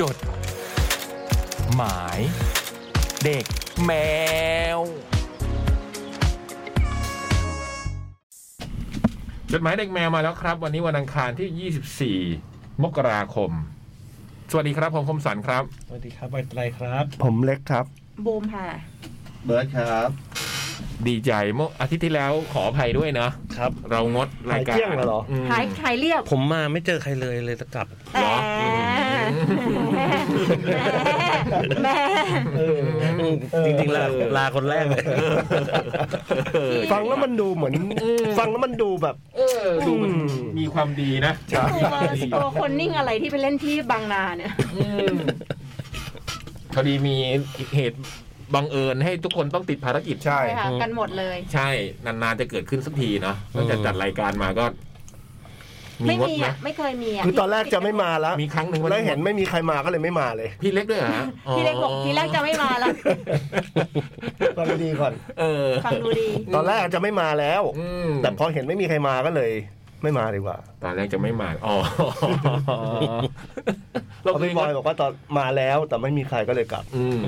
จด หมาย เด็กแมว จดหมายเด็กแมวมาแล้วครับ วันนี้วันอังคารที่ 24 มกราคม สวัสดีครับผมคมสันครับ สวัสดีครับใบไตรครับ ผมเล็กครับ บูมค่ะ เบิร์ดครับ ดีใจเมื่ออาทิตย์ที่แล้วขออภัยด้วยนะครับ เรางดรายการ หายเกลี้ยงแล้วเหรอ ม หายหายเรียบ ผมมาไม่เจอใครเลยเลยจะกลับ แหมแหมแหม จริงๆลาลาคนแรกเลย ฟังแล้วมันดูเหมือน ฟังแล้วมันดูแบบ เออดูมันมีความดีนะ ตัวตัวคนนิ่งอะไรที่ไปเล่นที่บางนาเนี่ย อืมพอดีมีเหตุบังเอิญให้ทุกคนต้องติดภารกิจ ใช่ ใช่ค่ะ กันหมดเลย ใช่ นานๆจะเกิดขึ้นสักทีเนาะตั้งแต่จัดรายการมาก็ มี ไม่ งด มี ไหม อ่ะ ไม่เคยมีอ่ะ คือตอนแรกจะไม่มาแล้ว มีครั้งหนึ่งวั แล้วเห็นไม่มีใครมาก็เลยไม่มาเลย พี่เล็กด้วยเหรอฮะอ๋อ พี่เล็กบอกทีแรกจะไม่มาละ ฟังดีก่อน เออ ฟังดูดี ตอนแรกจะไม่มาแล้ว อืม แต่พอเห็นไม่มีใครมาก็เลย ไม่มาดีกว่า ตอนแรกจะไม่มา อ๋อ เพราะพี่บอยบอกว่าตอนมาแล้วแต่ไม่มีใครก็เลยกลับ อืม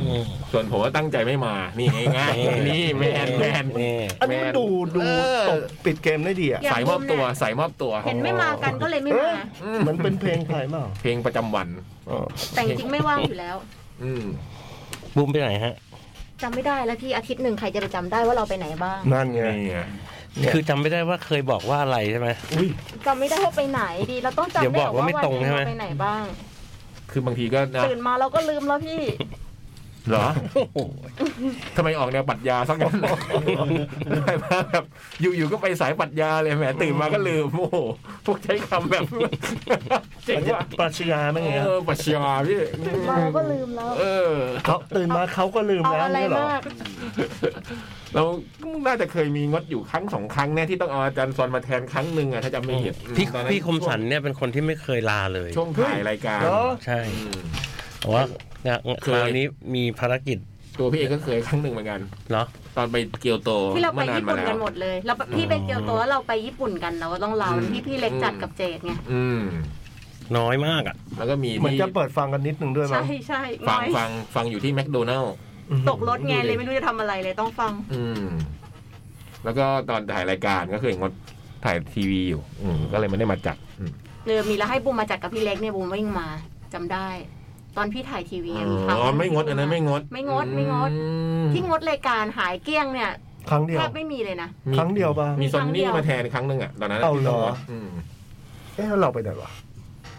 ส่วนผมว่าตั้งใจไม่มา นี่ง่ายๆนี่แมนแมน นี่ อันนี้มันดูดู เออ ตบปิดเกมได้ดีอ่ะ อยาก สายมอบตัวสายมอบตัว เห็นไม่มากันก็เลยไม่ เอ มา อเหมือนเป็นเพลงใครเปล่า เพลงประจำวัน อ๋อ แต่จริงๆไม่ว่างอยู่แล้ว อืม บูมไปไหนฮะ จำไม่ได้แล้วพี่อาทิตย์หนึ่งใครจะไปจำได้ว่าเราไปไหนบ้าง นั่นไง นี่ไง เนี่ย คือจำไม่ได้ว่าเคยบอกว่าอะไรใช่ไหม จำไม่ได้ว่าไปไหนดีเราต้องจำ เดี๋ ได้ ยวบอกว่าไม่ตรงใช่ไหม ว่าวันนี้เาไปไหนบ้าง คือบางทีก็นะ ตื่นมาเราก็ลืมแล้วพี่ เหรอทำไมออกแนวปรัชญาสักอย่างไม่มาแบบ อยู่ๆก็ไปสายปรัชญาเลยแหมตื่นมาก็ลืมโอ้โหพวกใช้คำแบบ เจ๋งว่ะ ปรัชญาไม่ไงครั เอบอปรัชญาพี่ ตื่นมาเราก็ลืมแล้ว เออ เขาตื่นมาเขาก็ลืม เอา แล้ว อะไร นี่เหรอ มาก เราน่าจะเคยมีงดอยู่ครั้งสองครั้งแน่ที่ต้องเอาอาจารย์ซอนมาแทนครั้งหนึ่งอะถ้าจำไม่ผิด พี่ ตอ พี่คมสันเนี่ยเป็นคนที่ไม่เคยลาเลย ช่วงถ่ายรายการ เนาะ ใช่ อืม แต่ว่างาน เค ค ย ราวนี้มีภารกิจ ตัวพี่เองก็เคยครั้งหนึ่งเหมือนกัน เนาะ ตอนไปเกียวโต ที่เราไป เมื่อนาน ญี่ มา ปุ่น แล้ว กันหมดเลยเราพี่ไปเกียวโตแล้วเราไปญี่ปุ่นกันเราต้องลาวันที่พี่เล็กจัดกับเจดไง อืม น้อยมากอ่ะ แล้วก็มี เหมือน ที่ จะเปิดฟังกันนิดนึงด้วยมั้ ใช่ ง ใช่ ฟัง น้อย ฟังฟังอยู่ที่แมคโดนัลล์ ตกรถไงเลยไม่รู้จะทำอะไรเลยต้องฟัง อืม แล้วก็ตอนถ่ายรายการก็เคยงดถ่ายทีวีอยู่ อืมก็เลยไม่ได้มาจัดอืม เออมีแล้วให้บูมมาจัดกับพี่เล็กเนี่ยบูมวิ่งมาจำได้ ตอนพี่ถ่ายทีวีะครั้ อ๋อไม่งดอันนั้นไม่งด ไม่งดไม่งด อืม ที่งดรายการหายเกลี้ยงเนี่ย ครั้งเดีย แท ว บไม่มีเลยนะ ครั้งเดียวปะ มีซอน ครั้งเดี นี่ ยว มาแทนครั้งหนึ่งอะตอนนั้น เอาเหรอ ที่งดม เอ๊ะแล้วเราไปไหนวะ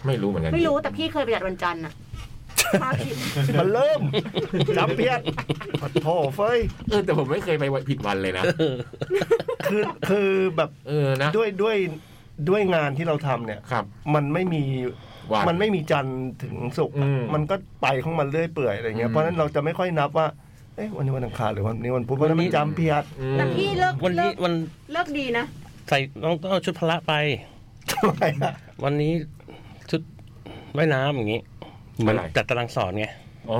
ไม่รู้เหมือนกัน ไม่รู้แต่พี่เคยไปจัดวันจันทร์ อะภาพผิด มันเริ่มจำเพี้ยนโถเฟ้ย เออแต่ผมไม่เคยไปผิดวันเลย นะ คือคือแบบ เออนะ ด้วยด้วยด้วยงานที่เราทำเนี่ย ครับ มันไม่มี วัน มันไม่มีจันทร์ถึงศุกร์อะ อืม มันก็ไปของมันเรื่อยเปื่อยอะไรเงี้ อื ย ม เพราะฉะนั้นเราจะไม่ค่อยนับว่าเอ๊ะวันนี้วันอังคารหรือวันนี้วันพุธเพราะฉะนั้นมันจำเพี้ยน อืม แต่พี่เลิก วัน เลิ นี้ ก วัน เลิกดีนะ ใส่ต้องต้องเอาชุดพละไป ทำไมอะ วันนี้ชุดว่ายน้ำอย่างงี้เหมือนจัดตารางสอนไง อ๋อ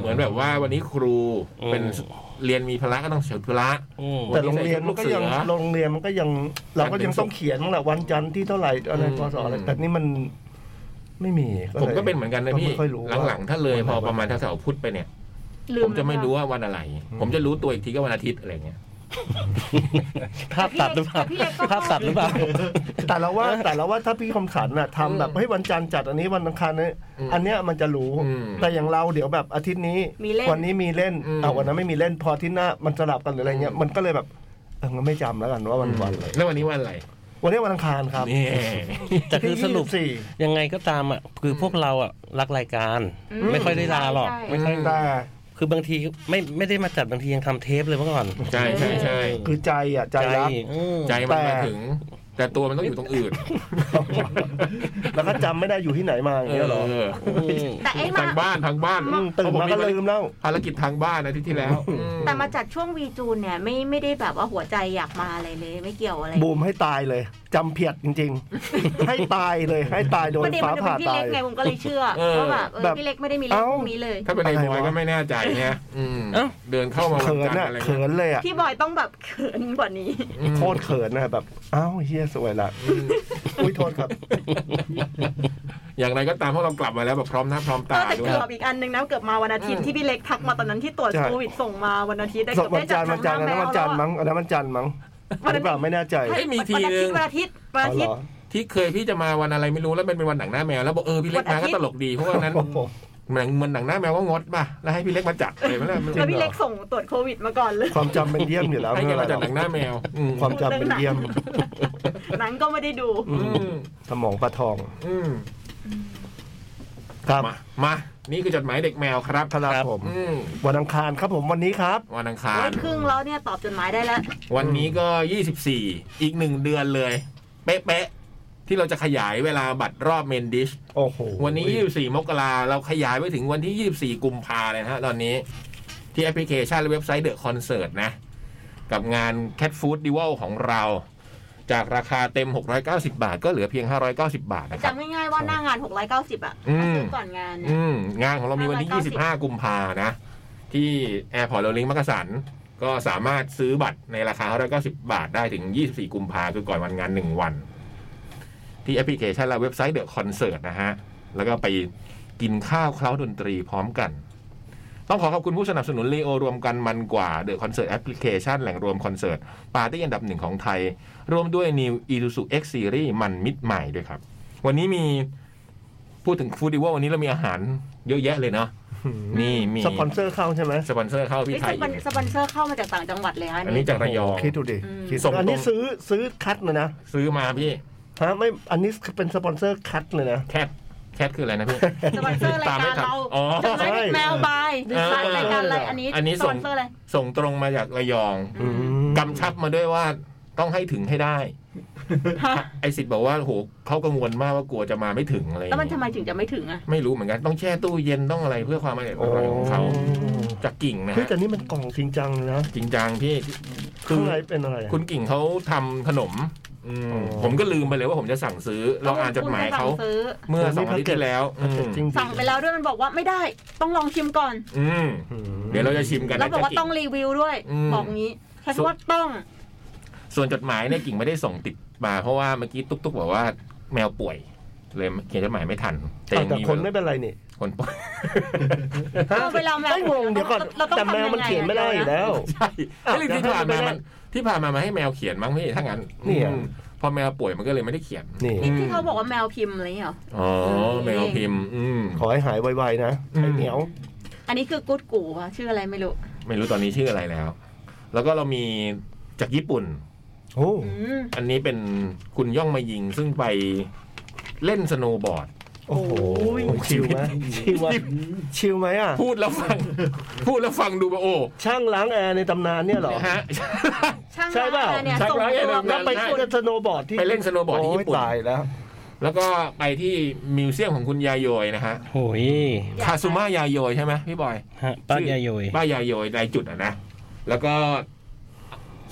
เหมือนแบบว่าวันนี้ครูเป็น อืม เรียนมีพละก็ต้องเฉิดพละ อืม วั แต่ นนี้ โรงเรียนมันก็ยัง ใส่ชุดลูกเสือ โรงเรียนมันก็ยังเราก็ยังต้องเขียนแหละวันจันทร์ที่เท่าไหร่อะไร อืม พศอะไร อืม แต่นี่มันไม่มีลย ผมก็เป็นเหมือนกันนะพี่ ไม่ค่อยรู้ว่า หลังๆ ถ้าเลยพอประมาณแถวๆพุธไปเนี่ย ลื ผม มจะไม่รู้ว่าวันอะไร ผมจะรู้ตัวอีกทีก็วันอาทิตย์อะไรเงี้ย ภาพตัดหรือเปล่า แต่พี่เล็กก็ ภาพตัดหรือเปล่า แต่เราว่าแต่เราว่าถ้าพี่คมสันน่ะทำแบบให้ยวันจันทร์จัดอันนี้วันอังคารเนี่ย อืม อันเนี้ยมันจะรู้ อืม แต่อย่างเราเดี๋ยวแบบอาทิตย์นี้ มีเล่น วันนี้มีเล่น อืม อ่าวันนั้นไม่มีเล่นพออาที่หน้ามันสลับกันหรืออะไรเงี้ยมันก็เลยแบบเอองั้นไม่จำแล้วกันว่าวันวันอะไร แล้ววันนี้วันอะไร วันนี้วันอังคารครับ นี่ แต่คือสรุป สี่ ยังไงก็ตามอ่ะคือพวกเราอ่ะรักรายการ อืม ไม่ค่อยได้ลาหรอก ใช่ใช่ ไม่ค่อย แต่ คือบางทีไม่ไม่ได้มาจัดบางทียังทำเทปเลยเมื่อก่อน ใช่ใช่ใช่ คือใจอ่ะใจ ใจ รัก อืม ใจมัน แต่ มาถึง แต่ตัวมันต้องอยู่ตรงอื่น แล้วก็จำไม่ได้อยู่ที่ไหนมาอย่างเงี้ยเหรอ เออ อืม แต่ไอ้มา ทางบ้านทางบ้าน อืมตื่นมาก็ลืมแล้ว ภารกิจทางบ้านอาทิตย์ที่แล้ว แต่มาจัดช่วงวีจูนเนี่ยไม่ไม่ได้แบบว่าหัวใจอยากมาอะไรเลย ไม่เกี่ยวอะไร บูมให้ตายเลยจำเพียดจริง ๆ ให้ตายเลยให้ตายโด ป น ระเด็น ฟ้า มันจะเป็ ผ่าน พี่ ตายเล็กไงผมก็เลยเชื่อว่าแบบเออ แบบ พี่เล็กไม่ได้มีเรื่อง เอ้า พวกนี้เลย ถ้าเป็นในบอย อะไรวะ ก็ไม่แน่ใจเนี่ยอืมเดินเข้ามาวัน เขิน จันท อ่ะ ร์อะไร เขินเลยอ่ะ พี่บอยต้องแบบเขินกว่านี้ โทษเขินนะแบบอ้าวเฮียสวยละอุ้ยโทษครับ อย่างไรก็ตามพวกเรากลับมาแล้วแบบพร้อมหน้าพร้อมตา แต่ ด้วย เกือบอีกอันหนึ่งนะเกือบมาวันอาทิตย์ที่พี่เล็กทักมาตอนนั้นที่ตรวจ ใช่ โควิดส่งมาวันอาทิตย์ได้ ส เกื อ อง บ วัน ได้ จั จั น ด ทร์ ห วันจันท ง ร์แมอันนั้น ว วัน แล้ว จันทร์ อะ มั้งอันนั้นวันจันทร์มั้ง วันนั้หรือน เปล่าไม่แน่ใจ เฮ้ยมีทีนึง วันอาทิตย์วัน อ๋อ อา เห ทิ ร ต อ ย์ ที่เคยพี่จะมาวันอะไรไม่รู้แล้วมันเป็นวันหนังหน้าแมวแล้วบอกเออพี่เล็กมา วันอาทิ ก็ ตย์ ตลกดีเพราะว่านั้น โอ้โห มันมันหนังหน้าแมวก็งดป่ะแล้วให้พี่เล็กมาจัดเลยไหมล่ะมัน จริ แล้วงหรอ พี่เล็กส่งตรวจโควิดมาก่อนเลย ความจำเป็นเยี่ยมอยู่แล้ว ให้ ไม่ แก เป็นมาไรหร จัดหอกนังหน้าแมวอืม ความจำเป็นเยี่ยม หนังก็ไม่ได้ดู อืม สมองปลาทอง อืม ครับ มามา นี่คือจดหมายเด็กแมวครับ ครับผม อืม วันอังคารครับผมวันนี้ครับ วันอังคาร โอ้ยครึ่งแล้วเนี่ยตอบจดหมายได้แล้ว วันนี้ก็ 24 อีกหนึ่งเดือนเลย เป๊ะๆ ที่เราจะขยายเวลาบัตรรอบเมนดิช โอ้โห วันนี้ 24 มกราเราขยายไปถึงวันที่ 24 กุมภาเลยนะฮะ ตอนนี้ที่แอปพลิเคชันและเว็บไซต์เดอะคอนเสิร์ตนะ กับงาน Cat Food d u e l ของเรา จากราคาเต็ม 690 บาท ก็เหลือเพียง 590 บาทนะครับ จำง่ายๆว่าหน้างาน 690 อ่ะ อืม ถ้าซื้อก่อนงานเนี่ย อืมงานของเรามีวันที่ 25 กุมภานะ ที่แอร์พอร์ตโรลิงมักกะสัน ก็สามารถซื้อบัตรในราคา 190 บาทได้ถึง 24 กุมภาคือก่อนวันงาน 1 วัน ที่แอปพลิเคชันและเว็บไซต์เดอะคอนเสิร์ตนะฮะ แล้วก็ไปกินข้าวเคล้าดนตรีพร้อมกัน ต้องขอขอบคุณผู้สนับสนุนเลโอรวมกันมันกว่าเดอะคอนเสิร์ตแอปพลิเคชันแหล่งรวมคอนเสิร์ตปาร์ตี้อันดับหนึ่งของไทย ร่วมด้วย New i s u z u X Series มันมิดใหม่ด้วยครับ วันนี้มีพูดถึงฟูดิววันนี้เรามีอาหารเยอะแยะเลยเนาะนี่มี สปอนเซอร์เข้าใช่ไหม สปอนเซอร์เข้าพี่ นี่ ไท ส ย ปอนสปอนเซอร์เข้ามาจากต่างจังหวัดเลยฮะ อันนี้จากระยอง คิดดูดิ อืม ที่ส่ง อันนี้ซื้อซื้อคัดเลยนะ ซื้อมาพี่ ฮะไม่อันนี้เป็นสปอนเซอร์คัดเลยนะ แคทแคทคืออะไรนะพี่ สปอนเซอร์รายการเรา อ๋อ จดหมายเด็กแมวบาย เออ รายการอะไรอันนี้ อันนี้ สป ส่ องนเซอร์อะไร ส่งตรงมาจากระยอง อืม กำชับมาด้วยว่าต้องให้ถึงให้ได้ ไอสิทธิ์บอกว่าโหเขากังวลมากว่ากลัวจะมาไม่ถึงอะไรอย่าง แล้วมัน เงี้ย ทำไมถึงจะไม่ถึงอ่ะ ไม่รู้เหมือนกันต้องแช่ตู้เย็นต้องอะไรเพื่อความอร่อยอ โอ้ ร่อยของเขาจากกิ่งนะ เฮ้ย ฮะ แต่นี่มันกล่องจริงจังเลยนะ จริงจังพี่คื ข้าง อ ในเป็นอะไรอะ คุณกิ่งเขาทำขนมอืม อ๋อ ผมก็ลืมไปเลยว่าผมจะสั่งซื้อ เราอ่านจดหมายเขา ต้องลงทุนไปเมื่อสอสั่งซื้องอาทิตย์ที่แล้วอืม แพ็คเกจจิ้ สั่งไปแล้วด้วยมันบอกว่าไม่ได้ต้องลองชิมก่อน อืม อืม เดี๋ยวเราจะชิมกัน แล้ว นะ บอ จาก ก ว่า กิ่ ต้อง งรีวิวด้วย อืม บอกงี้ใช้คำว่าต้อง ส่วนจดหมายเนี่ยกิ่งไม่ได้ส่งติดมาเพราะว่าเมื่อกี้ตุ๊กๆบอกว่าแมวป่วยเลยเขียนจดหมายไม่ทันแต่ อ้ายัวง แต่ มี คนไม่เป็นไรนี่ คนป่วย ฮะ เอาเวลาแมว ไอ้งงเดี๋ยวก่อน เราต้อง แต่แมวมัน ทำยังไงอะ เขียนไม่ได้อยู่แล้ว ใช่ อ้าว แล้วที่ผ่านมามันที่ผ่านมามันให้แมวเขียนมั้งพี่ถ้างั้น นี่เหรอ อืมพอแมวป่วยมันก็เลยไม่ได้เขียน นี่ นี่ที่เขาบอกว่าแมวพิมพ์อะไรอย่างเงี้ยเหรอ อ๋อแมวพิมพ์ อืม ขอให้หายไวๆนะ อืม ไอ้เหนียว อันนี้คือกูดกูวะชื่ออะไรไม่รู้ ไม่รู้ตอนนี้ชื่ออะไรแล้ว แล้วก็เรามีจากญี่ปุ่น โอ้ อืม อันนี้เป็นคุณย่องมายิงซึ่งไปเล่นสโนว์บอร์ด โอ้โหชิลไหมชิลไหมชิลไหมอ่ะ พูดแล้วฟัง พูดแล้วฟังดูแบบโอ้ ช่างล้างแอร์ในตำนานเนี่ยเหรอ ฮะ ช่าง ใช่เปล่า ร้นเนี่ย ช่าง ส่ง ร้านเนี่ย ตัว นั่ มาน ไป ญี่ปุ่น เล่นสโนว์บอร์ดที่ ไปเล่นสโนว์บอร์ดที่ญี่ปุ่น โยตายแล้ว แล้วก็ไปที่มิวเซียมของคุณยาโยยนะฮะ โอ้ย คาซูมายาโยยใช่ไหมพี่บอย ฮะป้ายาโยย ป้ายาโยยรายจุดอ่ะนะ แล้วก็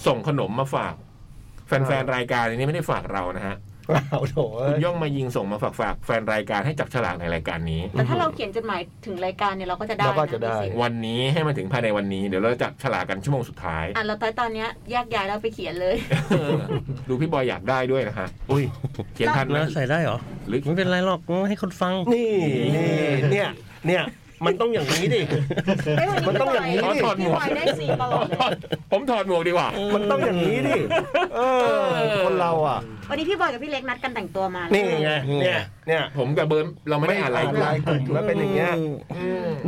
ส่งขนมมาฝาก แฟนๆ รายการอันนี้ไม่ได้ฝากเรานะฮะ ว้าวโถเอ้ คุณ ย ย่องมายิงส่งมาฝากฝากแฟนรายการให้จับฉลากในรายการนี้ แต่ถ้าเราเขียนจดหมายถึงรายการเนี่ยเราก็จะได้ เราก็ น จะได้ วันนี้ให้มาถึงภายในวันนี้ เดี๋ยวเราจะจับฉลากกันชั่วโมงสุดท้าย อ่ะเราตอนตอนเนี้ยแยกย้ายแล้วไปเขียนเลย เออดูพี่บอยอยากได้ด้วยนะฮะ อุ้ย เขียนทันไหม นะใส่ได้เหรอ หรือ ไม่เป็นไรหรอกให้คนฟัง นี่นี่เนี่ย เนี่ย มันต้องอย่างนี้ดิ เอ้ยวัน มันต้องอย่างนี้ นี้ ดิ พี่บอยพี่บอยได้สีตลอดเลย ผมถอดหมวกดีกว่า มันต้องอย่างนี้ดิ เออ คนเราอ่ะ วันนี้พี่บอยกับพี่เล็กนัดกันแต่งตัวมา นี่ไง เนี่ย เนี่ย ผมกับเบิร์นเราไม่ได้อ่านราย ล การ กลุ่มแล้วเป็นอย่างเงี้ย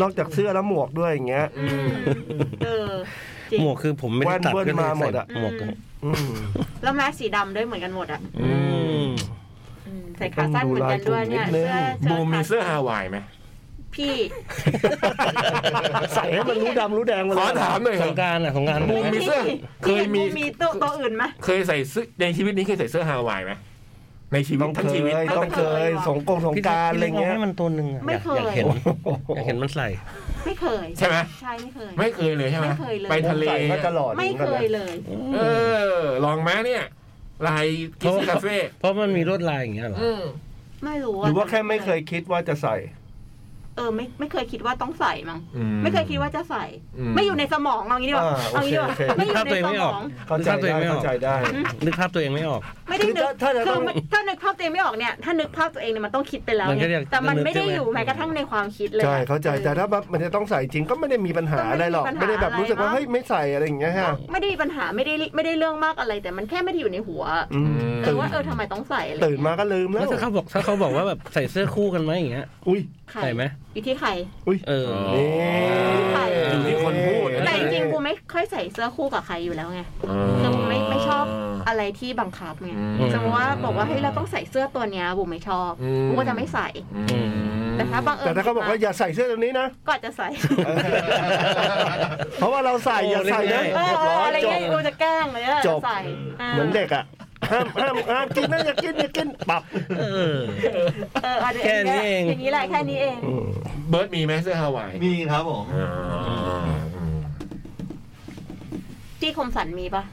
นอกจากเสื้อแล้วหมวกด้วยอย่างเงี้ย อืมเออจริง หมวกคือผมไม่ได้ตัด แว่น ก็เลย มาหม ใส่ ดอะ หมวกอะ อืม แล้วแมสสีดำด้วยเหมือนกันหมดอ่ะ อืม อืมใส่ขาสั้นเหมือนกันด้วยเนี่ย ต้องดู เสื้อ ลายกลุ่มบูมนิดนึง เสื้มี ขา เสื้อฮาวายไหม พี่ ใส่ให้มันรู้ดำรู้แดงมา ข เล อยถามหน่อย ส เถ ง อะ กรารอ่ะสงกราร บูมมีเสื้อเคยมี มีตัวตัวอื่นไหม เคยใส่เสื้อในชีวิตนี้เคยใส่เสื้อฮาวายไหมในชีวิต ต้อง ทั้ง เค ชีวิต ย ต้องเคย สงกรงสง พี่ กรารอะไรเงี้ย ให้มันตัวหนึ่งอะอยากเห็นอยากเห็นมันใส่ ไม่เคย ใช่ไหม ใช่ไม่เคย ไม่เคยเลยใช่ไหม ไม่เคยเลย ไปทะเล ผมใส่ก็จะหล่อดี ไม่ หมือนกันเคนะ ยเลย เออลองไหมเนี่ยลายกิสคาเฟ่ เพราะมันมีลวดลายอย่างเงี้ยเหรอ อืม ไม่รู้ หรือว่าแค่ไม่เคยคิดว่าจะใส่ เออไม่ไม่เคยคิดว่าต้องใส่มั้ง อื ไม่เคยคิดว่าจะใส่ อื ไม่อยู่ในสมองเอางี้ดีกว่า อ่า เอางี้ดีกว่า โอเคโอเค ไม่อยู่ในสมอง เข้าใจได้เข้าใจได้ นึกภาพตัวเองไม่ออก ไม่ได้ คือ นึก ถ้าถ้าจะ คื ต้ อ อง มันถ้านึกภาพตัวเองไม่ออกเนี่ย ถ้านึกภาพตัวเองเนี่ยมันต้องคิดไปแล้ว มันก็ ไง เรียก แต่มัน นึก ไม่ได้ ใช่ไหม อยู่แม้กระทั่งในความคิดเลย ใช่ อะ เข้าใจแต่ถ้าแบบมันจะต้องใส่จริงก็ไม่ได้มีปัญหาอะไรหรอก ไม่ได้แบบรู้สึกว่าเฮ้ยไม่ใส่อะไรอย่างเงี้ยฮะ ไม่ได้มีปัญหาไม่ได้ไม่ได้เรื่องมากอะไร แต่มันแค่ไม่ได้อยู่ในหัว อืม แต่ ตื่น ว่าเออทำไมต้องใส่อะไร ตื่นมาก็ลืมแล้ แล้ว ว ถ้าเขาบอกถ้าเขาบอกว่าแบบใส่เสื้อคู่กันไหมอย่างเงี้ย อุ้ย ใคร ใส่ไหม อยู่ที่ใคร เออ นี่ อยู่ที่คนพูด แต่จริงๆกูไม่ค่อยใส่เสื้อคู่กับใครอยู่แล้วไง อ๋อ คือไม่ไม่ชอบ อะไรที่บังคับไง อื สมมติว่าบอกว่าเฮ้ยเราต้องใส่เสื้อตัวเนี้ยบูไม่ชอบ อื บูก็จะไม่ใส่ อืม แต่ถ้าบังเอิญ แต่ถ้าเขาบอกว่าอย่าใส่เสื้อตัวนี้นะ ก็อาจจะใส่ เพราะว่าเราใส่อย่าใส่นะ โอ้เรีบร้เออยอย อะไร จบ เงี้ยกูจะแกล้งเลยอะ จบ ใส่า เหมือนเด็กอ่ะห้ามห้ามห้ามกินนะอย่ากินอย่ากินปรับ เออ เอออาจจะ แค่นี้เอง อย่างนี้แหละแค่นี้เอง เบิร์ดมีไหมเสื้อฮาวาย มีครับผม อ่าอืม ที่คมสันมีปะ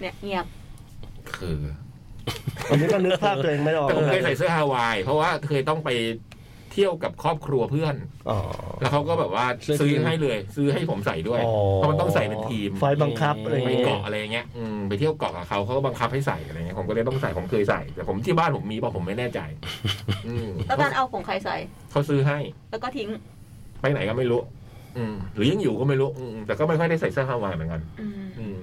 เนี่ยเงียบ คือ อันนี้ก็นึกภาพตัวเองไม่ออก แต่ผมเคยใส่เสื้อฮาวาย เพราะว่าเคยต้องไปเที่ยวกับครอบครัวเพื่อน อ๋อ แล้วเขาก็แบบว่าซื้อให้เลย ซื้อให้ผมใส่ด้วย เพราะมันต้องใส่เป็นทีม ไฟบังคับอะไรอย่าง ไป เงี้ย เกาะอะไรอย่างเงี้ยอืมไปเที่ยวเกาะกับเขาเขาก็บังคับให้ใส่อะไรเงี้ยผมก็เลยต้องใส่ผมเคยใส่ แต่ผมที่บ้านผมมีเปล่ะผมไม่แน่ใจ อืม แล้วการเอาของใครใส่ เขาซื้อให้ แล้วก็ทิ้ง ไปไหนก็ไม่รู้ อืมหรือยังอยู่ก็ไม่รู้อืมแต่ก็ไม่ค่อยได้ใส่เสื้อฮาวายเหมือนกัน อืม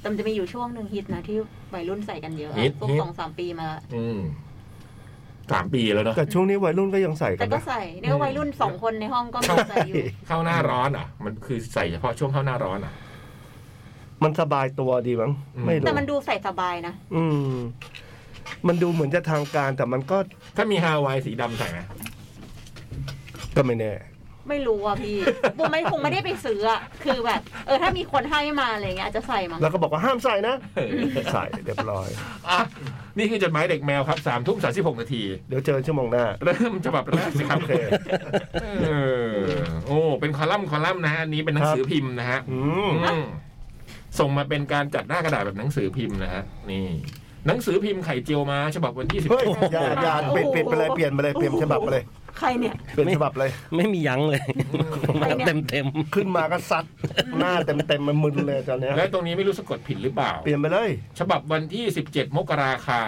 แต่มันจะมีอยู่ช่วงหนึ่งฮิตนะที่วัยรุ่นใส่กันเยอะ ฮิต พวก ฮิต สองสามปีมาละ อืมสามปีแล้วเนาะ แต่ช่วงนี้วัยรุ่นก็ยังใส่กั แต่ น ก็ นะ ใส่เนี่ยก็วัยรุ่นสองคนในห้องก็มีใส่อยู่ เข้าหน้าร้อนอ่ะ มันคือใส่เฉพาะช่วงเข้าหน้าร้อนอ่ะ มันสบายตัวดีมั้ง อืม ไม่รู้ แต่มันดูใส่สบายนะ อืม มันดูเหมือนจะทางการแต่มันก็ ถ้ามีฮาวายสีดำใส่ไหม ก็ไม่แน่ ไม่รู้อ่ะพี่บูไม่คงไม่ได้ไปซื้ออะคือแบบ เออถ้ามีคนให้มาอะไรเงี้ยอาจจะใส่มั้ง แล้วก็บอกว่าห้ามใส่นะ ใส่เรียบร้อย อ่ะนี่คือจดหมายเด็กแมวครับสามทุ่มสามสิบหกนาที เดี๋ยวเจอชั่วโมงหน้า เริ่มฉบับแรกสิครับ โอเค เออโอ้เป็นคอลัมน์คอลัมน์นะฮะอันนี้เป็นหนังสือพิมพ์นะฮะ อืม อืมส่งมาเป็นการจัดหน้ากระดาษแบบหนังสือพิมพ์นะฮะนี่ หนังสือพิมพ์ไข่เจียวมาฉบับวันที่สิบ เฮ้ยอย่าอย่าเปลี่ยนเปลี่ยนไปเลยเปลี่ยนไปเลยเปลี่ยนฉบับไปเลย ใครเนี่ย เปลี่ยนฉบับเลย ไม่มียั้งเลยมาเต็มเต็ม ขึ้นมาก็ซัดหน้าเต็มเต็มๆมันมึนเลยตอนเนี้ย และตรงนี้ไม่รู้สะกดผิดหรือเปล่า เปลี่ยนไปเลย ฉบับวันที่สิบเจ็ดมกราคา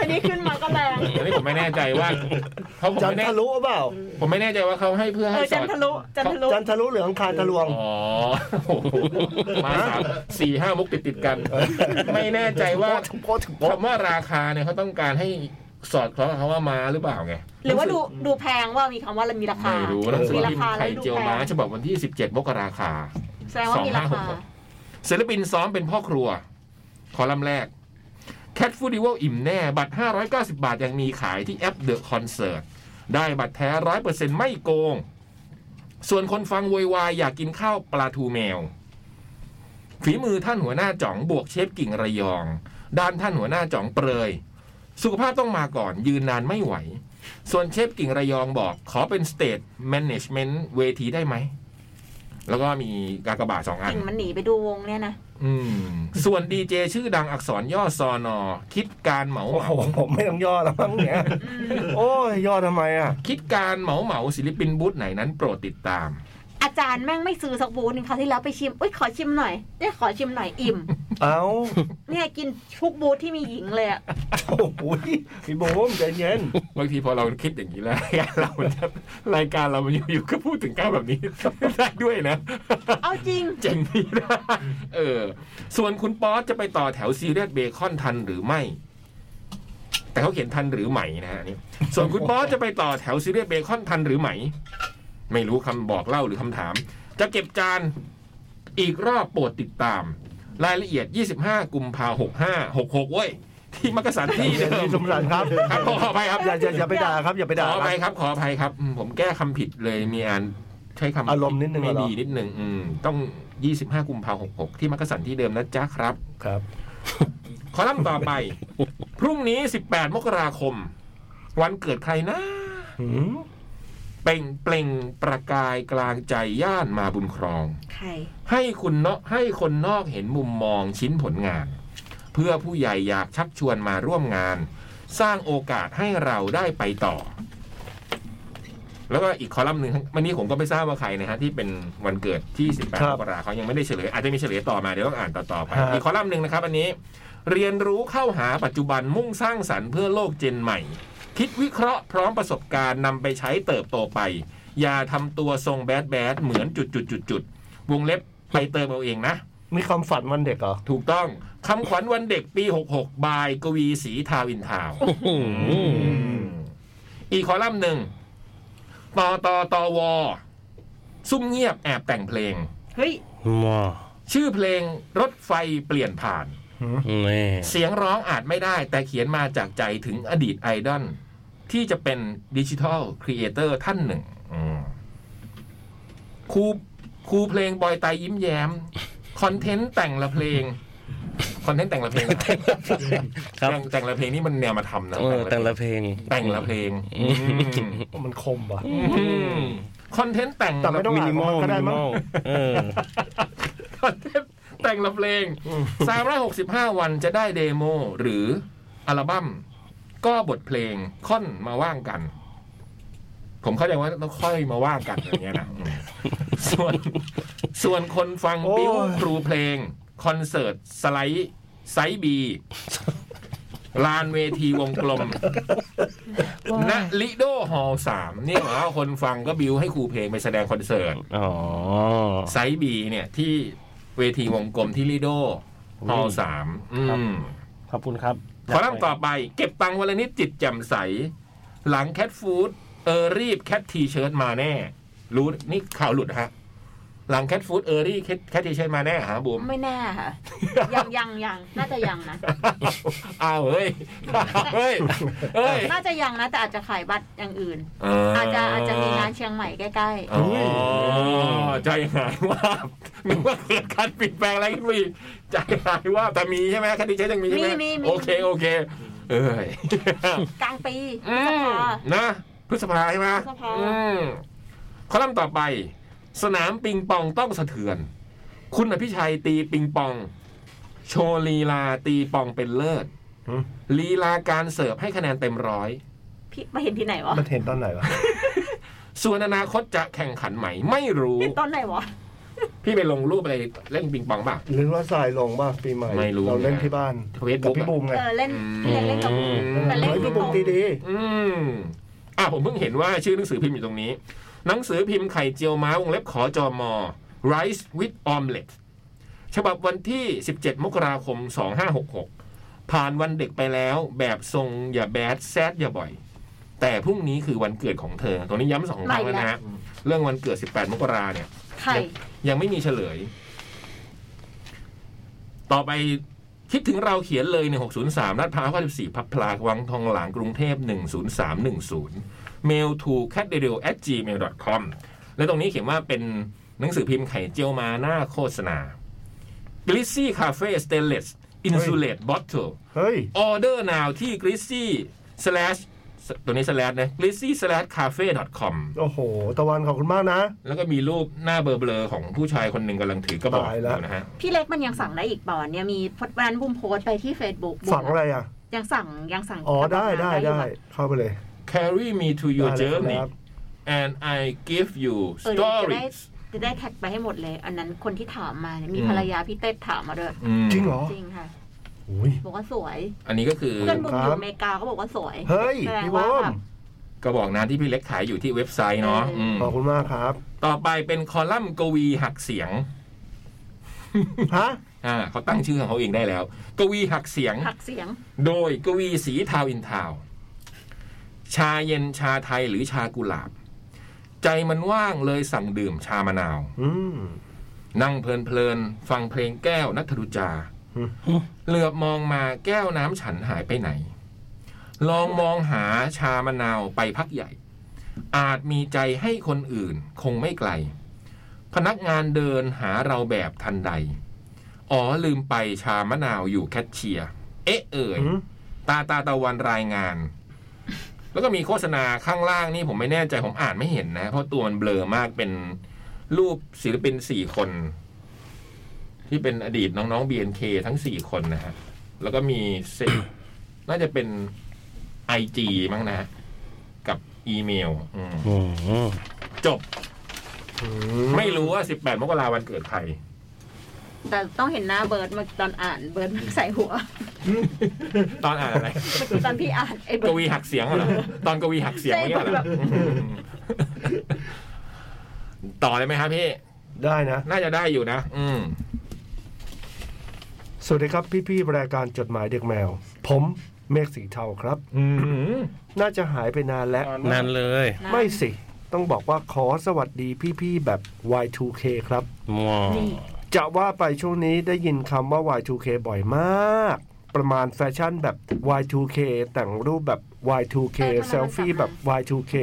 อันนี้ขึ้นมาก็แรง อันนี้ผมไม่แน่ใจว่าเขาะผม จัน ไม่แน่ ทรุเปล่า ผมไม่แน่ใจว่าเขาให้เพื่อ เอ ให้ อ ส จั อน ด ทะลุจันทะลุ จันทรุเหลืองคารทะลวง อ๋อโอ้โหมาสามสี่ห้ามุกติดติดๆกัน ไม่แน่ใจว่า ถึงโป๊ะถึงโป๊ะถึง คำว่าราคาเนี่ยเขาต้องการให้สอดคล้องกับคำว่าม้าหรือเปล่าไง หรือว่าดูดูแพงว่ามีคำว่ามีราคา ไม่รู้หนังสือ มีรา พิม คา พ์ แล้ ไข่ วดู เจียว แพ ม้าง ฉบับวันที่ 17 มกราคา แสดงว่ามีรา สองห้าหก คา หก ศิลปินซ้อมเป็นพ่อครัว คอลัมน์แรก Cat f o o d i v a l อิ่มแน่ บัตร 590 บาทยังมีขายที่แอป The Concert ได้บัตรแท้ 100%ไม่โกง ส่วนคนฟังโวยวายอยากกินข้าวปลาทูแมว ฝีมือท่านหัวหน้าจ่องบวกเชฟกิ่งระยอง ด้านท่านหัวหน้าจ่องเปรย สุขภาพต้องมาก่อนยืนนานไม่ไหว ส่วนเชฟกิ่งระยองบอก ขอเป็นสเตทแมネจเมนต์เวทีได้ไหม แล้วก็มีกากบาทสองอันจริงมันหนีไปดูวงเนี่ยนะ อืมส่วนดีเจชื่อดังอักษรย่อซอนอ คิดการเหมา โอ้ เห โห มา ผมไม่ต้องย่อแล้วมั้งเนี่ย โอ้ยย่อทำไมอ่ะ คิดการเหมาเหมาศิลปินบูธไหนนั้นโปรดติดตาม อาจารย์แม่งไม่ซื้อสักบูธหนึงคราวที่แล้วไปชิมอุ้ยขอชิมหน่อยได้ขอชิมหน่อยอิ่ม เอ้า เนี่ยกินทุกบูธที่มีหญิงเลยอะ โอ้โหพี่โบมใจเย็น บางทีพอเราคิดอย่างนี้แล้ว เราจะรายการเรามันอยู่ๆก็พูดถึงก้าวแบบนี้ ได้ด้วยนะ เอาจริง เจ๋งดีนะ เออ ส่วนคุณป๊อตจะไปต่อแถวซีเรียสเบคอนทันหรือไม่ แต่เขาเขียนทันหรือไหมนะฮะอันนี่ส่วนคุณป๊อตจะไปต่อแถวซีเรียสเบคอนทันหรือไหม ไม่รู้คำบอกเล่าหรือคำถาม จะเก็บจานอีกรอบโปรดติดตาม รายละเอียด 25 กุมภาหกห้าหกหกเว้ย ที่มักกะสันที่เดิมพี่สมรันครับ ครับขออภัยครับ อย่าอย่าอย่าไปด่าครับ อย่าไป ข ด่า ออภัย นะ ครับขออภัยครับอืมผมแก้คำผิดเลยมีอันใช้คำ อารมณ์นิดนึง ไม่ เหรอ ดีนิดหนึ่งอืมต้อง 25 กุมภาพันธ์66 ที่มักกะสันที่เดิมนะจ๊ะครับ ครับ คอลัมน์ต่อ ไป พรุ่งนี้ 18 มกราคม วันเกิดใครนะ หืม เปล่งเปล่งประกายกลางใจย่านมาบุญครอง ใคร ให้คุณเนาะให้คนนอกเห็นมุมมองชิ้นผลงาน เพื่อผู้ใหญ่อยากชักชวนมาร่วมงาน สร้างโอกาสให้เราได้ไปต่อ แล้วก็อีกคอลัมน์หนึ่งวันนี้ผมก็ไม่ทราบว่าใครนะฮะที่เป็นวันเกิดที่ ครั 18มบกราเขายังไม่ได้เฉลยอาจจะมีเฉลยต่อมาเดี๋ยวต้องอ่านต่อๆไป ฮะ อีกคอลัมน์หนึ่งนะครับอันนี้ เรียนรู้เข้าหาปัจจุบันมุ่งสร้างสรรค์เพื่อโลกเจนใหม่ คิดวิเคราะห์พร้อมประสบการณ์นำไปใช้เติบโตไป อย่าทำตัวทรงแบดแบดเหมือนจุดจุดจุดจุดๆๆๆวงเล็บไปเติมเอาเองนะ มีความฝันวันเด็กเหรอ ถูกต้องคำขวัญวันเด็กปี 66 บายกวีศรีทาวินทาวน์ อืม อีกคอลัมน์หนึ่งตอตอตอวอซุ่มเงียบแอบแต่งเพลง เฮ้ย ว้า ชื่อเพลงรถไฟเปลี่ยนผ่าน นี่ เสียงร้องอาจไม่ได้ แต่เขียนมาจากใจถึงอดีตไอดอลที่จะเป็นดิจิทัลครีเอเตอร์ท่านหนึ่งอืมครูครูเพลงบอยไตายยิ้มแย้ม คอนเทนต์แต่งละเพลง คอนเทนต์แต่งละเพลงแต่ง ครับ แต่งละเพลงนี่มันแนวมาทำนะ เออแต่งละเพลง แต่งละเพลง อืม อืม มันคมว่ะ อืมคอนเทนต์แต่งละ แต่ไม่ต้อง มินิมอล ก็ได้ มินิ มั้ ม ง อลเออ คอนเทนต์แต่งละเพลง 365 วันจะได้เดโม หรืออัลบั้มก็บทเพลงค่อนมาว่างกัน ผมเข้าใจว่าต้องค่อยมาว่างกันอย่างเงี้ยนะอืมส่วนส่วนคนฟัง โอ้ย บิ้วครูเพลง คอนเสิร์ต สไลด์ไซส์บี ลานเวทีวงกลมณลิโดฮอลสามเนี่ยหมายความว่าคนฟังก็บิวให้ครูเพลงไปแสดงคอนเสิร์ต อ๋อ ไซส์บีเนี่ยที่เวทีวงกลมที่ลิโดฮอลสามอื คมรับขอบคุณครับ ขอลัมน์ต่อไป เก็บตังค์วันละนิดจิตแจ่มใส หลังแคทฟู้ดเออรีบแคททีเชิร์ตมาแน่ รู้นี่ข่าวหลุดฮะ หลังแคทฟู้ดเออรีบแคททีเชิร์ตมาแน่ฮะบุ๋ม ไม่แน่ค่ะ ยังยังยังน่าจะยังนะ อ้าวเฮ้ยอ้าวเฮ้ยเฮ้ย น่าจะยังนะ แต่อาจจะขายบัตรอย่างอื่น เ อาจจะอาจจะมีงานเชียงใหม่ใกล้ อ๋อใจหายว่าบนึกว่าเกิดการเปลี่ยนแปลงอะไรขึ้นมาอีกใจหายว่าบแต่มีใช่ไหมแคททีเชิร์ตยังมีใช่ไหมโอเคโอเค เอ้ย ๆ กลางปีพฤ อื ษ ม ภา นะพฤษภาใช่ไหม พฤษภา อืมคอลัมน์ต่อไป สนามปิงปองต้องสะเทือน คุณอภิชัยตีปิงปอง โชว์ลีลาตีปองเป็นเลิศ หือ ลีลาการเสิร์ฟให้คะแนนเต็มร้อย พี่มาเห็นที่ไหนวะ มันเห็นตอนไหนวะ ส่วนอนาคตจะแข่งขันใหม่ไม่รู้ เห็นตอนไหนวะ พี่ไปลงรูปอะไรเล่นปิงปองเปล่ะ หรือว่าสายลงป่ะปีใหม่ ไม่รู้ เราเล่น นะ ที่บ้าน Facebook กับพี่บูมไง เออเล่น อืม เล่นเล่นกับ อืม แต่เล่น เฮ้ย กับ พี่บูม พี่โต ดี อืมอ่ะผมเพิ่งเห็นว่าชื่อหนังสือพิมพ์อยู่ตรงนี้ หนังสือพิมพ์ไข่เจียวม้าวงเล็บขอจอมอ Rice with Omelette ฉบับวันที่ 17 มกราคม 2566 ผ่านวันเด็กไปแล้วแบบทรงอย่าแบดแซดอย่าบ่อย แต่พรุ่งนี้คือวันเกิดของเธอ ตรงนี้ย้ำสองครั้งแล้วนะฮะ เรื่องวันเกิด 18 มกราเนี่ย ไข่ ยังไม่มีเฉลย ต่อไปคิดถึงเราเขียนเลย 1603ลาดพร้าว94พับพลาวังทองหลางกรุงเทพ 10310 mail to cat d e r i l at gmail com และตรงนี้เขียนว่าเป็นหนังสือพิมพ์ไข่เจียวมาหน้าโฆษณา Glissy Cafe Stainless Insulate Bottle ๆ เฮ้ย Order now ที่ Glissy slash ตัวนี้ slash นะ Glissy slash cafe dot com โอ้โห ตะวันขอบคุณมากนะ แล้วก็มีรูปหน้าเบลอๆของผู้ชายคนหนึ่งกำลังถือกระบอก ตาย อ แล้ว ยู่นะฮะ พี่เล็กมันยังสั่งได้อีกเปล่าวะเนี่ยมีพจน์วันบุมโพสต์ไปที่ Facebook บุ้ม สั่งอะไรอ่ะ ยังสั่งยังสั่ง อ๋อได้ได้ อยู่ ได้ อะ เข้าไปเลย Carry me to ได้ your เลย journey ครับ and I give you เออเดี๋ยวจะได้ stories จะได้แท็กไปให้หมดเลย อันนั้นคนที่ถามมาเนี่ยมี อืม ภรรยาพี่เต้ถามมาด้วย อืม จริงเหรอ จริงค่ะ อุ้ย บอกว่าสวย อันนี้ก็คือ เพื่อนบุมอ ครั ยู่ บ อเมริกาก็บอกว่าสวย เฮ้ย แสดง พี่ ว่า บูม แบบ กระบอกน้ำที่พี่เล็กขายอยู่ที่เว็บไซต์เนาะ เอออื ม ขอบคุณมากครับ ต่อไปเป็นคอลัมน์กวีหักเสียง ฮะ อ่าเขาตั้งชื่อของเขาเองได้แล้ว กวีหักเสียง หักเสียง โดยกวีสีทาวอินทาว ชาเย็นชาไทยหรือชากุหลาบ ใจมันว่างเลยสั่งดื่มชามะนาว อืม นั่งเพลินๆ ฟังเพลงแก้วนัทธรุจา อืม เหลือบมองมาแก้วน้ำฉันหายไปไหน ลองมองหาชามะนาวไปพักใหญ่ อาจมีใจให้คนอื่นคงไม่ไกล พนักงานเดินหาเราแบบทันใด อ๋อลืมไปชามะนาวอยู่แคชเชียร์ เอ๊ะเอ่ย อืม ตาตาตะวันรายงาน แล้วก็มีโฆษณาข้างล่างนี่ผมไม่แน่ใจผมอ่านไม่เห็นนะ เพราะตัวมันเบลอมากเป็นรูปศิลปินสี่คน ที่เป็นอดีตน้องๆ BNK ทั้งสี่คนนะฮะ แล้วก็มีเซ น่าจะเป็น IG มั้งนะฮะกับ อีเมลอืม อืม จบ ไม่รู้ว่า 18 มกราวันเกิดใคร แต่ต้องเห็นหน้าเบิร์ดมาตอนอ่านเบิร์ดมันใส่หัว ตอนอ่านอะไร เมื่อกี้ตอนพี่อ่านไอ้เบิ ก ร์ด วีหักเสียงเหรอ ตอนกวีหักเสียง ใช่ เนี่ยเหรอต่อเลยไหมครับพี่ ได้นะ น่าจะได้อยู่นะ อืม สวัสดีครับพี่ๆรายการจดหมายเด็กแมว ผมเมฆสีเทาครับ อืม น่าจะหายไปนานแล้ว นานเลย ไม่สิ ต้องบอกว่าขอสวัสดีพี่ๆแบบ Y2K ครับ มอ จะว่าไปช่วงนี้ได้ยินคำว่า Y2K บ่อยมาก ประมาณแฟชั่นแบบ Y2K แต่งรูปแบบ Y2K เออทำไมเซลมันฟี่ สามารแบบถ Y2K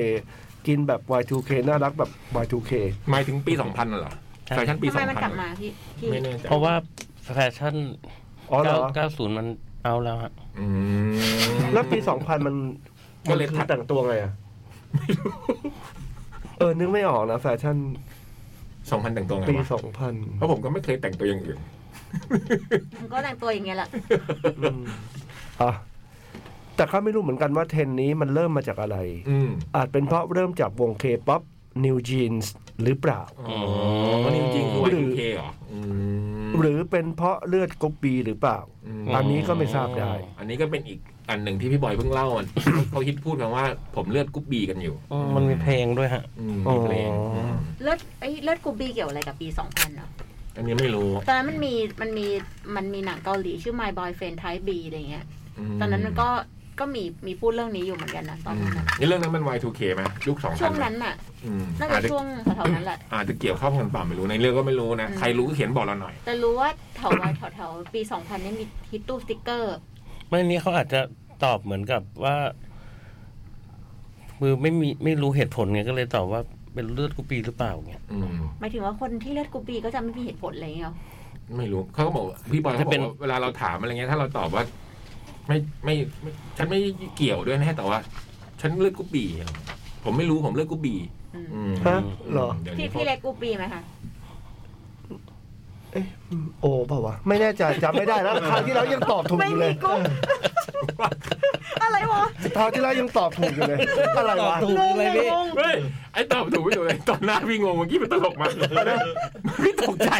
กินแบบ Y2K น่ารักแบบ Y2K หมายถึงปี 2000น่ะเหรอแฟชั่นปี ทำไมมันกลับมา 2000 พี่พี่ ไม่แน่ใจ เพราะว่าแฟชั่น อ๋อเหรอ 9 90 มันเอาแล้วฮะ อืม แล้วปี 2000 มัน ก็เลย มัน ถัดคือแต่งตัวไงอะ เออ นึกไม่ออกนะแฟชั่น 2000แต่งตัวไง ปี วะเพราะ 2000 ผมก็ไม่เคยแต่งตัวอย่างอื่น มันก็แต่งตัวอย่างเงี้ยแหละ อืมอ่ะแต่ก็ไม่รู้เหมือนกันว่าเทรนด์นี้มันเริ่มมาจากอะไร อืม อาจเป็นเพราะเริ่มจากวงเคป๊อปนิวจีนส์หรือเปล่า อ๋ออนี่จริงๆคือ Y2K เหรออืม หรือเป็นเพราะเลือดกรุ๊ปบีหรือเปล่า ม อันนี้ก็ไม่ทราบได้ อันนี้ก็เป็นอีกอันหนึ่งที่พี่บอยเพิ่งเล่ามัน เขาฮิตพูดกันว่า ผมเลือดกรุ๊บบีกันอยู่ มันมีเพลงด้วยฮะ อืมมีเพลง อ๋ออื ม เลือดไอ้เลือดกรุ๊ปบีเกี่ยวอะไรกับปี 2000เนาะ อันนี้ไม่รู้ ตอนนั้นมันมีมันมีมันมีหนังเกาหลีชื่อ My Boyfriend Type B อะไรเงี้ย ม ตอนนั้นมันก็ก็มีมีพูดเรื่องนี้อยู่เหมือนกันนะตอน อื นั้ ม นน่ะ นี่เรื่องนั้นมัน Y2K ไหมยุคสอง ช่วงนั้นน่ะน่าจะ อาจจะ ช่วงแถวๆนั้นแหละ อาจจะเกี่ยวข้องกันเปล่าไม่รู้ในเรื่องก็ไม่รู้นะ อืม ใครรู้เขียนบอกเราหน่อย แต่รู้ว่าแถววัยแถวๆปี 2000เนี่ยมีฮิตตู้สติกเกอร์ ไม่นี้เขาอาจจะตอบเหมือนกับว่าคือไม่มีไม่รู้เหตุผลไงก็เลยตอบว่าเป็นเลือดกูปีหรือเปล่าเงี้ย อืม หมายถึงว่าคนที่เลือดกรุ๊ปบีก็จะไม่มีเหตุผลอะไรอย่างเงี้ยหรอ ไม่รู้เขาก็บอกว่าพี่บอยเขาบอกว่าเวลาเราถามอะไรเงี้ยถ้าเราตอบว่า ไม่ไม่ไม่ฉันไม่เกี่ยวด้วยนะแต่ว่า ฉันเลือดกรุ๊บบีผมไม่รู้ผมเลือดกรุ๊บบี อืม อืม ฮะเหรอ ดี๋ยว พี่ นี้พวก พี่เล็กกรุ๊ปบีไหมคะ เอ๊ะโอ้เปล่าวะ ไม่แน่ใจจำไม่ได้แล้ว คราวที่แล้วยังตอบถูก ไม่ อยู่เล มี ย กรุ๊ป อะไรวะ คราวที่แล้วยังตอบถูกอยู่เลย อะไรวะ ถูกเลยพี่ งง เฮ้ย ไอ้ตอบถูกไม่ถูกเลยตอนหน้าพี่งงเมื่อกี้มันตลกมากนะพี่ตกใจ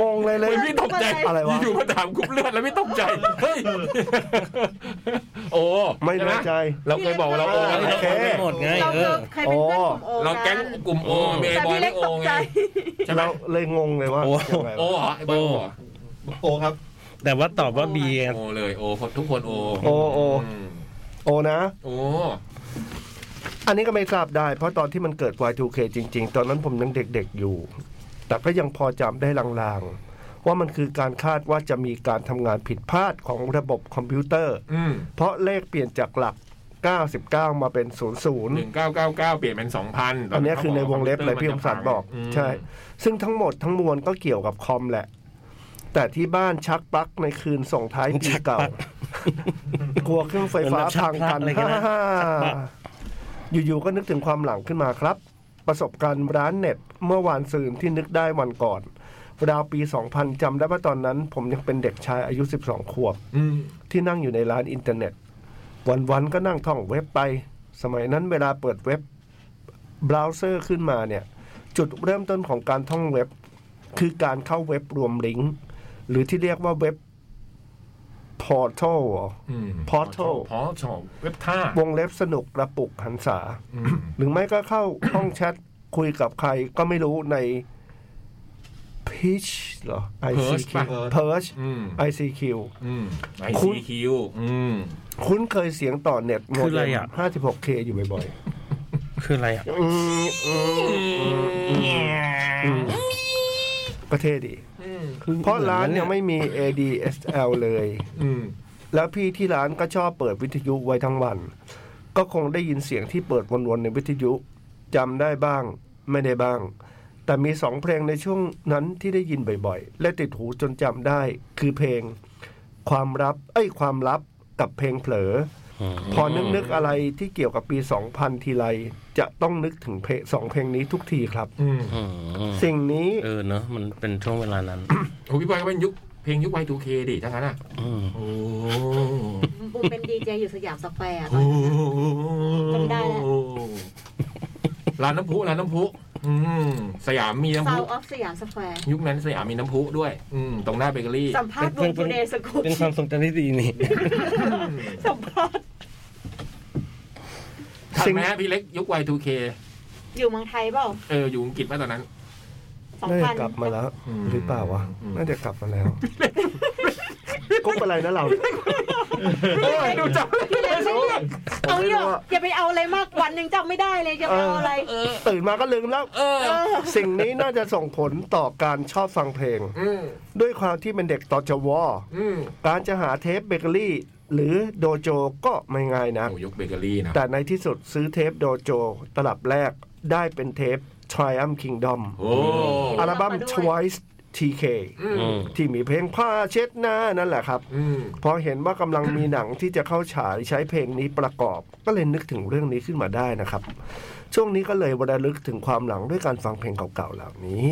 งงเลยเลย ไม่พี่ตกใจ อะไรวะ อยู่มาถามกรุ๊ปเลือดแล้วไม่ตกใจ เฮ้ย โอ้ ไม่แน่ใจ เราเคยบอกว่าเราโอ้ โอเค ไม่หมดไง เรา เอ เรา อ เคยเป็นเพื่อนกลุ่มโอ เราแก๊ง กัน กลุ่มโอเมย์ แต่ บอย พี่ เล็ เล็ ก ก โอ ตก ไง ใจ ใช่ไหม เราเลยงงเลยว่า โอ้ ยังไง โอ วะ เหรอไอ้บอยโอเหรอ โอ้ครับ แต่ว่าตอบว่าบีไง โอเลยโอคนทุกคนโอ โอ้โอ้ อืม โอ้นะ โอ้ อันนี้ก็ไม่ทราบได้ เพราะตอนที่มันเกิด Y2K จริง ๆ ตอนนั้นผมยังเด็กๆอยู่ แต่ก็ยังพอจำได้ลางๆ ว่ามันคือการคาดว่าจะมีการทำงานผิดพลาดของระบบคอมพิวเตอร์ อืม เพราะเลขเปลี่ยนจากหลัก 99 มาเป็น หนึ่งเก้าเก้าเก้าเปลี่ยนเป็นสองพัน 00 อันนี้คือในวงเล็บเลยพี่อมสันบอก ม ใช่ ซึ่งทั้งหมดทั้งมวลก็เกี่ยวกับคอมแหละ แต่ที่บ้านชักปลั๊กในคืนส่งท้ายปีเก่า กลัวเครื่องไฟฟ้าพังกัน เหมือนแบบชักปลั๊กอะไรกันนะ ฮ่าๆอยู่ๆก็นึกถึงความหลังขึ้นมาครับ ประสบการณ์ร้านเน็ตเมื่อวานซืนที่นึกได้วันก่อนราวปี 2000จำได้ว่าตอนนั้น ผมยังเป็นเด็กชายอายุ 12 ขวบ อืม ที่นั่งอยู่ในร้านอินเทอร์เน็ต วันๆก็นั่งท่องเว็บไป สมัยนั้นเวลาเปิดเว็บเบราว์เซอร์ขึ้นมาเนี่ย จุดเริ่มต้นของการท่องเว็บ คือการเข้าเว็บรวมลิงก์ หรือที่เรียกว่าเว็บพอร์ทัล Portal พอร์ทัลเว็บท่าว งเล็บสนุกกระปุกหันษา อืม หรือไม่ก็เข้า ห้องแชทคุยกับใครก็ไม่รู้ใน Pitch เหรอ ICQ Perch อืม ICQ อืม คุณ ICQ อืม คุ้นเคยเสียงต่อเน็ตโม คืออะ เด็ ไร ม อะ 56K อยู่บ่อยๆ คืออะไรอ่ะ อืมอืมอืมก็เท่ดี อืม เพราะร้านยังไม่มี ADSL เลย อืม แล้วพี่ที่ร้านก็ชอบเปิดวิทยุไว้ทั้งวัน ก็คงได้ยินเสียงที่เปิดวนๆในวิทยุจำได้บ้าง ไม่ได้บ้าง แต่มีสองเพลงในช่วงนั้นที่ได้ยินบ่อยๆ และติดหูจนจำได้ คือเพลง ความรับเอ้ยความลับกับเพลงเผลอ พอนึกนึกๆอะไรที่เกี่ยวกับปี 2000 ทีไร จะต้องนึกถึงเพลงสองเพลงนี้ทุกทีครับ อืม อืม สิ่งนี้ เออเนอะมันเป็นช่วงเวลานั้น โอ้พี่บอยก็เป็นยุคเพลงยุค Y2K ดิทั้งนั้นอ่ะ อืม โอ้ บุม เป็นดีเจอยู่สยามสแควร์อะตอน โอ้โหนั้นจำได้แล้ว ร้านน้ำพุร้านน้ำพุอืมสยามมีน้ำ ซา พุ วออฟสยามสแควร์ ยุคนั้นสยามมีน้ำพุด้วย อืมตรงหน้าเบเกอรี่ สัมภาษณ์ว เป็ ง น ทูเดย์สกู เป็นความทรงจำที่ดีนี่ สัมภาษณ์ ทันไหมฮะพี่เล็กยุค Y2K อยู่เมืองไทยเปล่า เอออยู่อังกฤษไหมตอนนั้น สอง น่า พั จะ น กลับมาแล้ว อืม หรือเปล่าวะ อืม น่าจะกลับมา แล้วก็อะไรนะเรา โอ้ยดูจับ พี่เล็กไม่เรียกเอาอย่าอย่าไปเอาอะไรมากวันหนึ่งจำไม่ได้เลยจะไปเอาอะไร ตื่นมาก็ลืมแล้ว เออ สิ่งนี้น่าจะส่งผลต่อการชอบฟังเพลง อืม ด้วยความที่เป็นเด็กต่อจว อืม การจะหาเทปเบเกอรี่ หรือโดโจก็ไม่ง่ายนะ โอ้ยุคเบเกอรี่นะ แต่ในที่สุดซื้อเทปโดโจตลับแรกได้เป็นเทป Triumph Kingdom โอ้ อัลบั้ม มาด้วย Twice TK อื อื ม ม ที่มีเพลงผ้าเช็ดหน้านั่นแหละครับ อืม พอเห็นว่ากำลังมีหนังที่จะเข้าฉายใช้เพลงนี้ประกอบ ก็เลยนึกถึงเรื่องนี้ขึ้นมาได้นะครับ ช่วงนี้ก็เลยวระลึกถึงความหลังด้วยการฟังเพลงเก่าๆเหล่านี้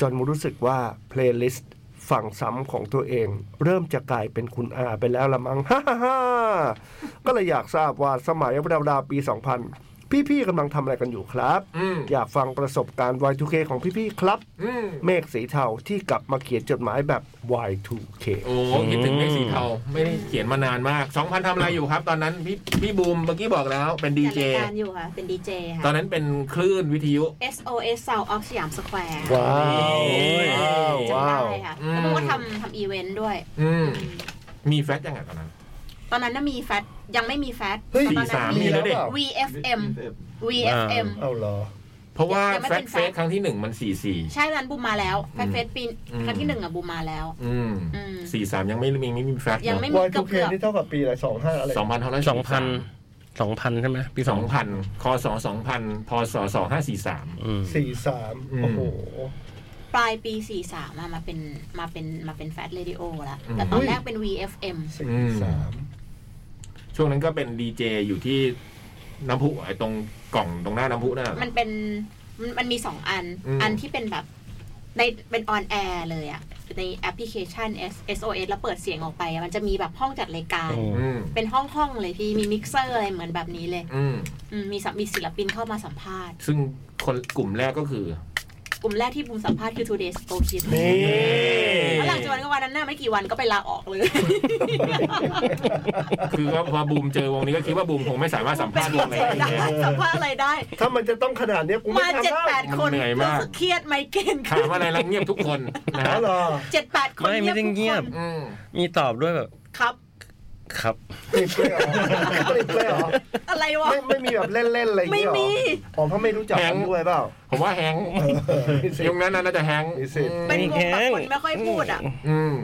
จนรู้สึกว่าเพลย์ลิสต์ฝั่งซ้ำของตัวเอง เริ่มจะกลายเป็นคุณอาไปแล้วละมั้ง ฮ่าฮ่าก็เลยอยากทราบว่าสมัยราวๆปี 2000 พี่ๆกำลังทำอะไรกันอยู่ครับ อืม อยากฟังประสบการณ์ Y2K ของพี่ๆครับ อืม เมฆสีเทาที่กลับมาเขียนจดหมายแบบ Y2K โอ้คิดถึงเลขสีเทาไม่ได้เขียนมานานมาก 2,000ทำอะไรอยู่ครับ ตอนนั้นพี่พี่บูมเมื่อกี้บอกแล้วเป็นดี จัด เจ รายการอยู่ค่ะ เป็นดีเจค่ะ ตอนนั้นเป็นคลื่นวิทยุ SOS Sound of สยามสแควร์ ว้าโวอ้ย จำได้ค่ะ อืม แล้วโมก็ทำทำอีเวนต์ด้วย อืมมีแฟตยังไงตอนนั้น ตอนนั้นน่ะมีแฟตยังไม่มีแฟต เฮ้ย ตอน สี่สามนั้น มี มี แล้วเด็ก VFM อ่ VFM เอาเหรอ เพราะว่า ยังไม่ แฟ เป็ ต น เฟ แฟ ส ต ครั้งที่หนึ่งมันสี่สี่ ใช่ร้านบูมมาแล้วแฟตเฟสปีน อืม ครั้งที่หนึ่งอะบูมมาแล้ว อืม อืม สี่สามยังไม่มีไม่มีแฟต ยังไม่มีเกือบ Y2K เกือบ นี่เท่ากับปีอะไรสองห้าอะไร สองพันเท่านั้น สองพันสองพันใช่ไหมปี ปี ส ส อ อง งพันคศสองพันพศสองห้าสี่สาม อืม สี่สาม อืม โอ้โห ปลายปี 43มามาเป็นมาเป็นมาเป็นแฟตเรดิโอละแต่ตอ อุ้ น ย แรกเป็น VFM สี่สาม ช่วงนั้นก็เป็นดีเจอยู่ที่น้ำพุไอ้ตรงกล่องตรงหน้าน้ำพุน่ะ มันเป็นมันมันมีสองอัน อืม อันที่เป็นแบบในเป็นออนแอร์เลยอะในแอปพลิเคชัน S SOS แล้วเปิดเสียงออกไปอะมันจะมีแบบห้องจัดรายการ โอ้ อืม เป็นห้องห้องๆเลยพี่ มีมิกเซอร์อะไรเหมือนแบบนี้เลย อืม อืมมีสัมมีศิลปินเข้ามาสัมภาษณ์ ซึ่งคนกลุ่มแรกก็คือก ลุ่มแรกที่บูมสัมภาษณ์คือ Today's Go Kid นี่ แล้วหลังจากนั้นก็วันนั้นน่ะไม่กี่วันก็ไปลาออกเลย คือก็พอบูมเจอวงนี้ก็คิดว่าบูมคงไม่สามารถสัมภาษณ์วงไหน เป็น ได้ ได้ แล้ว สัมภาษณ์อะไรได้ ถ้ามันจะต้องขนาดเนี้ยกูไม่ มา ทำ เจ็ดแป ได้ ดคน มันเหนื่อยมาก รู้สึกเครียดไมเกรน ถามอะไรแล้วเงียบทุกคนนะ อ๋ ฮะ อเหรอ เจ็ดแปดคน ไม่ไม่ได้เงียบ ทุกคน อืม มีตอบด้วยแบบ ครับ ครับ ติดเลยเหรอติดเลยเหรอ อะไรวะ ไม่ไม่มีแบบเล่นๆอะไรอย่าง ไม่ เงี้ยเหรอ มี อ๋อเพราะไม่รู้จักกันด้วยเปล่า ผมว่าแฮงค์ เออมีสิท ยุค ธิ์ นั้นน่ะน่าจะแฮงค์ มีสิทธิ์ เป็นวงไม่แบบแข็ง คนไม่ค่อยพูดอ่ะ อืม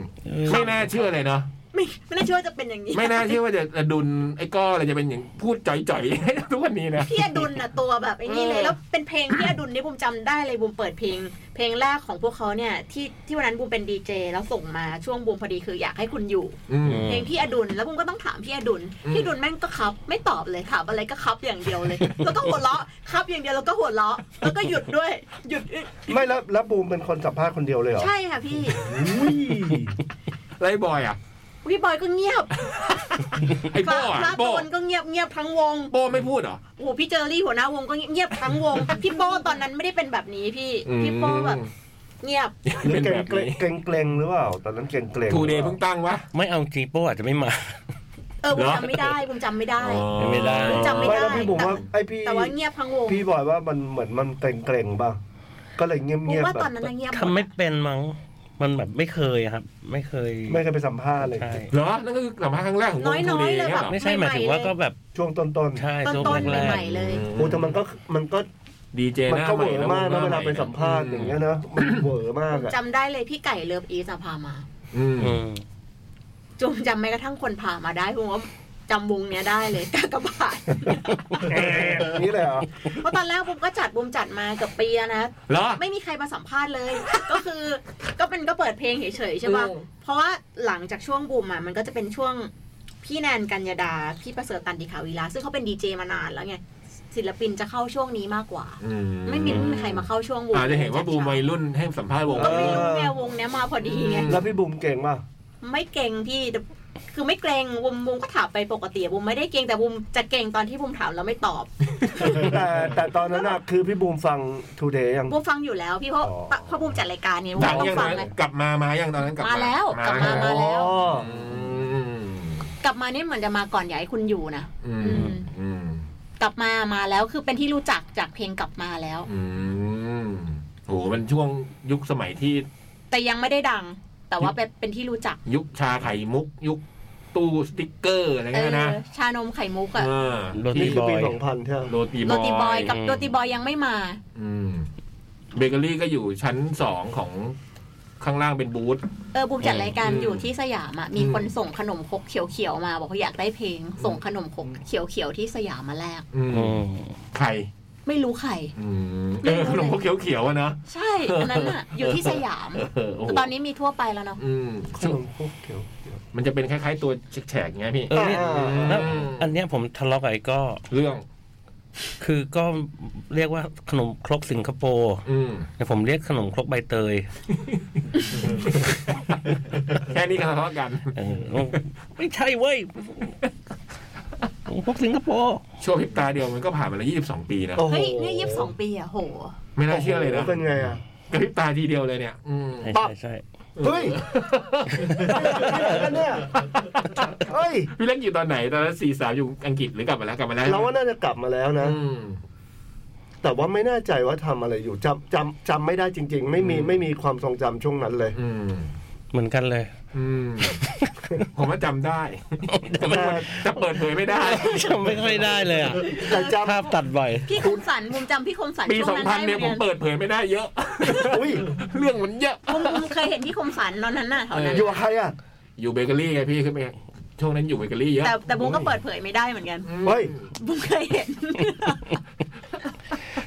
ไม่น่าเชื่อเลยเนาะ ไม่ไม่น่าเชื่อว่าจะเป็นอย่างนี้ ไม่น่าเชื่อว่าจะดุนไอ้ก้ออะไรจะเป็นอย่างพูดจ่อยๆ ทุกวันนี้นะ พี่อดุลน่ะตัวแบบไอ้นี่เล เอย อ แล้วเป็นเพลงพี่อดุลนี่บุมจำได้เลยบุมเปิดเพลง เพลงแรกของพวกเขาเนี่ยที่ที่วันนั้นบุมเป็นดีเจแล้วส่งมาช่วงบุมพอดีคืออยากให้คุณอยู่ อืม เพลงพี่อดุลแล้วบุมก็ต้องถามพี่อดุล อืม พี่อดุลแม่งก็ครับไม่ตอบเลยถามอะไรก็ครับอย่างเดียวเลย แล้วก็หัวเราะครับอย่างเดียวแล้วก็หัวเราะแล้วก็หยุดด้วยหยุด ไม่แล้วแล้วบูมเป็นคนสัมภาษณ์คนเดียวเลยเหรอ ใช่ค่ะพี่ อุ้ย ไล่บอยอ่ะ พี่บอยก็เงียบ ไอ้ พ โป้ ระ อะ พระ โป้ โดนก็เงียบเงียบทั้งวง โป้ไม่พูดเหรอ โอ้โหพี่เจอรี่หัวหน้าวงก็เงียบทั้งวง พี่โป้ตอนนั้นไม่ได้เป็นแบบนี้พี่ อืม พี่โป้แบบเงียบ หรือ เป็น เกร แบ ง บ เกรง นี้ เกรงเกรงหรือเปล่าตอนนั้นเกรงเกรง ทูเดย์เพิ่งตั้งวะ ไม่เอาจีโป้อาจจะไม่มา เออผม เหรอ จำไม่ได้ผมจำไม่ได้ ไม่ได้ จำไม่ ไม่ ได้ แล้วพี่บูมว่าไอพี่ แต่ว่าเงียบทั้งวง พี่บอยว่ามันเหมือนมันเกรงเกรงป่ะก็เลยเงียบ ผม เงียบ ว่า แบ ตอบ นนั้นนะเงียบ ทำไม่เป็นมั้ง มันแบบไม่เคยครับ ไม่เคย ไม่เคยไปสัมภาษณ์อะไรอย่าง ใช่ เงี้ย เหรอ นั่นก็คือสัมภาษณ์ครั้งแรกของว น้ งทู อ เด ย ย์ ๆเลย เนี่ย แบ เห บ รอ ไม่ใช่หมายถึงว่าก็แบบ ช่วงต้น ใช่ ต้น ช่วง ต้นๆ แรก ใหม่ๆเลย ๆโอ้แต่มันก็มันก็ ดีเจ มัหนน้า ก็ ให เหว ม่ อ นะ มากนะเวลาไปสัมภาษณ์อย่างเงี้ยนะมันเหวอมากอะ จำได้เลยพี่ไก่เลิฟอีสอะพามา อืม ๆอืม จมจำแม้กระทั่งคนพามาได้ผมว่าจำวงเนี้ยได้เลย กากบาท นี่เลยเหรอ เพราะตอนแรกผมก็จัดบุมจัดมาเกือบปีแล้วนะ เหรอ ไม่มีใครมาสัมภาษณ์เลย ก็คือ ก็เป็นก็เปิดเพลงเฉยๆใช่ป่ะ อืม เพราะว่าหลังจากช่วงบูมอ่ะ มันก็จะเป็นช่วงพี่แนนกัญญาดา พี่ประเสริฐตันติขาวีลาซึ่งเขาเป็นดีเจมานานแล้วไง ศิลปินจะเข้าช่วงนี้มากกว่า อื ไม่มีไม่มีใครมาเข้าช่วงบูม อาจจะเห็นว่าบูมวัยรุ่นให้สัมภาษณ์วง ก็ไม่รู้ไงวงเนี้ยมาพอดีไง แล้วพี่บุ๋มเก่งป่ะ ไม่เก่งพี่แต่ คือไม่เกรงบุมบุมก็ถามไปปกติบุมไม่ได้เกรงแต่บุมจะเกรงตอนที่บุมถามแล้วไม่ตอบ แต่แต่ตอนนั้นน่ะคือพี่บูมฟัง today ยัง บูมฟังอยู่แล้วพี่เพราะ อ๋อ เพราะบูมจัดรายการเนี่ยบูม ดัง ต้อ ยังตองฟั น งเล นั้ ย นกลับมามายังตอนนั้นกลับ มาแล้วกลับมา แล้ว มาแล้ว อ๋อ อืม กลับมาเนี่ยเหมือนจะมาก่อนอยากให้คุณอยู่นะ อืมอืม กลับมามาแล้วคือเป็นที่รู้จักจากเพลงกลับมาแล้ว อืมโอ้โหมันช่วงยุคสมัยที่ แต่ยังไม่ได้ดัง แต่ว่าเป็นเป็นที่รู้จัก ยุคชาไข่มุก ยุคตู้สติ๊กเกอร์อะไร เอ เงี้ยนะ อชานมไข่มุกอะ เออ โรตี นี่ ที่ คือปี บอย สองพันใช่ไหม โรตี โรตี บบ อ อย ย กับโรตีบอยยังไม่มา อืมเบเกอรี่ก็อยู่ชั้นสองของข้างล่างเป็นบูธ เออบูมจัดรายการ อืม อยู่ที่สยามอะมี อืม คนส่งขนมครกเขียวๆมา บอกว่าอยากได้เพลง ส่งขนมครกเขียวๆที่สยามมาแลก อืม อืม ไข่ ไม่รู้ใคร อืมเออขนมพวกเขียวๆอะนะ ใช่อันนั้นอะอยู่ที่สยาม เออโโห แต่ตอนนี้มีทั่วไปแล้วเนาะ อืม ขนมโคกเขียว มันจะเป็นคล้ายๆตัวแฉกๆไงพี่ เออเนี่ย อ่า แล้วอันเนี้ยผมทะเลาะกับไอ้ก็ เรื่อง คือก็เรียกว่าขนมครกสิงคโปร์ อืม แต่ผมเรียกขนมครกใบเตย แค่นี้ก็ทะเลาะกัน เออไม่ใช่เว้ย ขนมครกสิงคโปร์ ช่วงพริบตาเดียวมันก็ผ่านมาแล้วยี่สิบสองปีนะ โอ้โห เฮ้ยเนี่ยยี่สิบสองปีอะโห ไม่น่าเชื่อเลยนะ เป็นไงอ่ะ กระพริบตาทีเดียวเลยเนี่ย อืม ใช่ ปั๊บ ใช่ใช่ เฮ้ยอะไรกันเนี่ยเฮ้ย พี่เล็กอยู่ตอนไหนตอนนั้นสี่สามอยู่อังกฤษหรือกลับมาแล้วกลับมาแล้ว เราว่าน่าจะกลับมาแล้วนะ อืม แต่ว่าไม่แน่ใจว่าทำอะไรอยู่จำจำจำไม่ได้จริง ๆ ไม่มี อืม ไม่มีความทรงจำช่วงนั้นเลย อืม เหมือนกันเลย อืม ผมว่าจำได้ จะเปิดเผยไม่ได้ จำไม่ค่อยได้เลยอ่ะ แต่จ ภาพตัดบ่อย พี่คมสันบูมจำพี่คมสัน ปี ช่ ส ว อง ง นั้น พั ได้ น เหมื เนี่ยผมอนกัน เปิดเผยไม่ได้เยอะ ำอุ้ย เรื่องมันเยอะ บูมบูมเคยเห็นพี่คมสันตอนนั้นน่ะแถวนั้น อยู่กับใครอ่ะ อยู่เบเกอรี่ไงพี่ขึ้นไปช่วงนั้นอยู่เบเกอรี่เยอะ แต่แต่บูมก็เปิดเผยไม่ได้เหมือนกัน อืม เฮ้ย บูมเคยเห็น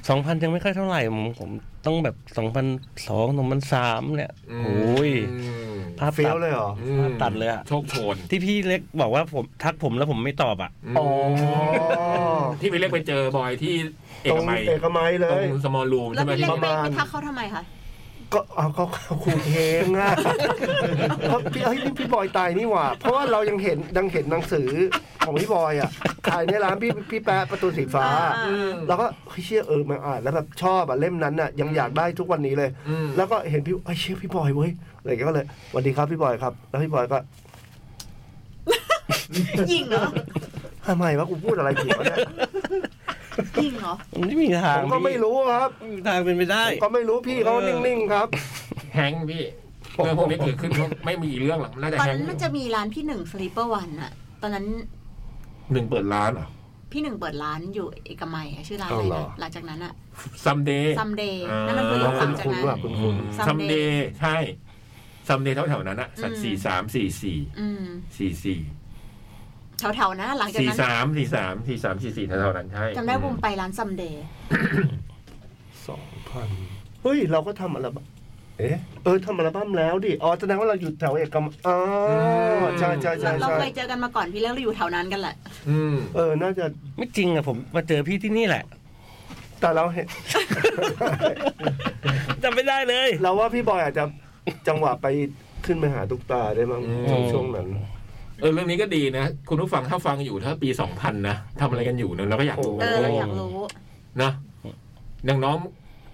สองพันยังไม่ค่อยเท่าไหร่ผมผมต้องแบบสองพันสองสองพันสามเนี่ยโอ้ยภาพ เฟี้ ตั ยว ด เลยเหรอ อืม ตัดเลยอะ โชคโชน ที่พี่เล็กบอกว่าผมทักผมแล้วผมไม่ตอบอ่ะ ม อ๋อ ที่ไปเรียกไปเจอบอยที่เอ ตร ก ง มัย เอกมัยเล ตร ย งสมอลรูม แล้ใช่วไหม พี่เล็ก ประ ไป มาณ ไปทักเขาทำไมคะ ก็เอาเขาเขาขู่เพลงอ่ะ เพราะพี่เฮ้ยนี่พี่บอยตายนี่หว่า เพราะว่าเรายังเห็นยังเห็นหนังสือของพี่บอยอ่ะขายในร้านพี่พี่แปะประตูสีฟ้า อ่า แล้วก็เฮ้ยเชื่อเออมาอ่านแล้วแบบชอบอ่ะเล่มนั้นอ่ะยังอยากได้ทุกวันนี้เลย อืม แล้วก็เห็นพี่ไอ้ยเชื่อพี่บอยเว้ยอะไรอย่างเงี้ยก็เลยสวัสดีครับพี่บอยครับ แล้วพี่บอยก็ ยิงเหรอ ทำไมวะกูพูดอะไรผิดวะเนี่ย ยิงเหรอ มันไม่มีทาง ผมก็ไม่รู้ครับ พี่ไม่มีทางเป็นไปได้ ผมก็ไม่รู้พี่เขานิ่งๆครับ แฮงค์พี่เรื่องพวกนี้เกิดขึ้นไม่มีเรื่องหรอกน่าจะ ตอน แฮง นั้น ค์ มันจะมีร้านพี่หนึ่งสลิปเปอร์วันอะตอนนั้น หนึ่งเปิดร้านเหรอ พี่หนึ่งเปิดร้านอยู่เอกมัยอะชื่อร้านอะไร เอาเหร นะ อ หลังจากนั้นอะ someday ซัมเดย์ อ่า นั่นมันคือ เรา หลังจาก คุ้น นั้ ๆว่ะ น คุ้น ซัมเด someday ย์ใช่ ซัมเดย์แถวๆนั้นอะสัต อืม สี่สามสี่สี่ อืม สี่สี่ แถวๆนะหลังจาก สี่ นั้น สามสี่สามสี่สามสี่สี่แถวๆนั้นใช่ จำได้บุมไปร้านซัมเดย์ สองพันเฮ้ยเราก็ทำอัลบั้มเอ๊ะเออทำอัลบั้มแล้วดิอ๋อแสดงว่าเราอยู่แถวเอกมัยอ๋อใช่ใช่ใช่ เรา ใช่ เคยเจอกันมาก่อนพี่แล้วเราอยู่แถวนั้นกันแหละ อืม เออน่าจะ ไม่จริงอ่ะผมมาเจอพี่ที่นี่แหละ แต่เราเห็น จำไม่ได้เลย เราว่าพี่บอยอาจจะจังหวะไปขึ้นไปหาตุ๊กตาได้มั้ง อืม ช่วงนั้น เออเรื่องนี้ก็ดีนะ คุณผู้ฟังถ้าฟังอยู่ถ้าปีสองพันนะทำอะไรกันอยู่เนี่ยเราก็อยากรู้ โอ้นะเออเราอยากรู้ นะอย่างน้อง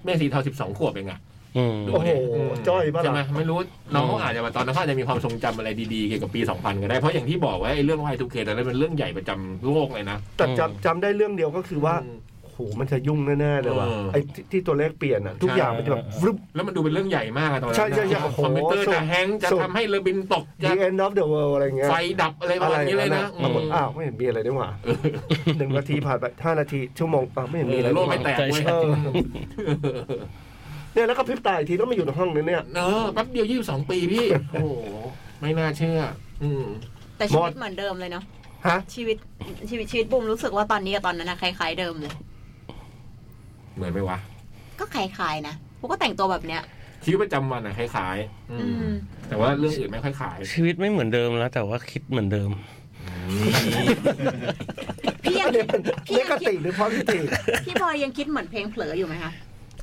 แม่สีเทาสิบสองขวบเองอะ อืม ดู โอ้โห ดิ จ้อยปะ ใช่ ล่ะ ไหมไม่รู้น้องเขาอาจจะมาตอนนั้นเขาอาจจะมีความทรงจำอะไรดีๆเกี่ยวกับปี 2000 ก็ได้ เพราะอย่างที่บอกว่าไอ้เรื่อง Y2K ตอนนั้นเป็นเรื่องใหญ่ประจำโลกเลยนะ แต่จำจำได้เรื่องเดียวก็คือว่าโอ้โหมันจะยุ่งแน่ๆเลยว่ะ เออ ไอ้ที่ที่ตัวเลขเปลี่ยนอ่ะ ทุกอย่างมันจะแบบฟรึบ แล้วมันดูเป็นเรื่องใหญ่มากอะตอนนั้น ใช่ใช่ใช่โอ้โห คอมพิวเตอร์จะแฮงก์จะ สุด ทำให้เรือบินตกจะ the end of the world อะไรเงี้ย ไฟดับอะไรประมาณนี้เลยนะ ปรากฏอ้าวไม่เห็นมีอะไรด้วยว่ะหนึ่งนาทีผ่านไปห้านาทีชั่วโมงอ้าวไม่เห็นมีอะไร โล ด้ว ก ย ไม่ ว่ะ แตกเว้ย ใช่ เออเนี่ยแล้วก็พริบตาอีกทีต้องมาอยู่ในห้องนี้เนี่ย เออแป๊บเดียว 22 ปีพี่ โอ้โหไม่น่าเชื่อ อืม แต่ชี หม วิ ด ตเหมือนเดิมเลยเนาะ ฮะ ชีวิตชีวิตชีวิตบุมรู้สึกว่าตอนนี้กับตอนนั้นนะคล้ายๆเดิมเลย เหมือนไหมวะ ก็คล้ายๆนะบุมก็แต่งตัวแบบเนี้ย ชีวิตประจำวันอะคล้ายๆอืม อืม แต่ว่าเรื่องอื่นไม่ค่อยขาย ชีวิตไม่เหมือนเดิมแล้ว แต่ว่าคิดเหมือนเดิม พี่ยัง อันนี้เป็น พี่ เน ยัง กา คิ ติ ด หรือพอสิทีฟ พี่บอยยังคิดเหมือนเพลงเผลออยู่ไหมคะ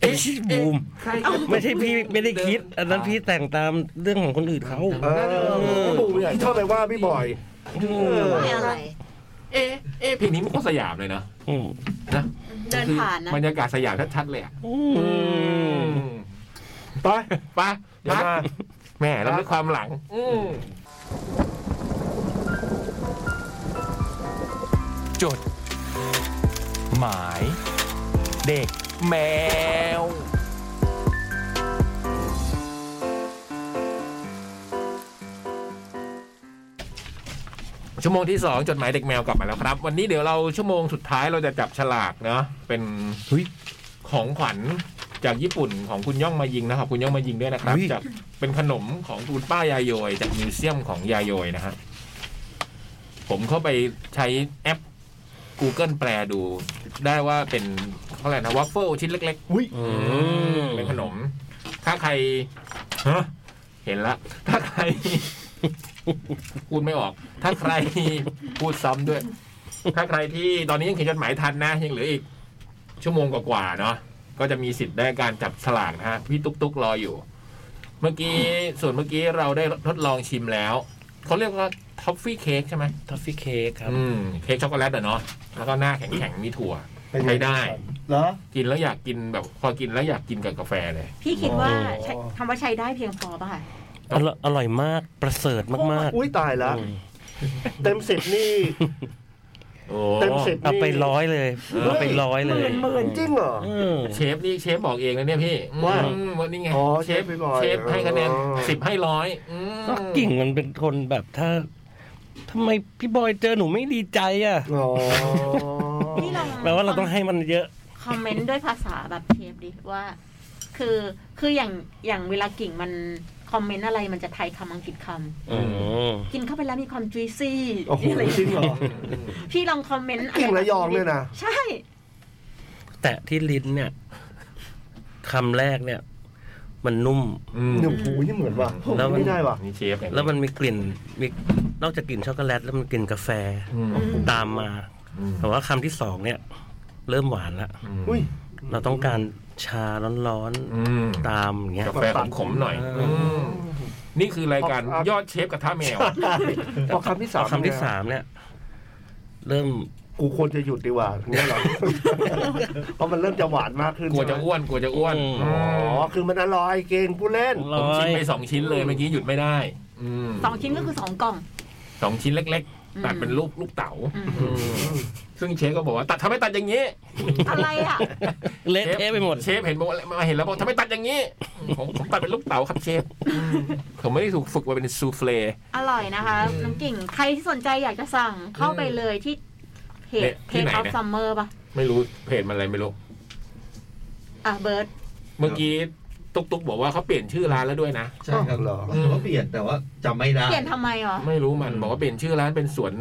เอ้ยบูม ใครจะ ไม่ใช่พี่ไม่ได้คิด อันนั้นพี่แต่งตามเรื่องของคนอื่นเขา เออพี่บูมเนี่ยชอบไปว่าพี่บอย ไม่อะไร เอะเอะเพลงนี้มันก็สยามเลยนะ อืม นะ เดินผ่านนะ คือบรรยากาศสยามชัดๆเลยอะ อืม ไป ไป เดี๋ยว พัก มา แหม่แล้วด้วยความหลัง อืม จด หมาย เด็กแมว ชั่วโมงที่ 2 จดหมายเด็กแมวกลับมาแล้วครับ วันนี้เดี๋ยวเราชั่วโมงสุดท้ายเราจะจับฉลากเนาะเป็น เฮ้ย ของขวัญจากญี่ปุ่นของคุณย่องมายิงนะครับ คุณย่องมายิงด้วยนะครับ อุ๊ย จากเป็นขนมของคุณป้ายาโยยจากมิวเซียมของยาโยยนะฮะผมเข้าไปใช้แอป Google แปลดูได้ว่าเป็นเขาเรียกนะวัฟเฟิลชิ้นเล็ก ๆ อืม เป็นขนม ถ้าใครฮะเห็นละ ถ้าใคร พูดไม่ออก ถ้าใคร พูดซ้ำด้วย ถ้าใครที่ตอนนี้ยังเขียนจดหมายทันนะ ยังเหลืออีก ชั่วโมงกว่าๆเนาะ ก็จะมีสิทธิ์ได้การจับสลากนะฮะ พี่ตุ๊กตุ๊กรออยู่ เมื่อกี้ส่วนเมื่อกี้เราได้ทดลองชิมแล้ว เขาเรียกว่าท็อฟฟี่เค้กใช่ไหม ทอฟฟี่เค้กครับ อืม เค้กช็อกโกแลตอะเนาะ แล้วก็หน้าแข็งๆมีถั่ว เป็นง ใช้ได้ เหรอ กินแล้วอยากกินแบบ พอกินแล้วอยากกินกับกาแฟเลย พี่คิดว่าใช้ อ๋อ คำว่าใช้ได้เพียงพอป่ะคะ อร่อยอร่อยมากประเสริฐมาก อุ้ยตาย ๆ ละ อืม เต็มสิบนี่ โอ้ เต็มสิบ เอา นี่ ไปร้อยเลยเอาไปร้อย ห เล มื่ ย นหมื่นจริงเหรอ เออ เชฟนี่เชฟบอกเองนะเนี่ยพี่ ว่า อืมว่านี่ไง อ๋อเชฟพี่บอย เชฟให้คะแนน อ๋อ สิบให้ร้อยอืม ก็กิ่งมันเป็นคนแบบถ้าทำไมพี่บอยเจอหนูไม่ดีใจอ่ะ อ๋อ นี่เรา แปลว่าเราต้องให้มันเยอะ คอมเมนต์ด้วยภาษาแบบเชฟดิว่า คือคืออย่างอย่างเวลากิ่งมันคอมเมนต์อะไรมันจะไทยคำอังกฤษค อืม ำกินเข้าไปแล้วมีความจุยซี่ โอ้โห อะไรอย่าง จริงเหเงี้ยรอ พี่ลองคอมเมนต์ กิ่งระยองด้วยนะ ใช่ แตะที่ลิ้นเนี่ยคำแรกเนี่ย มันนุ่ม อืม หนุ่มหูนี่เหมือนว่ะ แล้วมัน ไม่ได้ว่ะ นี่เชฟ แล้วมันมีกลิ่นมีนอกจากกลิ่นช็อกโกแลตแล้วมันกลิ่นกาแฟ อืม ตามมา อืม แต่ว่าคำที่สองเนี่ย เริ่มหวานละ อุ้ย เราต้องการชาร้อน อืม ๆตามอย่างเงี้ย กาแฟขมๆหน่อย อื มนี่คือรายการ อ่ะ ยอดเชฟกระทะแมว พอคำที่สา พ ม อคำที่สามเนี่ย เริ่ม กูควรจะหยุดดีกว่าเนี่ยเหรอ เพราะมันเริ่มจะหวานมากขึ้น กลัวจะอ้วนกลัวจะอ้วน อ๋อ คือมันอร่อยเก่งผู้เล่น ผมชิมไปสองชิ้นเลยเมื่อกี้หยุดไม่ได้อืม สองชิ้นก็คือสองกล่อง สองชิ้นเล็ก อืม ๆ ตัดเป็นรูปลูกเต๋า อืม อืมซึ่งเชฟก็บอกว่าตัดทำไมตัดอย่างนี้ อะไรอ่ะ เละเทะไปหมด เชฟเห็นบอกว่ามาเห็นแล้วบอกทำไมตัดอย่างนี้ ผมผมตัดเป็นลูกเต๋าครับเชฟ ผมไม่ได้ถูกฝึกมาเป็นซูเฟล อร่อยนะคะ น้ำกิ่งใครที่สนใจอยากจะสั่งเข้าไปเลยที่เพจ เนี่ยที่ Take ไหน Off นะ Summer ป่ะ ไม่รู้เพจมันอะไรไม่รู้ อ่ะเบิร์ด เมื่อกี้ตุ๊กตุ๊กบอกว่าเขาเปลี่ยนชื่อร้านแล้วด้วยนะ ใช่ครับ เหรอ รู้สึกว่าเปลี่ยนแต่ว่าจำไม่ได้ เปลี่ยนทำไมหรอ ไม่รู้มันบอกว่าเปลี่ยนชื่อร้านเป็นสวน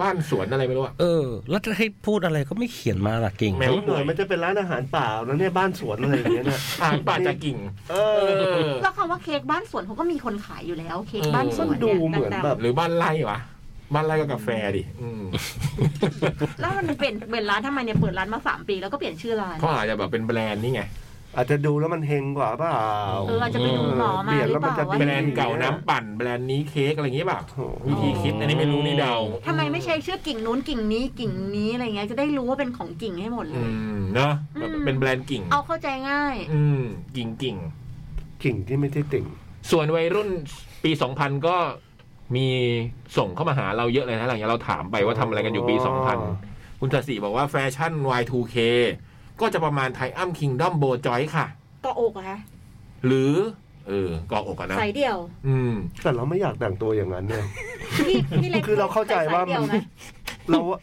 บ้านสวนอะไรไม่รู้อะ เออ แล้วจะให้พูดอะไรก็ไม่เขียนมาล่ะเก่ง แมว หน่อยมันจะเป็นร้านอาหารป่าแล้วเนี่ยบ้านสวนอะไรอย่างเงี้ยเนี่ย อ่านป่าจากกิ่ง เอ เอ อ อ แล้วคำว่าเค้กบ้านสวนเขาก็มีคนขายอยู่แล้ว เค้ก เออ บ้านสวน มันดูเหมือนแบบ หรือบ้านไร่วะบ้านไร่ก็กาแฟดิอืม แล้วมันเป็นเป็นร้านทำไมเนี่ยเปิดร้านมาสามปีแล้วก็เปลี่ยนชื่อร้าน เขาอาจจะแบบเป็นแบรนด์นี่ไง อาจจะดูแล้วมันเฮงกว่าเปล่า เอออาจจะไปดูหมอมา เปลี่ยน หรื แล้ว อเป มัน ล่า จะ ว่า แบรนด์เก่าน้ำปั่นแบรนด์นี้เค้กอะไรอย่างเงี้ยเปล่า โอ้โห วิธีคิดอันนี้ไม่รู้นี่เดา ทำไมไม่ใช้ชื่อกิ่งนู้นกิ่งนี้กิ่งนี้อะไรเงี้ยจะได้รู้ว่าเป็นของกิ่งให้หมดเล อื ย มเนาะ อืม เป็นแบรนด์กิ่ง เอาเข้าใจง่าย อืมกิ่งกิ่ง กิ่งที่ไม่ได้ติ่ง ส่วนวัยรุ่นปี 2000 ก็มีส่งเข้ามาหาเราเยอะเลยนะหลังจากเราถามไปว่าทำอะไรกันอยู่ปี อ๋อ 2000 คุณศศิบอกว่าแฟชั่น Y2K ก็จะประมาณไทอัมคิงด o มโบจอยค่ะ ก็อกเหรอะคะ หรือ เออกอกอกอะนะ สายเดี่ยว อืม แต่เราไม่อยากแต่งตัวอย่างนั้นเนี่ย พี่พี่เล็ก คือเราเข้าใจว่า ใส่สยเดี่ยไห มัน เราว่า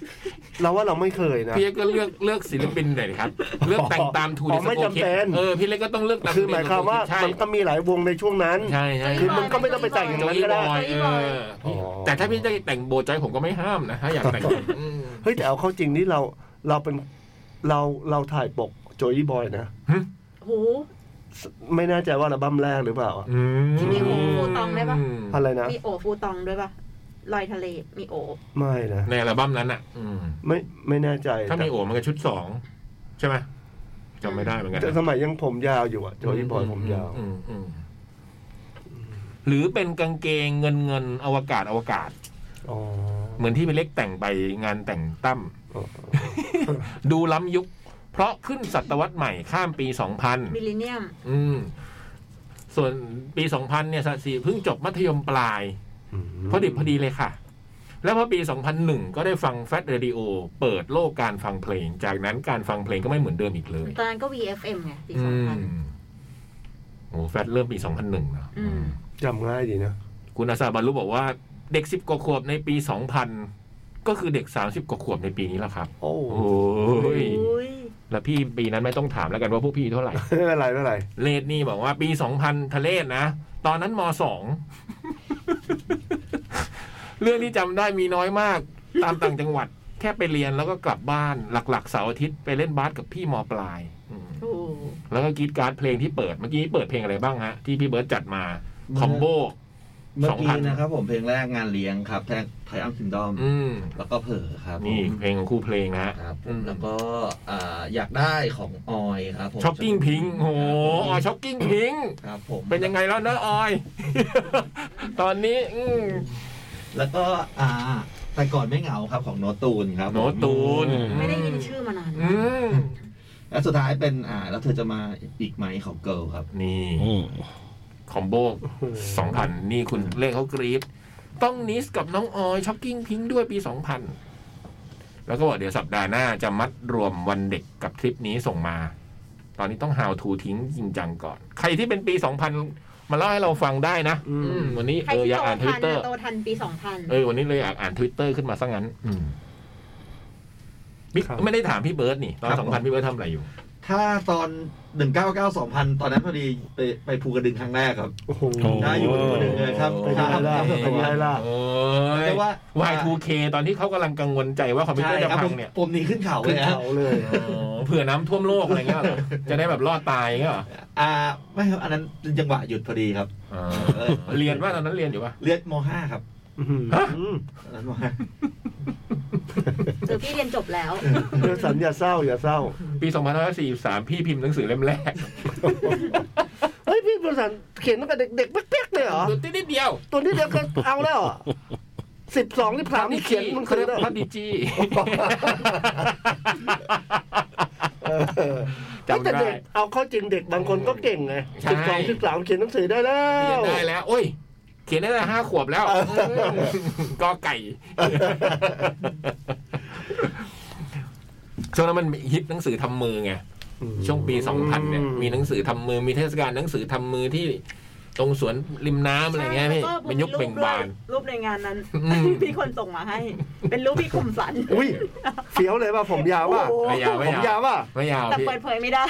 เราว่าเราไม่เคยนะ พี่เล็กก็เลือกเลือกศิลปินหน่อย ดิครับ เลือกแต่งตามทู อ๋ ดิ อไม่จำเป็น เออพี่เล็กก็ต้องเลือกตาม คือหมายความว่า ใช่ มันก็มีหลายวงในช่วงนั้น ใช่ใช่ คือมันก็ไม่ต้องไปแต่งอย่าง โจ นั้น ลี่ ก็ บ ได้ อยเออ อ๋อ แต่ถ้าพี่จะแต่งโบจอยผมก็ไม่ห้ามนะถ้าอยากแต่งอืม เฮ้ยแต่เอาเข้าจริงนี่เราเราเป็นเราเราถ่ายปกโจยี่บอยนะ โห ไม่แน่ใจว่าอัลบั้มแรกหรือเปล่าอะ อื ที่มีโอโฟตองได้ปะ อะไรนะ มีโอฟูตองด้วยป่ะลอยทะเลมีโอ ไม่นะ ในอัลบั้มนั้นอ่ะอืม ไม่ไม่แน่ใจ ถ้ามี แต่ โอมันก็ชุดสองใช่ไหมจำไม่ได้เหมือนกัน แต่สมัยยังผมยาวอยู่อะโจยี่บอยผมยาว อืมอืมหรือเป็นกางเกงเงินเงินอวกาศอวกาศ อ๋อ เหมือนที่พี่เล็กแต่งไปงานแต่งตั้ม ดูล้ำยุค เพราะขึ้นศตวรรษใหม่ข้ามปี มิล 2000 เลนเนียม อืม ส่วนปี 2000 เนี่ยสัตว์สีเพิ่งจบมัธยมปลาย พอดิบพอดีเลยค่ะ แล้วพอปี 2001 ก็ได้ฟังแฟ t เรดิโอเปิดโลกการฟังเพลง จากนั้นการฟังเพลงก็ไม่เหมือนเดิมอีกเลย ตอนนั้นก็ VFM ไงปี อื สอง ม พัน โอ้แฟตเริ่มปี 2001เนอะ อืม จำง่ายดีนะ คุณอาซาบารุบอกว่าเด็ก 10 กว่าขวบในปี 2000 ก็คือเด็ก 30 กว่าขวบในปีนี้แล้วครับ โอ้ โอ้ย แล้วพี่ปีนั้นไม่ต้องถามแล้วกันว่าพวกพี่เท่าไหร่ ไม่เป็นไรไม่เป็นไร เลดนี่บอกว่าปี 2000 ทะเลศนะ ตอนนั้นมสอง เรื่องที่จำได้มีน้อยมาก ตามต่างจังหวัด แค่ไปเรียนแล้วก็กลับบ้านหลักๆเสาร์อาทิตย์ไปเล่นบาสกับพี่มปลายอืม โอ้โห แล้วก็กรีดการ์ดเพลงที่เปิด เมื่อกี้เปิดเพลงอะไรบ้างฮะ ที่พี่เบิร์ตจัดมา คอมโบ เมื่อกี้ 2,000 นะครับผมเพลงแรกงานเลี้ยงครับแท็กไทอัมซินดอม อืม แล้วก็เผลอครับ นี่ ผม เพลงของครูเพลงนะฮะ ครับผมแล้วก็อ่าอยากได้ของออยครับผม ช็อกกิ้งพิงโอ้โหช็อกกิ้งพิง ครับผม เป็นยังไงแล้วเนอะออย ตอนนี้ อืม แล้วก็อ่าแต่ก่อนไม่เหงาครับของโนตตูนครับผม โนตตูน ไม่ได้ยินชื่อมานาน อืม และสุดท้ายเป็นอ่า แล้วเธอจะมาอีกไหมของเกิลครับ นี่ อืม คอมโบสองพันนี่คุณเลขเขากรี๊ดต้องนิสกับน้องออยช็อกกิ้งพิงค์ด้วยปีสองพันแล้วก็บอกเดี๋ยวสัปดาห์หน้าจะมัดรวมวันเด็กกับทริปนี้ส่งมา ตอนนี้ต้อง how to ทิ้งจริงจังก่อน ใครที่เป็นปีสองพันมาเล่าให้เราฟังได้นะ อืมวันนี้ ใคร เออ ที่ อยาก โต อ่านท ทั วิ น ตเตอร์ นะโตทันปีสองพัน เออวันนี้เลยอยากอ่านทวิตเตอร์ขึ้นมาซะงั้น อืมบิ๊กไม่ได้ถามพี่เบิร์ดนี่ตอน ครับ สองพัน ผม พี่เบิร์ดทำอะไรอยู่ ถ้าตอนหนึ่งเก้าเก้าสองพันตอนนั้นพอดีไปไปภูกระดึงครั้งแรกครับ โอ้โห ได้อยู่ภูกระดึงเลยครับ โอ้ ครับ ได้ได้ ครับผม ได้ได้ โอ้ย เรียกว่า Y2K ตอนที่เขากำลังกังวลใจว่าคอมพิวเตใช่อร์จะ ครับ พั ผ ง ม เนี่ย ผมหนีขึ้นเขาเล ขึ้น ยฮะ เขาเลย อ๋อเผื่อน้ำท่วมโลกอะไรเงี้ยเหรอจะได้แบบรอดตายเงี้ยเหรอ อ่าไม่ครับอันนั้นจังหวะหยุดพอดีครับ เออเรียนว่าตอนนั้นเรียนอยู่ป่ะ เรียนมห้าครับ ฮะ อืม ตอนนั้นมห้า เออพี่เรียนจบแล้ว เรื่องสัญญาเศร้าอย่าเศร้า ปี2543 พี่พิมพ์หนังสือเล่มแรก เฮ้ยพี่ประสานเขียนตั้งแต่เด็กๆเป๊กๆเลยเหรอ ตัวนิดเดียว ตัวนี้เดียวก็เอาแล้วสิบสองสิบสามนี่เขียนมัน เค คื ย อ พัดดีจีจำ แต่ ได้ เด็กเอาเข้อจริงเด็กบางคนก็เก่งไง ใช่ สิบสองสิบสามเขียนหนังสือได้แล้ เรียน ว ได้แล้ว โอ้ย เขียนได้แต่ห้าขวบแล้วก็ไก่ช่วงนั้นมันฮิตหนังสือทำมือไง ช่วงปี 2000 เนี่ย มีหนังสือทำมือ มีเทศกาลหนังสือทำมือที่ตรงสวนริมน้ำอะไรเงี้ยพี่ ใช่ เป็นยุคเบ่งบาน รูปในงานนั้น อืม พี่คนส่งมาให้ เป็นรูปพี่คมสัน อุ้ยเฟี้ยวเลยว่าผมยาวว่ะ โอ้โห ไม่ยาวไม่ ผมยาย าว ว ว่ะ ไม่ยาว แต่ พี่ เปิดเผยไม่ได้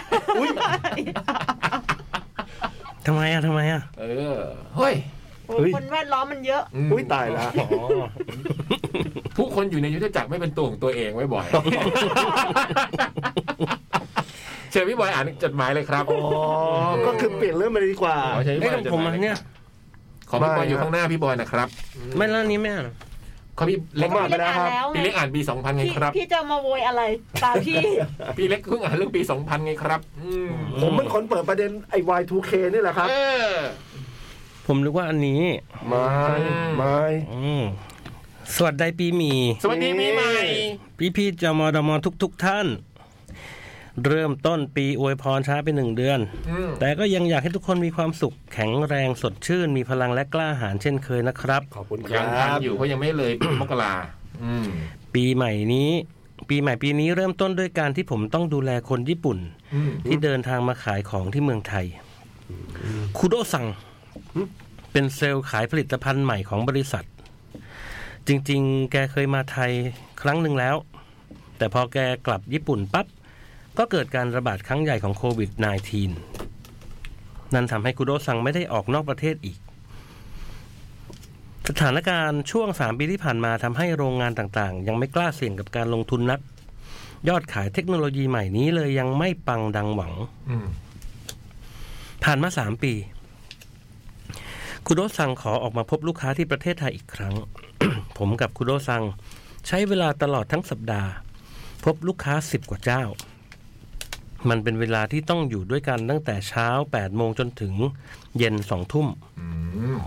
ทำไมอ่ะทำไมอ่ะ เออ เฮ้ย โอ้คนแวดล้อมมันเยอะ ม อุ้ยตายละ ผู้คนอยู่ในยุทธจักรไม่เป็นตัวของตัวเองไว้บ่อย เชิญพี่บอยอ่านจดหมายเลยครับ อ๋อก็คือเปลี่ยนเรื่องมาดีกว่า ขอเชิญ เอ้ พี่ ย บอยจด ผม หมา อั ย น ล เนี่ย ของพี่บอยอยู่ข้างหน้าพี่บอยนะครับ ไม่แล้วอันนี้ไม่อ่านเหรอ เขาพี่เล็ก ผมอ่านไปแล้วครับ พี่เล็กอ่านปี 2000 ไง พี่ ครับ พี่จะมาโวยอะไร ตามพี่ พี่เล็กเพิ่งอ่านเรื่องปี 2000 ไงครับ อืม ผมเป็นคนเปิดประเด็นไอ้ Y2K นี่แหละครับ เออ ผมนึกว่าอันนี้ ไม่ไม่ อืมสวัสดีปีหมี สวัสดีปีใหม่ พี่พี่ๆจมดมทุกทุก ๆ ท่าน เริ่มต้นปีอวยพรช้าไปหนึ่งเดือน อืม แต่ก็ยังอยากให้ทุกคนมีความสุข แข็งแรงสดชื่น มีพลังและกล้าหาญเช่นเคยนะครับ ขอบคุณค ยังทัน รับ อยู่เพราะยังไม่เลย มกราอืม ปีใหม่นี้ ปีใหม่ปีนี้เริ่มต้นด้วยการที่ผมต้องดูแลคนญี่ปุ่น อืม ที่เดินทางมาขายของที่เมืองไทย คุโดซัง เป็นเซลล์ขายผลิตภัณฑ์ใหม่ของบริษัท จริงๆ แกเคยมาไทยครั้งหนึ่งแล้ว แต่พอแกกลับญี่ปุ่นปั๊บ ก็เกิดการระบาดครั้งใหญ่ของโควิด -19 นั่นทำให้คุโดซังไม่ได้ออกนอกประเทศอีก สถานการณ์ช่วง 3 ปีที่ผ่านมาทำให้โรงงานต่างๆ ยังไม่กล้าเสี่ยงกับการลงทุนนัก ยอดขายเทคโนโลยีใหม่นี้เลยยังไม่ปังดังหวัง อืม ผ่านมาสามปี คุโดะซังขอออกมาพบลูกค้าที่ประเทศไทยอีกครั้ง ผมกับคุโดะซังใช้เวลาตลอดทั้งสัปดาห์ พบลูกค้าสิบกว่าเจ้า มันเป็นเวลาที่ต้องอยู่ด้วยกันตั้งแต่เช้า8โมงจนถึงเย็น2ทุ่ม อืม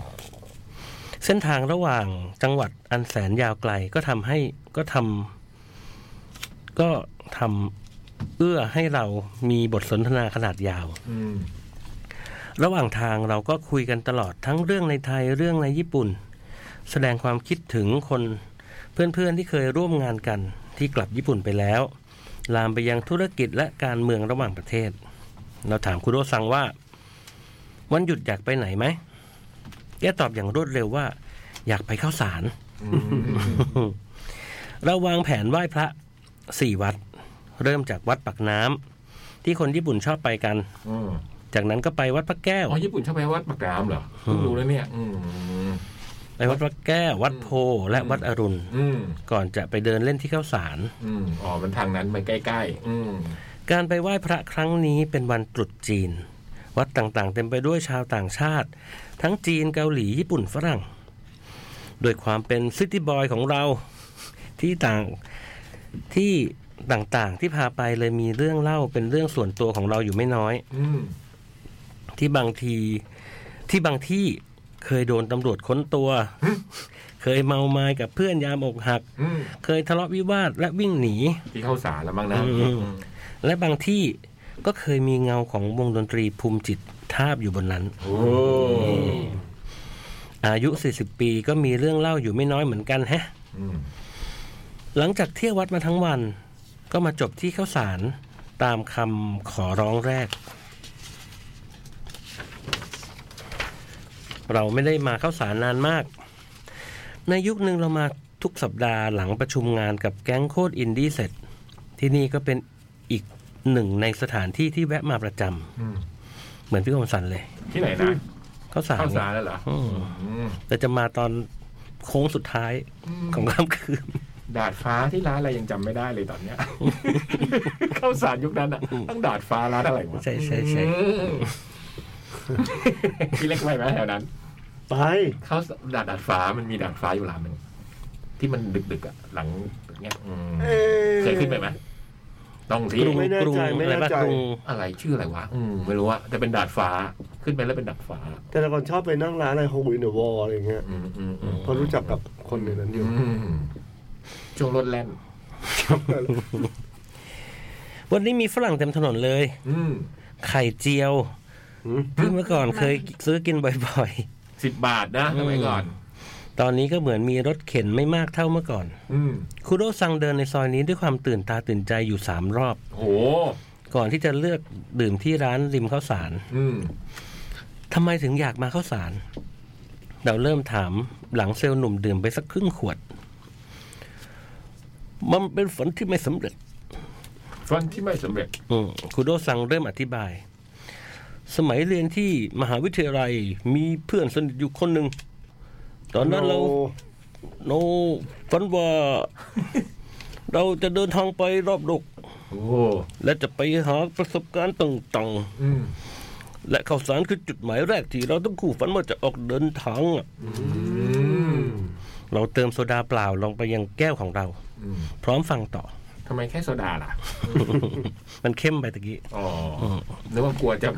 เส้นทางระหว่างจังหวัดอันแสนยาวไกลก็ทำให้ก็ทำก็ทำเอื้อให้เรามีบทสนทนาขนาดยาว อืม ระหว่างทางเราก็คุยกันตลอดทั้งเรื่องในไทยเรื่องในญี่ปุ่น แสดงความคิดถึงคนเพื่อนๆที่เคยร่วมงานกันที่กลับญี่ปุ่นไปแล้ว ลามไปยังธุรกิจและการเมืองระหว่างประเทศ เราถามคุโรซังว่า วันหยุดอยากไปไหนไหมแกตอบอย่างรวดเร็วว่า อยากไปเข้าสาร เราวางแผนไหว้พระสี่วัด เริ่มจากวัดปักน้ำที่คนญี่ปุ่นชอบไปกัน อืม จากนั้นก็ไปวัดพระแก้ว อ๋อญี่ปุ่นชอบไปวัดปากน้ำเหรอเพิ่งรู้แล้วเนี่ย อืม ไปวัดพระแก้ว วัดโพธิ์และ อืม วัดอรุณ อืม ก่อนจะไปเดินเล่นที่ข้าวสาร อืมอ๋อมันทางนั้นไปใกล้ๆอืม การไปไหว้พระครั้งนี้เป็นวันตรุษจีน วัดต่างๆ เต็มไปด้วยชาวต่างชาติ ทั้งจีนเกาหลีญี่ปุ่นฝรั่งโดวยความเป็นซิตี้บอยของเราที่ต่างที่ต่างๆ ที่พาไปเลยมีเรื่องเล่าเป็นเรื่องส่วนตัวของเราอยู่ไม่น้อย อืม ที่บางทีที่บางที่เคยโดนตำรวจค้นตัว เคยเมาไม้กับเพื่อนยามอกหัก อืม เคยทะเลาะวิวาทและวิ่งหนี ที่เข้าสารแล้วมั้งนะ อืม และบางที่ก็เคยมีเงาของวงดนตรีภูมิจิตทาบอยู่บนนั้น โอ้ อายุ 40 ปีก็มีเรื่องเล่าอยู่ไม่น้อยเหมือนกันแฮะ อืม หลังจากเที่ยววัดมาทั้งวัน ก็มาจบที่ข้าวสารตามคำขอร้องแรก เราไม่ได้มาเข้าวสารนานมาก ในยุคหนึ่งเรามาทุกสัปดาห์หลังประชุมงานกับแก๊งโคดอินดี้เสร็จ ที่นี่ก็เป็นอีกหนึ่งในสถานที่ที่แวะมาประจ อืม ำเหมือนพี่คมสันเลย ที่ไหนนะ เข้าวสาร เข้าสารแล้วเหรอ อืม อืม แต่จะมาตอนโค้งสุดท้ายของค่ำคืน ดาดฟ้าที่ร้านอะไรยังจำไม่ได้เลยตอนเนี้ย เข้าสารยุคนั้นอ่ะต้องดาดฟ้าร้านอะไรวะ ใช่ใช่ใช่ อืม พี่เล็กไปไหมแถวนั้น ไป เข้าดาดดาดฟ้ามันมีดาดฟ้าอยู่ร้านหนึ่งที่มันดึกๆอ่ะหลังเนี้ยอืมเคยขึ้นไปไหมต้องที่ ไม่แน่ใจ กรุง ไม่ อะ แน่ ไรบ้าง ใจ กรุง อะไรชื่ออะไรวะอืมไม่รู้อะแต่เป็นดาดฟ้าขึ้นไปแล้วเป็นดาดฟ้า แต่ละก่อนชอบไปนั่งร้านอะไรโฮมอินเดอะวอลอะไรอย่างเงี้ย อืมอืมอืม เพราะรู้จักกับคนในนั้นอยู่ อืมช่วงรถแล่น วันนี้มีฝรั่งเต็มถนนเลย อืม ไข่เจียว หืม ที่เมื่อก่อนเคยซื้อกินบ่อย สิบบาทนะสมัยก่อน ๆ ตอนนี้ก็เหมือนมีรถเข็นไม่มากเท่าเมื่อก่อน อืม คุโรซังเดินในซอยนี้ด้วยความตื่นตาตื่นใจอยู่สามรอบ โห ก่อนที่จะเลือกดื่มที่ร้านริมข้าวสาร อืม ทำไมถึงอยากมาข้าวสาร เราเริ่มถามหลังเซลล์หนุ่มดื่มไปสักครึ่งขวด มันเป็นฝันที่ไม่สำเร็จ ฟันที่ไม่สำเร็จ อืมคุโดซังเริ่มอธิบาย สมัยเรียนที่มหาวิทยาลัยมีเพื่อนสนิทอยู่คนหนึ่ง ตอนนั้นเรา โ โนฝันว่า เราจะเดินทางไปรอบโลก โอ้ และจะไปหาประสบการณ์ต่าง อืม ๆ และข่าวสารคือจุดหมายแรกที่เราต้องคู่ฝันว่าจะออกเดินทางอะ อืม เราเติมโซดาเปล่าลงไปยังแก้วของเรา อืม พร้อมฟังต่อ ทำไมแค่โซดาล่ะ มันเข้มไปตะกี้ อ๋อนึกว่ากลัว จะ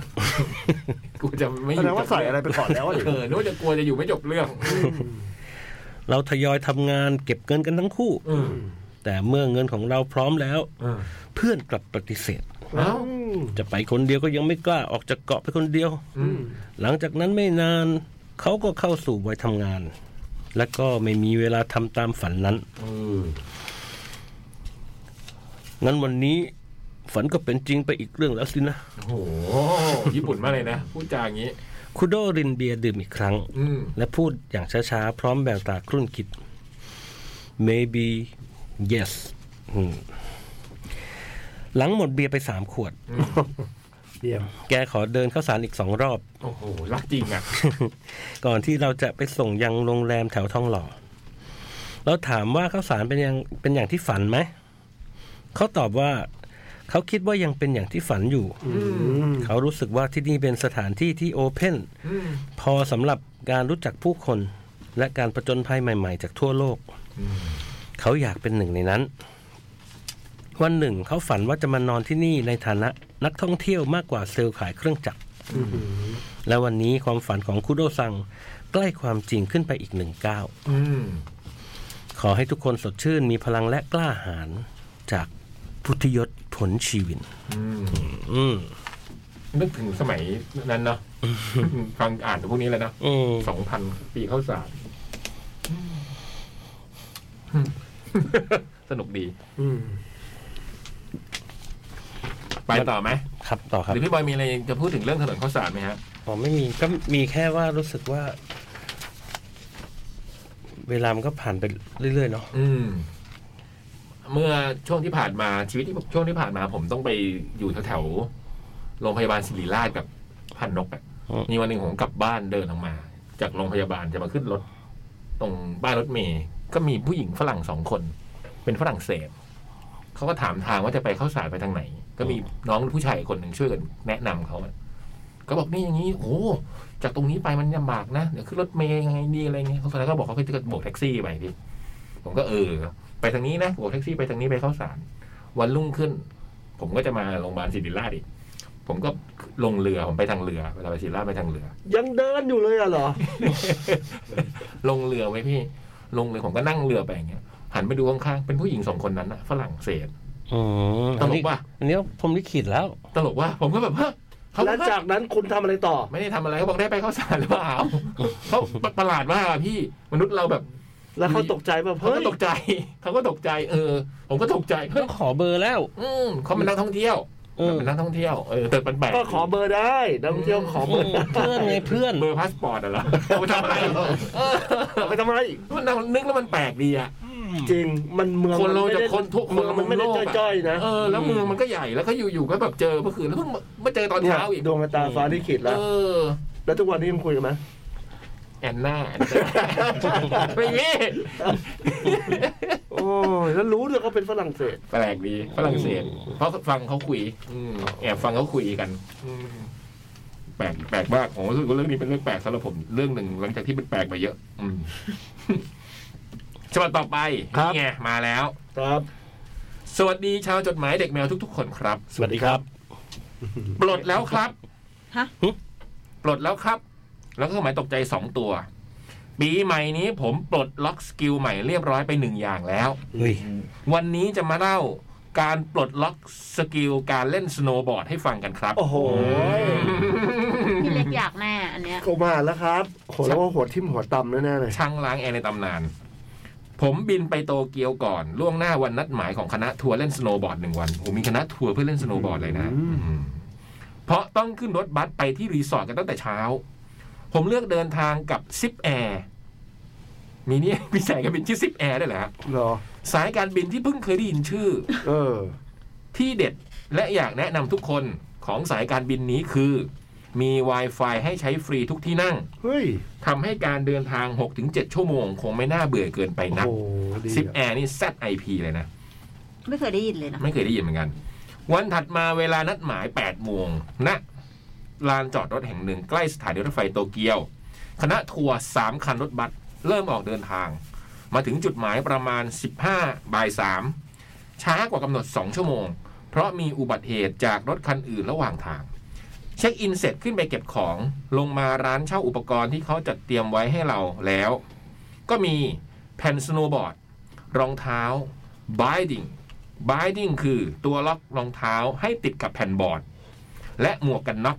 กลัวจะไม่อ แสด ยู่ งว่าใส่อะไรไปก่อนแล้วอะดิ เออนึกว่าจะกลัวจะอยู่ไม่จบเรื่อง เราทยอยทำงานเก็บเงินกันทั้งคู่ อืม แต่เมื่อเงินของเราพร้อมแล้ว อืม เพื่อนกลับปฏิเสธ เอ้า อืม จะไปคนเดียวก็ยังไม่กล้าออกจากเกาะไปคนเดียว อืม หลังจากนั้นไม่นานเขาก็เข้าสู่วัยทำงาน และก็ไม่มีเวลาทำตามฝันนั้น เออ งั้นวันนี้ฝันก็เป็นจริงไปอีกเรื่องแล้วสินะ โอ้โห ญี่ปุ่นมากเลยนะ พูดจาอย่างนี้ คุโดรินเบียร์ดื่มอีกครั้ง อืม และพูดอย่างช้าๆ พร้อมแววตาครุ่นคิด maybe yes อืมหลังหมดเบียร์ไปสามขวด เยี่ยม แกขอเดินเข้าสารอีกสองรอบ โอ้โห รักจริงอ่ะ ก่อนที่เราจะไปส่งยังโรงแรมแถวทองหล่อ เราถามว่าข้าวสารเป็นยังเป็นอย่างที่ฝันไหม เขาตอบว่าเขาคิดว่ายังเป็นอย่างที่ฝันอยู่ เขารู้สึกว่าที่นี่เป็นสถานที่ที่โอเพน อืม พอสำหรับการรู้จักผู้คน และการประจนภัยใหม่ๆ จากทั่วโลก อืม เขาอยากเป็นหนึ่งในนั้น วันหนึ่งเขาฝันว่าจะมานอนที่นี่ในฐานะนักท่องเที่ยวมากกว่าเซลล์ขายเครื่องจักร และวันนี้ความฝันของคุโดซัง ใกล้ความจริงขึ้นไปอีกหนึ่งก้าว อืม ขอให้ทุกคนสดชื่นมีพลังและกล้าหาญจากพุทธยศผลชีวิน อืม อืม นึกถึงสมัยนั้นเนาะฟังอ่านพวกนี้แล้วเนาะ อืม สองพันปีเข้าสารอืมสนุกดี อืม ไปต่อไหม ครับต่อครั ห บ รือพี่บอยมีอะไรจะพูดถึงเรื่องถนนข้าวสารไหมฮะ ผมไม่มีก็มีแค่ว่ารู้สึกว่า เวลามันก็ผ่านไปเรื่อยๆเนาะ อืม เมื่อช่วงที่ผ่านมาชีวิตที่ช่วงที่ผ่านมา ผมต้องไปอยู่แถวๆโรงพยาบาลศิริราชกับพันนกอะมีวันหนึ่งผมกลับบ้านเดินออกมา จากโรงพยาบาลจะมาขึ้นรถ ตรงบ้านรถเมย์ก็มีผู้หญิงฝรั่งสองคน เป็นฝรั่งเศสเขาก็ถามทางว่าจะไปเข้าสายไปทางไหน ก็มีน้องผู้ชายคนหนึ่งช่วยกันแนะนำเขาอะก็บอกนี่อย่างนี้โอ้โหจากตรงนี้ไปมันลำบากนะเดี๋ยวขึ้นรถเมย์ยังไงดีอะไรเงี้ยเขาก็บอกเขาก็จะโบกแท็กซี่ไปพี่ ผมก็เออ ไปทางนี้นะโบกแท็กซี่ไปทางนี้ไปเข้าสาร วันรุ่งขึ้น ผมก็จะมาโรงพยาบาลศิริราชอีกผมก็ลงเรือผมไปทางเรือเวลาไปศิริราชไปทางเรือ ยังเดินอยู่เลยอะเหรอ ลงเรือไว้พี่ ลงเรือผมก็นั่งเรือไปอย่างเงี้ยหันไปดูข้างๆเป็นผู้หญิงสองคนนั้นอะฝรั่งเศส อืม ต อัน ล นี้ กว่ะ อันนี้ผมลิขิตแล้ว ตลกว่ะผมก็แบบฮะเขา แล้วจากนั้นคุณทำอะไรต่อ ไม่ได้ทำอะไรเขาบอกได้ไปเข้าสารหรือเปล่า เขาประหลาดมากอะพี่มนุษย์เราแบบ แล้วเขาตกใจป่ะ เขา เฮ้ ก็ ย ตกใจ เขาก็ตกใจ เออ ผมก็ตกใจเฮ้ยต้องขอเบอร์แล้ว อืมเขาเป็นนักท่องเที่ยว เออ เป็นนักท่องเที่ยวเออแต่มันแปลก ก็ขอเบอร์ได้นักท่องเที่ยวขอเบอร์ได้ เพื่อนไงเพื่อน เบอร์พาสปอร์ตอะเหรอเอาไปทำอะไรเออ ไปทำไม มันนึกแล้วมันแปลกดีอะ จริงมันเมือง คนเรา มัไม่ได้ จะคนทุกคน เมืองมันไม่ได้ ละมุมโลกอะ จ้อยๆนะ เออ แล้วเมืองมันก็ใหญ่ แล้วก็อยู่ๆก็แบบเจอเมื่อคืนแล้วเพิ่งมาเจอตอน เนี่ย เช้าอีก ดวงตาฟ้าที่ขีดแล้ว เออ แล้วทุกวันนี้ยังคุยกันไหม แอนนาแอน นาไม่มี โอ้ยแล้วรู้ด้วยเขาเป็นฝรั่งเศส แปลกดีฝรั่งเศสเพราะฟังเขาคุย อืมแอบฟังเขาคุยกันอืมแปลกแปลกมากผมรู้สึกว่าเรื่องนี้เป็นเรื่องแปลกสำหรับผมเรื่องหนึ่งหลังจากที่มันแปลกไปเยอะ อืมฉบับต่อไป ครับ นี่ไงมาแล้ว ครับ สวัสดีชาวจดหมายเด็กแมวทุก ๆ คนครับ สวัสดีครับ ปลดแล้วครับ ฮะ ปลดแล้วครับ แล้วก็หมายตกใจสองตัว ปีใหม่นี้ผมปลดล็อกสกิลใหม่เรียบร้อยไปหนึ่งอย่างแล้ว เฮ้ย วันนี้จะมาเล่าการปลดล็อกสกิลการเล่นสโนว์บอร์ดให้ฟังกันครับ โอ้โห พี่เล็กอยากแน่อันเนี้ย เข้ามาแล้วครับโหแล้วว่าหัวทิ่มหัวตำแน่ๆเลย ช่างล้างแอร์ในตำนาน ผมบินไปโตเกียวก่อน ล่วงหน้าวันนัดหมายของคณะทัวร์เล่นสโนว์บอร์ดหนึ่งวันโอ้มีคณะทัวร์เพื่อเล่นสโนว์บอร์ดเลยนะ อืม อืมเพราะต้องขึ้นรถบัสไปที่รีสอร์ทกันตั้งแต่เช้า ผมเลือกเดินทางกับซิปแอร์มีเนี่ย มีสายการบินชื่อซิปแอร์ด้วยเหรอฮะ เหรอ สายการบินที่เพิ่งเคยได้ยินชื่อ เออ ที่เด็ดและอยากแนะนำทุกคนของสายการบินนี้คือ มี Wi-Fi ให้ใช้ฟรีทุกที่นั่ง เฮ้ย ทำให้การเดินทาง 6-7 ชั่วโมง คงไม่น่าเบื่อเกินไป โอ้ นัก โหดี ซิป อะ แอร์นี่ ZIP เลยนะ ไม่เคยได้ยินเลยนะ ไม่เคยได้ยินเหมือนกัน วันถัดมาเวลานัดหมาย 8 โมงณลานจอดรถแห่งหนึ่งใกล้สถานีรถไฟโตเกียว คณะทัวร์3คันรถบัสเริ่มออกเดินทาง มาถึงจุดหมายประมาณ 15บ่าย3ช้ากว่ากำหนด 2 ชั่วโมง เพราะมีอุบัติเหตุจากรถคันอื่นระหว่างทาง เช็คอินเสร็จขึ้นไปเก็บของ ลงมาร้านเช่าอุปกรณ์ที่เขาจัดเตรียมไว้ให้เราแล้ว ก็มีแผ่นสโนว์บอร์ด รองเท้าบายดิง บายดิ้งคือตัวล็อกรองเท้าให้ติดกับแผ่นบอร์ด และหมวกกันน็อก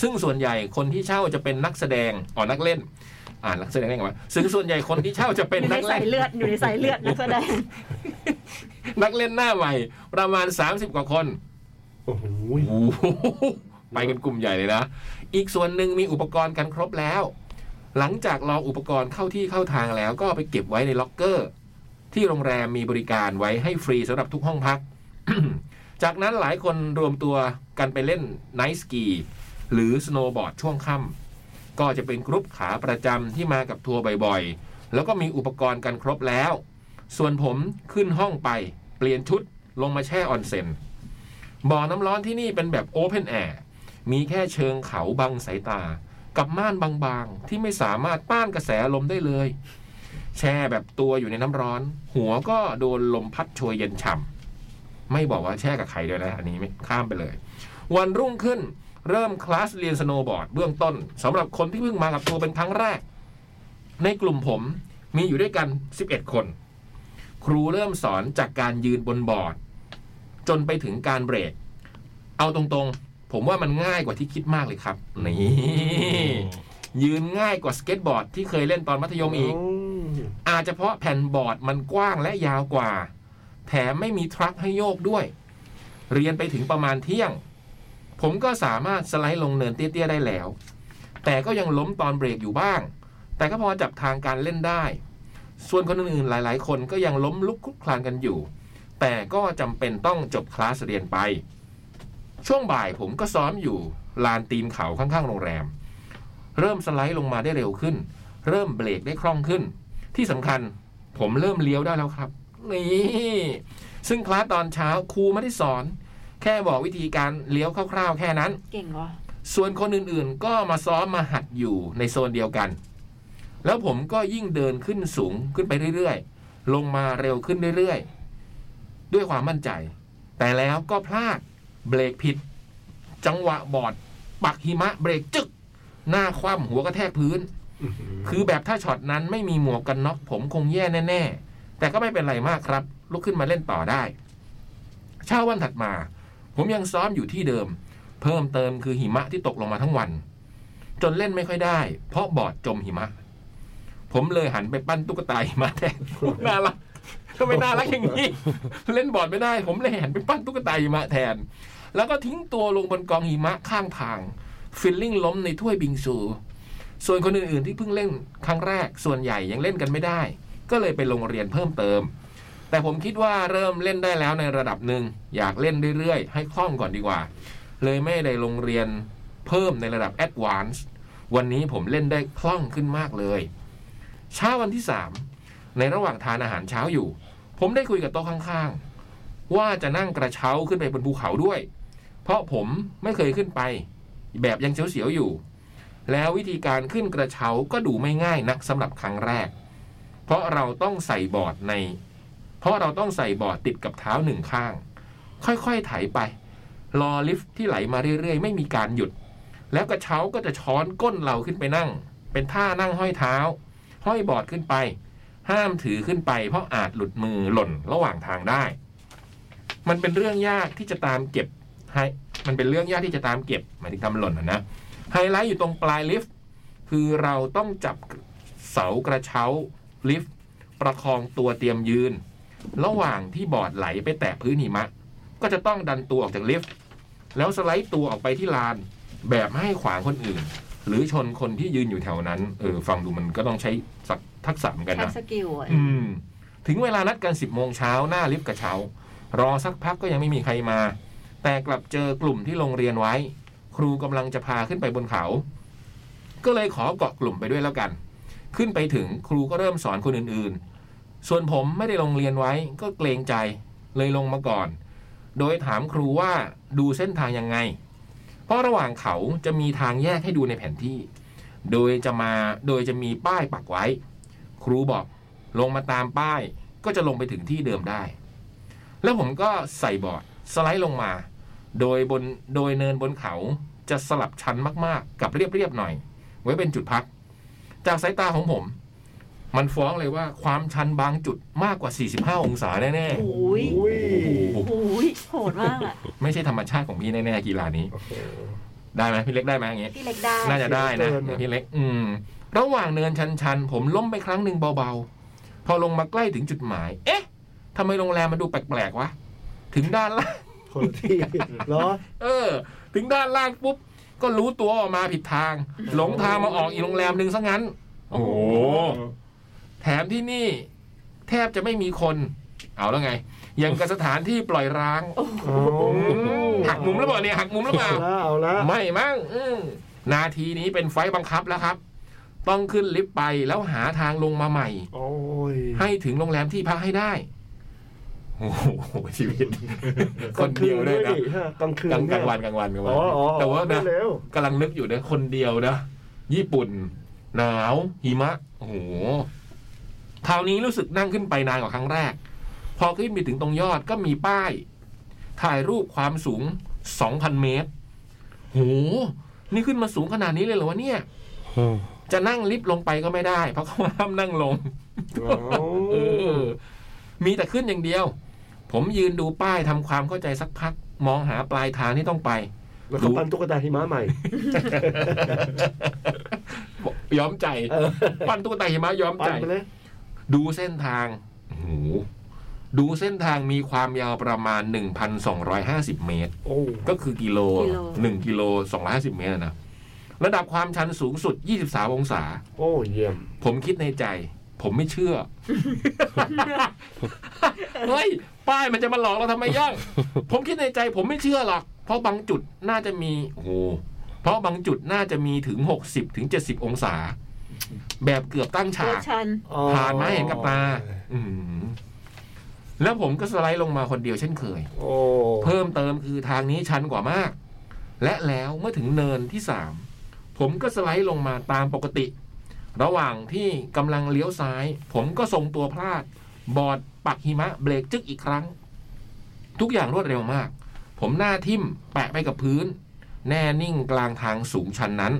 ซึ่งส่วนใหญ่คนที่เช่าจะเป็นนักแสดงอ๋อนักเล่น อ่านนักแสดงได้ไงวะซึ่งส่วนใหญ่คนที่เช่าจะเป็น อยู่ นั ใน กเล่ สานยเลือดอยู่ในสายเลือดนักแสดง นักเล่นหน้าใหม่ ประมาณ 30 กว่าคน โอ้โห โอ้โหไปกันกลุ่มใหญ่เลยนะ อีกส่วนหนึ่งมีอุปกรณ์กันครบแล้ว หลังจากรออุปกรณ์เข้าที่เข้าทางแล้ว ก็เอาไปเก็บไว้ในล็อกเกอร์ ที่โรงแรมมีบริการไว้ให้ฟรีสำหรับทุกห้องพัก จากนั้นหลายคนรวมตัวกันไปเล่นไนท์สกีหรือสโนว์บอร์ดช่วงค่ำก็จะเป็นกรุ๊ปขาประจำที่มากับทัวร์บ่อยๆ แล้วก็มีอุปกรณ์กันครบแล้ว ส่วนผมขึ้นห้องไป เปลี่ยนชุดลงมาแช่ออนเซ็น บ่อน้ำร้อนที่นี่เป็นแบบโอเพนแอร์ มีแค่เชิงเขาบังสายตา กับม่านบางๆ ที่ไม่สามารถต้านกระแสลมได้เลย แช่แบบตัวอยู่ในน้ำร้อน หัวก็โดนลมพัดโชยเย็นฉ่ำ ไม่บอกว่าแช่กับใครด้วยนะ อันนี้ไม่ข้ามไปเลย วันรุ่งขึ้น เริ่มคลาสเรียนสโนว์บอร์ดเบื้องต้นสำหรับคนที่เพิ่งมากับตัวเป็นครั้งแรก ในกลุ่มผมมีอยู่ด้วยกัน 11 คน ครูเริ่มสอนจากการยืนบนบอร์ด จนไปถึงการเบรก เอาตรงๆ ผมว่ามันง่ายกว่าที่คิดมากเลยครับ นี่ ยืนง่ายกว่าสเก็ตบอร์ดที่เคยเล่นตอนมัธยมอีก อาจจะเพราะแผ่นบอร์ดมันกว้างและยาวกว่า แถมไม่มีทรัคให้โยกด้วย เรียนไปถึงประมาณเที่ยง ผมก็สามารถสไลด์ลงเนินเตี้ย ๆ ได้แล้ว แต่ก็ยังล้มตอนเบรกอยู่บ้าง แต่ก็พอจับทางการเล่นได้ ส่วนคนอื่นๆหลาย ๆ คนก็ยังล้มลุกคลุกคลานกันอยู่ แต่ก็จำเป็นต้องจบคลาสเรียนไป ช่วงบ่ายผมก็ซ้อมอยู่ลานตีนเขาข้างๆ โรงแรม เริ่มสไลด์ลงมาได้เร็วขึ้น เริ่มเบรกได้คล่องขึ้น ที่สำคัญผมเริ่มเลี้ยวได้แล้วครับ นี่ ซึ่งคลาสตอนเช้าครูไม่ได้สอน แค่บอกวิธีการเลี้ยวคร่าวๆ แค่นั้น เก่งวะ ส่วนคนอื่นๆ ก็มาซ้อมมาหัดอยู่ในโซนเดียวกัน แล้วผมก็ยิ่งเดินขึ้นสูงขึ้นไปเรื่อยๆ ลงมาเร็วขึ้นเรื่อยๆ ด้วยความมั่นใจ แต่แล้วก็พลาดเบรกผิด จังหวะบอด ปักหิมะเบรกจึก หน้าคว่ำหัวกระแทกพื้น คือแบบถ้าช็อตนั้นไม่มีหมวกกันน็อกผมคงแย่แน่ๆ แต่ก็ไม่เป็นไรมากครับ ลุกขึ้นมาเล่นต่อได้ เช้าวันถัดมา ผมยังซ้อมอยู่ที่เดิม เพิ่มเติมคือหิมะที่ตกลงมาทั้งวัน จนเล่นไม่ค่อยได้ เพราะบอร์ดจมหิมะ ผมเลยหันไปปั้นตุ๊กตาหิมะแทน น่ารักทำไมน่ารักอย่างนี้ เล่นบอร์ดไม่ได้ ผมเลยหันไปปั้นตุ๊กตาหิมะแทน แล้วก็ทิ้งตัวลงบนกองหิมะข้างทางฟิลลิ่งล้มในถ้วยบิงซู ส่วนคนอื่นๆที่เพิ่งเล่นครั้งแรก ส่วนใหญ่ยังเล่นกันไม่ได้ ก็เลยไปลงเรียนเพิ่มเติม แต่ผมคิดว่าเริ่มเล่นได้แล้วในระดับหนึ่งอยากเล่นเรื่อยๆ ให้คล่องก่อนดีกว่า เลยไม่ได้ลงเรียนเพิ่มในระดับแอดวานซ์วันนี้ผมเล่นได้คล่องขึ้นมากเลย เช้าวันที่ 3 ในระหว่างทานอาหารเช้าอยู่ ผมได้คุยกับโต๊ะข้างๆ ว่าจะนั่งกระเช้าขึ้นไปบนภูเขาด้วย เพราะผมไม่เคยขึ้นไป แบบยังเสียวๆอยู่ แล้ววิธีการขึ้นกระเช้าก็ดูไม่ง่ายนักสำหรับครั้งแรก เพราะเราต้องใส่บอร์ดใน เพราะเราต้องใส่บอร์ดติดกับเท้าหนึ่งข้าง ค่อยๆไถไป รอลิฟท์ที่ไหลมาเรื่อยๆ ไม่มีการหยุด แล้วกระเช้าก็จะช้อนก้นเราขึ้นไปนั่ง เป็นท่านั่งห้อยเท้า ห้อยบอร์ดขึ้นไป ห้ามถือขึ้นไป เพราะอาจหลุดมือหล่นระหว่างทางได้ มันเป็นเรื่องยากที่จะตามเก็บให้มันเป็นเรื่องยากที่จะตามเก็บหมายถึงทำหล่นนะนะ ไฮไลท์อยู่ตรงปลายลิฟต์ คือเราต้องจับเสากระเช้าลิฟต์ ประคองตัวเตรียมยืน ระหว่างที่บอร์ดไหลไปแตะพื้นหิมะ ก็จะต้องดันตัวออกจากลิฟต์ แล้วสไลด์ตัวออกไปที่ลาน แบบไม่ให้ขวางคนอื่น หรือชนคนที่ยืนอยู่แถวนั้น เออ ฟังดูมันก็ต้องใช้ศักทักษะเหมือนกัน ใช้ นะ สกิลอะ อืม ถึงเวลานัดกันสิบโมงเช้าหน้าลิฟต์กระเช้า รอสักพักก็ยังไม่มีใครมา แต่กลับเจอกลุ่มที่โรงเรียนไว้ ครูกำลังจะพาขึ้นไปบนเขา ก็เลยขอเกาะกลุ่มไปด้วยแล้วกัน ขึ้นไปถึงครูก็เริ่มสอนคนอื่นๆ ส่วนผมไม่ได้ลงเรียนไว้ก็เกรงใจเลยลงมาก่อน โดยถามครูว่าดูเส้นทางยังไง เพราะระหว่างเขาจะมีทางแยกให้ดูในแผนที่ โดยจะมาโดยจะมีป้ายปักไว้ ครูบอก ลงมาตามป้ายก็จะลงไปถึงที่เดิมได้ แล้วผมก็ใส่บอร์ดสไลด์ลงมา โดยบนโดยเนินบนเขาจะสลับชันมากๆ กับเรียบๆหน่อย ไว้เป็นจุดพัก จากสายตาของผม มันฟ้องเลยว่าความชันบางจุดมากกว่า 45 องศาแน่ โอ้ย อุ้ย โอ้ยโหดมากอะ ๆ ไม่ใช่ธรรมชาติของพี่แน่ๆกีฬานี้ ได้ไหมพี่เล็กได้ไหมอย่างเงี้ย พี่เล็กได้ น่าจะได้นะอย่างพี่เล็ก อืม ระหว่างเนินชันชันๆผมล้มไปครั้งหนึ่งเบาๆ พอลงมาใกล้ถึงจุดหมาย เอ๊ะทำไมโรงแรมมันดูแปลกๆวะ ถึงด้านล่าง คนละที่เหรอ เออ ถึงด้านล่างปุ๊บ ก็รู้ตัวออกมาผิดทาง หลงทางมาออกอีกโรงแรมหนึ่งซะงั้น โอ้โห แถมที่นี่ แทบจะไม่มีคน เอาแล้วไง ยังกับสถานที่ปล่อยร้าง เอา หักมุมแล้วเปล่าเนี่ยหักมุมแล้วเปล่า ละเอาละ ไม่มั้งอืมนาทีนี้เป็นไฟต์บังคับแล้วครับ ต้องขึ้นลิฟต์ไปแล้วหาทางลงมาใหม่ โอ้ย ให้ถึงโรงแรมที่พักให้ได้ โอ้โห ชีวิต คนเดียวด้วยนะ กลางคืน กลางก ด้ย ลางวันกลางวันกลางวั อ๋ น ออ๋อ แต่ว่านะ เร็ว กำลังนึกอยู่นะคนเดียวนะ ญี่ปุ่น หนาว หิมะ โอ้โหคราวนี้รู้สึกนั่งขึ้นไปนานกว่าครั้งแรก พอขึ้นไปถึงตรงยอดก็มีป้าย ถ่ายรูปความสูง 2,000 เมตร โห นี่ขึ้นมาสูงขนาดนี้เลยเหรอวะเนี่ย อืม จะนั่งลิฟต์ลงไปก็ไม่ได้ เพราะเขาห้ามนั่งลง เออ มีแต่ขึ้นอย่างเดียว ผมยืนดูป้ายทำความเข้าใจสักพัก มองหาปลายทางที่ต้องไป แล้วก็ปั้นตุ๊กตาหิมะใหม่ ย้อมใจ เออ ปั้นตุ๊กตาหิมะย้อม ปั้ ใจ นไปเลย ดูเส้นทางโอ้โหดูเส้นทางมีความยาวประมาณ 1,250 เมตร โอ้ ก็คือกิโล กิโล หนึ่งกิโล250 เมตรอะนะ ระดับความชันสูงสุด 23 องศา โอ้เยี่ยม ผมคิดในใจ ผมไม่เชื่อ เฮ้ย ป้ายมันจะมาหลอกเราทำไมย่อง ผมคิดในใจ ผมไม่เชื่อหรอก เพราะบางจุดน่าจะมี โอ้โหเพราะบางจุดน่าจะมีถึง 60ถึง70 องศา แบบเกือบตั้งฉา เพื่อก ชัน ผ่านมาเห็นกับตา อืมแล้วผมก็สไลด์ลงมาคนเดียวเช่นเคย โอ้ เพิ่มเติมคือทางนี้ชันกว่ามาก และแล้วเมื่อถึงเนินที่สามผมก็สไลด์ลงมาตามปกติ ระหว่างที่กำลังเลี้ยวซ้าย ผมก็ทรงตัวพลาด บอดปักหิมะเบรกจึกอีกครั้ง ทุกอย่างรวดเร็วมาก ผมหน้าทิ่มแปะไปกับพื้น แน่นิ่งกลางทางสูงชันนั้น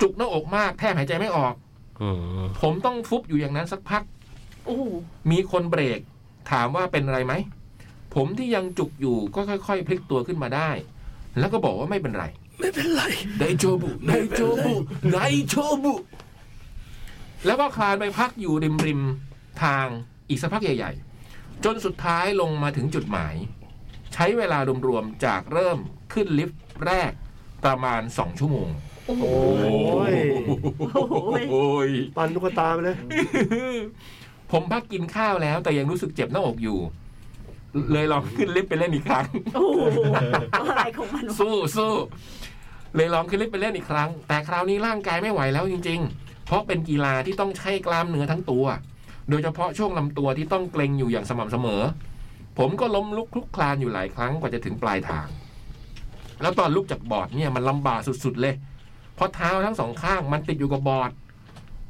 จุกหน้าอกมากแทบหายใจไม่ออก อืม ผมต้องฟุบอยู่อย่างนั้นสักพัก โอ้โห มีคนเบรก ถามว่าเป็นอะไรไหม ผมที่ยังจุกอยู่ก็ค่อยๆ พลิกตัวขึ้นมาได้ แล้วก็บอกว่าไม่เป็นไร ไม่เป็นไร ไดโชบุไดโชบุไดโชบุ แล้วก็คลานไปพักอยู่ริมริมๆทางอีกสักพักใหญ่ ๆ จนสุดท้ายลงมาถึงจุดหมาย ใช้เวลารวมๆ จากเริ่มขึ้นลิฟต์แรกประมาณสองชั่วโมง โอ้โห โอ้ย โอ้ย ปั้นตุ๊กตาไปเลย ผมพักกินข้าวแล้วแต่ยังรู้สึกเจ็บหน้าอกอยู่ เลยลองขึ้นลิฟต์ไปเล่นอีกครั้ง โอ้โหอะไรของมันวะ สู้สู้เลยลองขึ้นลิฟต์ไปเล่นอีกครั้ง แต่คราวนี้ร่างกายไม่ไหวแล้วจริง ๆ เพราะเป็นกีฬาที่ต้องใช้กล้ามเนื้อทั้งตัว โดยเฉพาะช่วงลำตัวที่ต้องเกร็งอยู่อย่างสม่ำเสมอ ผมก็ล้มลุกคลุกคลานอยู่หลายครั้งกว่าจะถึงปลายทาง แล้วตอนลุกจากบอร์ดเนี่ยมันลำบากสุดๆเลย เพราะเท้าทั้งสองข้างมันติดอยู่กับบอร์ด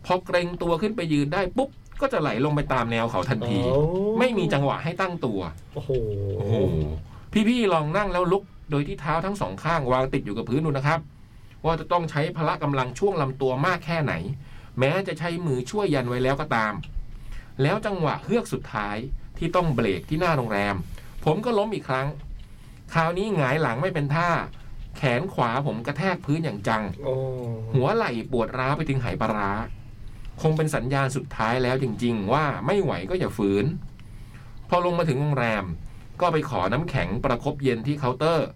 พอเกรงตัวขึ้นไปยืนได้ปุ๊บก็จะไหลลงไปตามแนวเขาทันที ไม่มีจังหวะให้ตั้งตัว โอ้โห พี่ๆลองนั่งแล้วลุกโดยที่เท้าทั้งสองข้างวางติดอยู่กับพื้นดูนะครับ ว่าจะต้องใช้พละกำลังช่วงลำตัวมากแค่ไหน แม้จะใช้มือช่วยยันไว้แล้วก็ตาม แล้วจังหวะเฮือกสุดท้ายที่ต้องเบรกที่หน้าโรงแรม ผมก็ล้มอีกครั้ง คราวนี้หงายหลังไม่เป็นท่า แขนขวาผมกระแทกพื้นอย่างจัง โอ้ หัวไหล่ปวดร้าวไปถึงไหปลาร้า คงเป็นสัญญาณสุดท้ายแล้วจริง ๆ ว่าไม่ไหวก็อย่าฝืน พอลงมาถึงโรงแรม ก็ไปขอน้ำแข็งประคบเย็นที่เคาน์เตอร์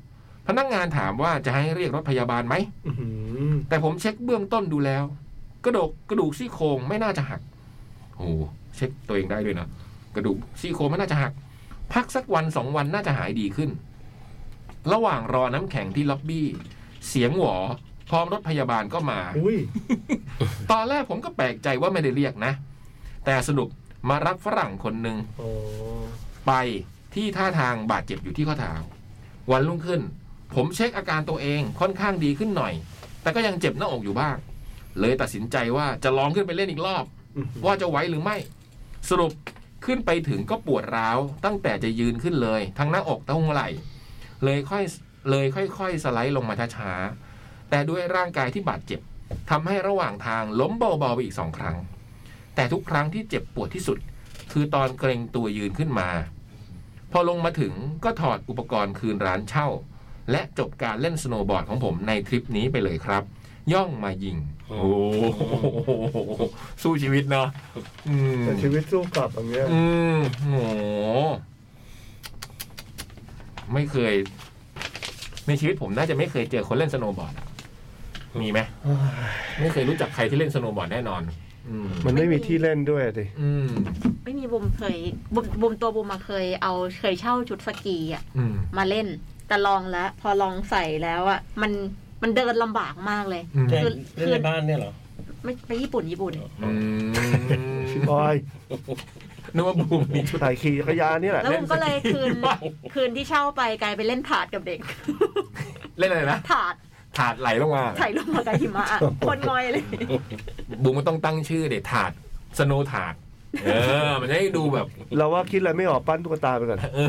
พนักงานถามว่าจะให้เรียกรถพยาบาลไหม อื้อหือ แต่ผมเช็คเบื้องต้นดูแล้ว กระดูกกระดูกซี่โครงไม่น่าจะหักโอ้โหเช็คตัวเองได้ด้วยนะกระดูกซี่โครงไม่น่าจะหัก พักสักวันสองวันน่าจะหายดีขึ้น ระหว่างรอน้ำแข็งที่ล็อบบี้ เสียงหวอพร้อมรถพยาบาลก็มา อุ้ย ตอนแรกผมก็แปลกใจว่าไม่ได้เรียกนะ แต่สรุปมารับฝรั่งคนหนึ่ง โอ้ ไปที่ท่าทางบาดเจ็บอยู่ที่ข้อเท้าวันรุ่งขึ้น ผมเช็คอาการตัวเองค่อนข้างดีขึ้นหน่อย แต่ก็ยังเจ็บหน้าอกอยู่บ้าง เลยตัดสินใจว่าจะลองขึ้นไปเล่นอีกรอบ ว่าจะไหวหรือไม่ สรุปขึ้นไปถึงก็ปวดร้าว ตั้งแต่จะยืนขึ้นเลย ทั้งหน้าอกทั้งหัวไหล่เลยค่อยเลยค่อยๆสไลด์ลงมาช้าๆแต่ด้วยร่างกายที่บาดเจ็บทำให้ระหว่างทางล้มเบาๆไปอีกสองครั้ง แต่ทุกครั้งที่เจ็บปวดที่สุด คือตอนเกรงตัวยืนขึ้นมา พอลงมาถึงก็ถอดอุปกรณ์คืนร้านเช่า และจบการเล่นสโนว์บอร์ดของผมในทริปนี้ไปเลยครับ ย่องมายิง โอ้โหสู้ชีวิตเนาะอืม แต่ชีวิตสู้กลับอย่างเงี้ย อืมโห ไม่เคย ในชีวิตผมน่าจะไม่เคยเจอคนเล่นสโนว์บอร์ดอะมีไหมไม่เคยรู้จักใครที่เล่นสโนว์บอร์ดแน่นอน อืม มันไม่มีที่เล่นด้วยดิ อืม ไม่มีบุมเคยบุมบุมตัวบุมมาเคยเอาเคยเช่าชุดสกีอ่ะ อืม มาเล่น แต่ลองแล้ว พอลองใส่แล้วอ่ะ มันมันเดินลำบากมากเลย อืม คือ เล่นในบ้านเนี่ยเหรอ ไม่ไปญี่ปุ่นญี่ปุ่น อื พี่ ม บอย นึกว่าบูมมีชุด ถ่ายขี่จักรยานนี่แหละ แล้วผมก็เลยคืน บ้าง คืนที่เช่าไปกลายไปเล่นถาดกับเด็ก เล่นอะไรนะ ถาด ถาดไหลลงมา ไถ่ลง มากับหิมะคนงอยเลย บูมก็ต้องตั้งชื่อเด็ดถาดสโนว์ถาด เออ มันจะให้ดูแบบ เราว่าคิดอะไรไม่ออกปั้นตุ๊กตาไปก่อน เออ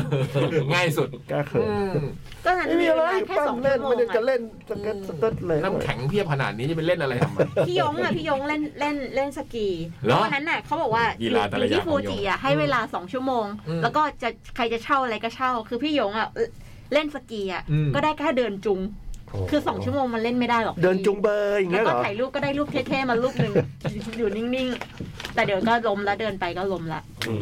ง่ายสุด กล้าเขิน อืม ก็นั้น ไม่มีอะไร เวลาแค่ ปั้น สอง เล่ ชั่ น วโม ไม่ ง ได้จะ อะ เล่นสเก็ตสเก็ตเลย น้ำแข็งเพียบขนาดนี้จะไปเล่นอะไรทำไม พี่ยงอ่ะพี่ยงเล่นเล่นเล่นสกี เหรอ วันนั้นน่ะเขาบอกว่า กี อยู่ ฬาแต่ละออยู่ย่าง ที่ฟูจิอ่ะให้เวลาสองชั่วโมง อืม แล้วก็จะใครจะเช่าอะไรก็เช่า คือพี่ยงอ่ะเล่นสกีอ่ะ อืม ก็ได้แค่เดินจุง คือสองชั่วโมงมันเล่นไม่ได้หรอก เดินจุงเบยอย่าง แล้ เงี้ วยก็ เหรอ ถ่ายรูปก็ได้รูปเท่ๆมารูปหนึ่ง อยู่นิ่งๆ แต่เดี๋ยวก็ล้มแล้วเดินไปก็ล้มละ อื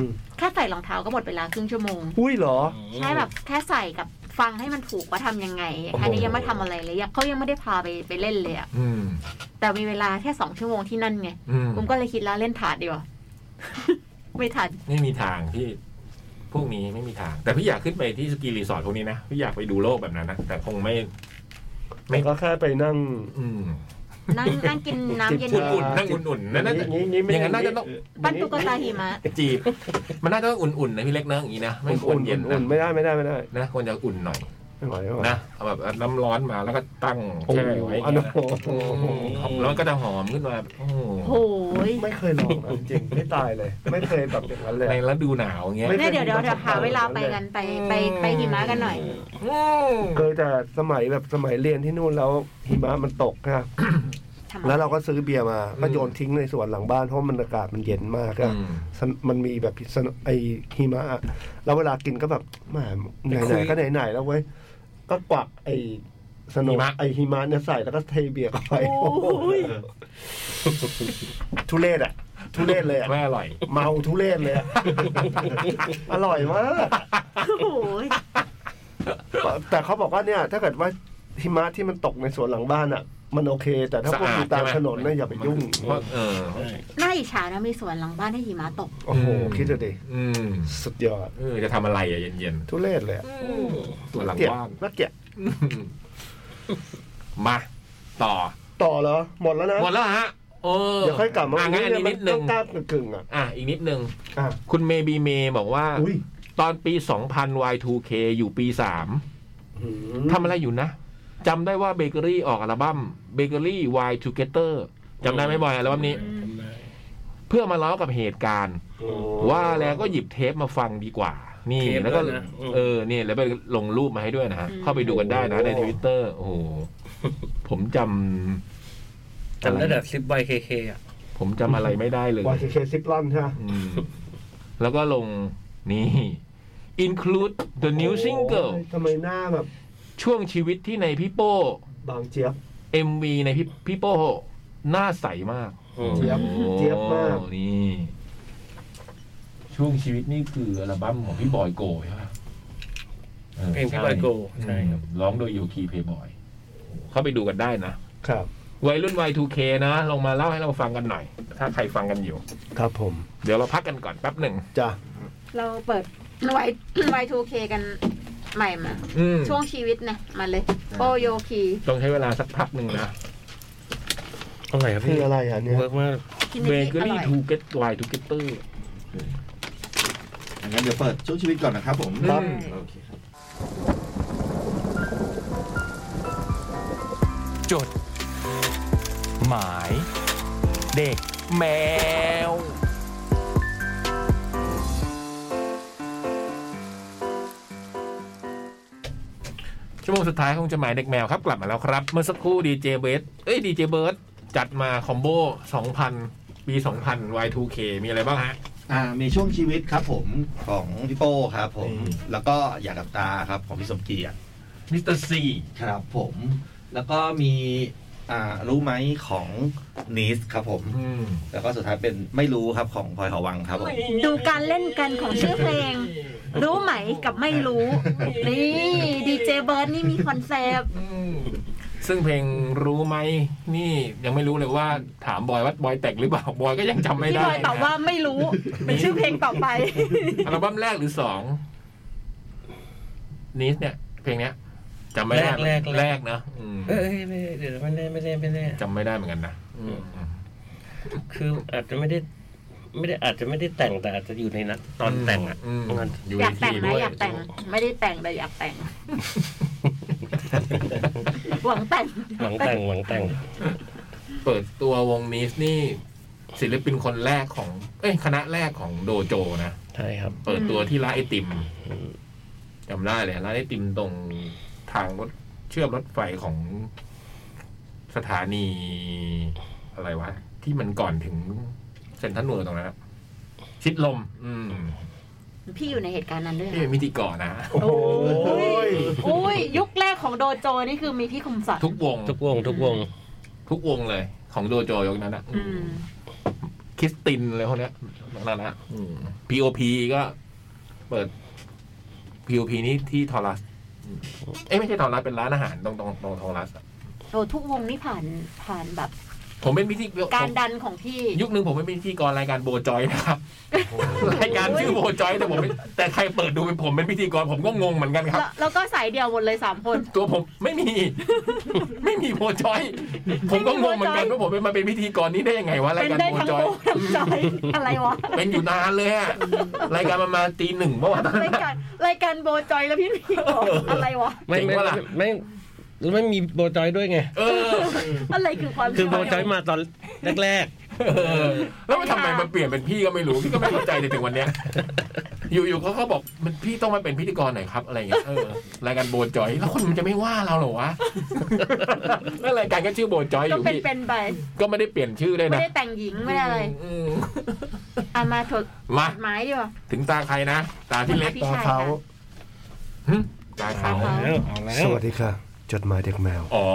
ม แค่ใส่รองเท้าก็หมดเวลาครึ่งชั่วโมง อุ้ยเหรอ ใช่แบบแค่ใส่กับฟังให้มันถูกว่าทำยังไงอันนี้ยังไม่ทำอะไรเลยยังเขายังไม่ได้พาไปไปเล่นเลยอะ อืม แต่มีเวลาแค่สองชั่วโมงที่นั่นไง อืม ผมก็เลยคิดแล้วเล่นถาดดีกว่า ไม่ถาด ไม่มีทางที่พวกนี้ไม่มีทาง แต่พี่อยากขึ้นไปที่สกีรีสอร์ทพวกนี้นะพี่อยากไปดูโลกแบบนั้นนะแต่คงไม่ ไม่ มันก็แค่ไปนั่ง อืม นั่งนั่งกินน้ำเย็น จิบ อุ่นๆ ชา นั่งอุ่นๆนั่นน่ะ อย่างงี้อย่างงี้ไม่ อย่างนั้นน่าจะต้อง ปั้นตุ๊กตาหิมะ จีบ มันน่าจะต้องอุ่นๆนะพี่เล็กนะอย่างนี้นะไม่ควร อุ่น เย็น ๆ นะ อุ่นๆไม่ได้ไม่ได้ไม่ได้ นะควรจะอุ่นหน่อย ไม่ไหวไม่ไหว นะเอาแบบน้ำร้อนมาแล้วก็ตั้ง โอ้ แช่ โห ไว้ อัน น นั้นโอ้โห แล้วมันก็จะหอมขึ้นมาโอ้โห โหย ไม่เคยลองนะจริงไม่ตายเลย ไม่เคยแบบอย่างนั้นเลย ในฤดูหนาวอย่างเงี้ย ไม่ เนี่ยเดี๋ยวเดี๋ยวเดี๋ยวหาเวลาไปกันไปไปไปหิมะกันหน่อย เคยแต่สมัยแบบสมัยเรียนที่นู่นแล้วหิมะมันตกนะ ทำไม แล้วเราก็ซื้อเบียร์มาก็ อืม โยนทิ้งในสวนหลังบ้านเพราะมันอากาศมันเย็นมากอะ อืม สนมันมีแบบสนไอหิมะอะแล้วเวลากินก็แบบแหมไหนๆก็ไหนๆแล้วเว้ยก็กวักไอสโนุ หิมะ ไอหิมะเนี่ยใส่แล้วก็เทเบียร์เข้าไป ทุเรศอะทุเรศเลยอะ ไม่อร่อย เมาทุเรศเลยอะ อร่อยมาก โอ้ย แต่เขาบอกว่าเนี่ย ถ้าเกิดว่าหิมะที่มันตกในสวนหลังบ้านอ่ะ มันโอเค แต่ถ้าพวกอยู่ตามถนนน่ะอย่าไปยุ่ง เพราะเออ น่าอิจฉานะมีสวนหลังบ้านให้หิมะตก โอ้โห อืม คิดดูดิ อืม สุดยอด เออจะทำอะไรอ่ะเย็น ทุเรศเลยอะ ๆตัวหลัง เกลียด บ้าน น่าเกลียด มา ต่อ ต่อเหรอ หมดแล้วนะ หมดแล้วฮะเออ เดี๋ยวค่อยกลับมา อ่ะงั้นอันนี้ มั นิดนึง กล้ากึ่งๆอ่ะ อ่ะ อีกนิดนึง อ่ะ คุณเมบีเมย์บอกว่า อุ้ย ตอนปี 2000 Y2K อยู่ปี 3 หืม ทำอะไรอยู่นะจำได้ว่าเบเกอรี่ออกอัลบั้มเบเกอรี่ Y Together จำได้ไหมบอยอัลบั้มนี้ อืม เพื่อมาล้อกับเหตุการณ์ โอ้ ว่าแล้วก็หยิบเทปมาฟังดีกว่า นี่ เทป แล้วก็ ด้วยนะอืม เออเนี่ยแล้วไปลงรูปมาให้ด้วยนะฮะ อืม เข้าไปดูกันได้นะ ในทวิตเตอร์โอ้โหผมจำ จำได้แต่ซิปไวเคเคอ่ะ ผมจำอะไรไม่ได้เลย วายเคเคซิปลอนใช่ไหม อืมแล้วก็ลงนี่ include the new single โอ้ยทำไมหน้าแบบ ช่วงชีวิตที่ในพี่โป้ บางเจี๊ยบ MV ในพี่พี่โป้หน้าใสมาก เจี๊ยบ โอ้ เจี๊ยบมาก นี่ ช่วงชีวิตนี่คืออัลบั้มของพี่บอยโกใช่ไหม เพลงพี่บอยโกใช่ครับ ร้องโดยโยคีเพย์บอย เข้าไปดูกันได้นะ ครับ วัยรุ่น Y2K นะลงมาเล่าให้เราฟังกันหน่อย ถ้าใครฟังกันอยู่ ครับผม เดี๋ยวเราพักกันก่อนแป๊บหนึ่ง จ้ะ เราเปิด Y Y2K กันใหม่มา อืม ช่วงชีวิตนะมาเลยโปโยคี ต้องใช้เวลาสักพักหนึ่งนะ อร่อยครับ คื พี่ ออะไรอ่ะเนี่ย เวิร์กมาก ที่ เบ นี่ เกอ อ รี่ ร่อย ทูเกตไวทูเกตเตอร์ งั้นเดี๋ยวเปิดช่วงชีวิตก่อนนะครับผม ครับ โอเคครับ จด หมาย เด็กแมว ชั่วโมงสุดท้ายของจดหมายเด็กแมวครับ กลับมาแล้วครับ เมื่อสักครู่ดีเจเบิร์ดเอ้ยดีเจเบิร์ดจัดมาคอมโบ 2,000 ปี 2,000 Y2K มีอะไรบ้างฮะ อ่า มีช่วงชีวิตครับผมของพี่โป้ครับผม อืม แล้วก็อยากกับตาครับของพี่สมเกียรติ มิสเตอร์ซี ครับผม แล้วก็มี อ่า รู้ไหมของนีสครับผม แล้วก็สุดท้ายเป็นไม่รู้ครับของพลอยหอวังครับผม ดูการเล่นกันของชื่อเพลง รู้ไหมกับไม่รู้ นี่ดีเจเบิร์ดนี่มีคอนเซปต์ ซึ่งเพลงรู้ไหมนี่ยังไม่รู้เลยว่าถามบอยว่าบอยแต่งหรือเปล่า บอยก็ยังจำไม่ พี่ ได้ บอยตอบว่าไม่รู้ เป็นชื่อเพลงต่อ ไป อัลบั้มแรกหรือสองนีสเนี่ย เพลงเนี้ยจำไม่ได้ แรกแรกแรก แรกนะอืม เอ้ยไม่เดี๋ยวไม่แน่ไม่แน่ไม่แน่ จำไม่ได้เหมือนกันนะอืม คืออาจจะไม่ได้ ไม่ได้อาจจะไม่ได้แต่งแต่อาจจะอยู่ในนั้นตอนแต่งอ่ะ ม ตอน อยากแต่ง ที่ นะ ด้วย อยากแต่ง ไม่ได้แต่งแต่อยากแต่ง หวังแต่ง หวังแต่งหวังแต่ง เปิดตัววงนีสนี่ ศิลปินคนแรกของ เอ้ยคณะแรกของโดโจนะ ใช่ครับ เปิดตัวที่ร้านไอติม อืม จำได้เลยร้านไอติมตรงทางรถเชื่อมรถไฟของสถานีอะไรวะ ที่มันก่อนถึงเซ็นทรัลเวิร์ตรงนั้นอะชิดลม อืม พี่อยู่ในเหตุการณ์นั้นด้วย ที่ เหร เป็ อน มิติก่อนะ โอ้โห อุ้ยยุคแรกของโดโจนี่คือมีพี่คมสัน ทุกวง ทุกวงทุกวง ทุกวงเลย ของโดโจยกนั้นอะ อืม คริสตินอะไรพวกเนี้ยนั่นนะพีโอพีก็เปิดพีโอพีนี้ที่ทอรัสอืมเอ้ยไม่ใช่ทอรัสเป็นร้านอาหารตรงตรงตรงทอรัสอะ โอ้ทุกวงนี่ผ่านผ่านแบบ ผมเป็นพิธีก การ ร ดันของพี่ ยุคนึงผมเป็นพิธีกรรายการโบจอยนะครับรายการชื่อโบจอยแต่ผมไม่แต่ใครเปิดดูเป็นผมเป็นพิธีกรผมก็งงเหมือนกันครับ แล้วแล้วก็สายเดียวหมดเลยสามคน ตัวผมไม่มี ไม่มีโบจอย ผมก็งงเหมือนกันว่าผมเป็นมาเป็นพิธีกรนี้ได้ยังไงวะราย เป็น การ ได้ โบจทั้งอย โบทั้งจอย อะไรวะ เป็นอยู่นานเลยอะรายการประมาณตีหนึ่งเมื่อวาน รายการรายการโบจอยแล้วพี่มีบอกอะไรวะ ไม่ เจ๋ง ไม่ ปะล่ะ ไม่แล้วไม่มีโบจอยด้วยไง เออ อะไรคือความ คือโบจอยมาต อนแรก เออ แล้วมันทำไมมันเปลี่ยนเป็นพี่ก็ไม่รู้ พี่ก็ไม่เข้าใจจนถึงวันเนี้ย อยู่ๆเขาก็บอกมันพี่ต้องมาเป็นพิธีกรหน่อยครับ อะไรเงี้ยเออรายการโบจอย แล้วคนมันจะไม่ว่าเราเหรอวะ แล้วรายการก็ชื่อโบจอยอ ก็ ยู่ เป็น พี่ เป็นไป ก็ไม่ได้เปลี่ยนชื่อด้วย ไม่ นะ ได้แต่งหญิงไม่ได้อะไร อืม อ่ะมาถก มา ไม้ดีกว่า ถึงตาใครนะ ตาพี่เล็ก พี่ ตา ชายค่ะ เขา หึตาเขา ตาเขา ๆแล้วเอาแล้ ส ว วัสดีค่ะ จดหมายเด็กแมว อ๋อ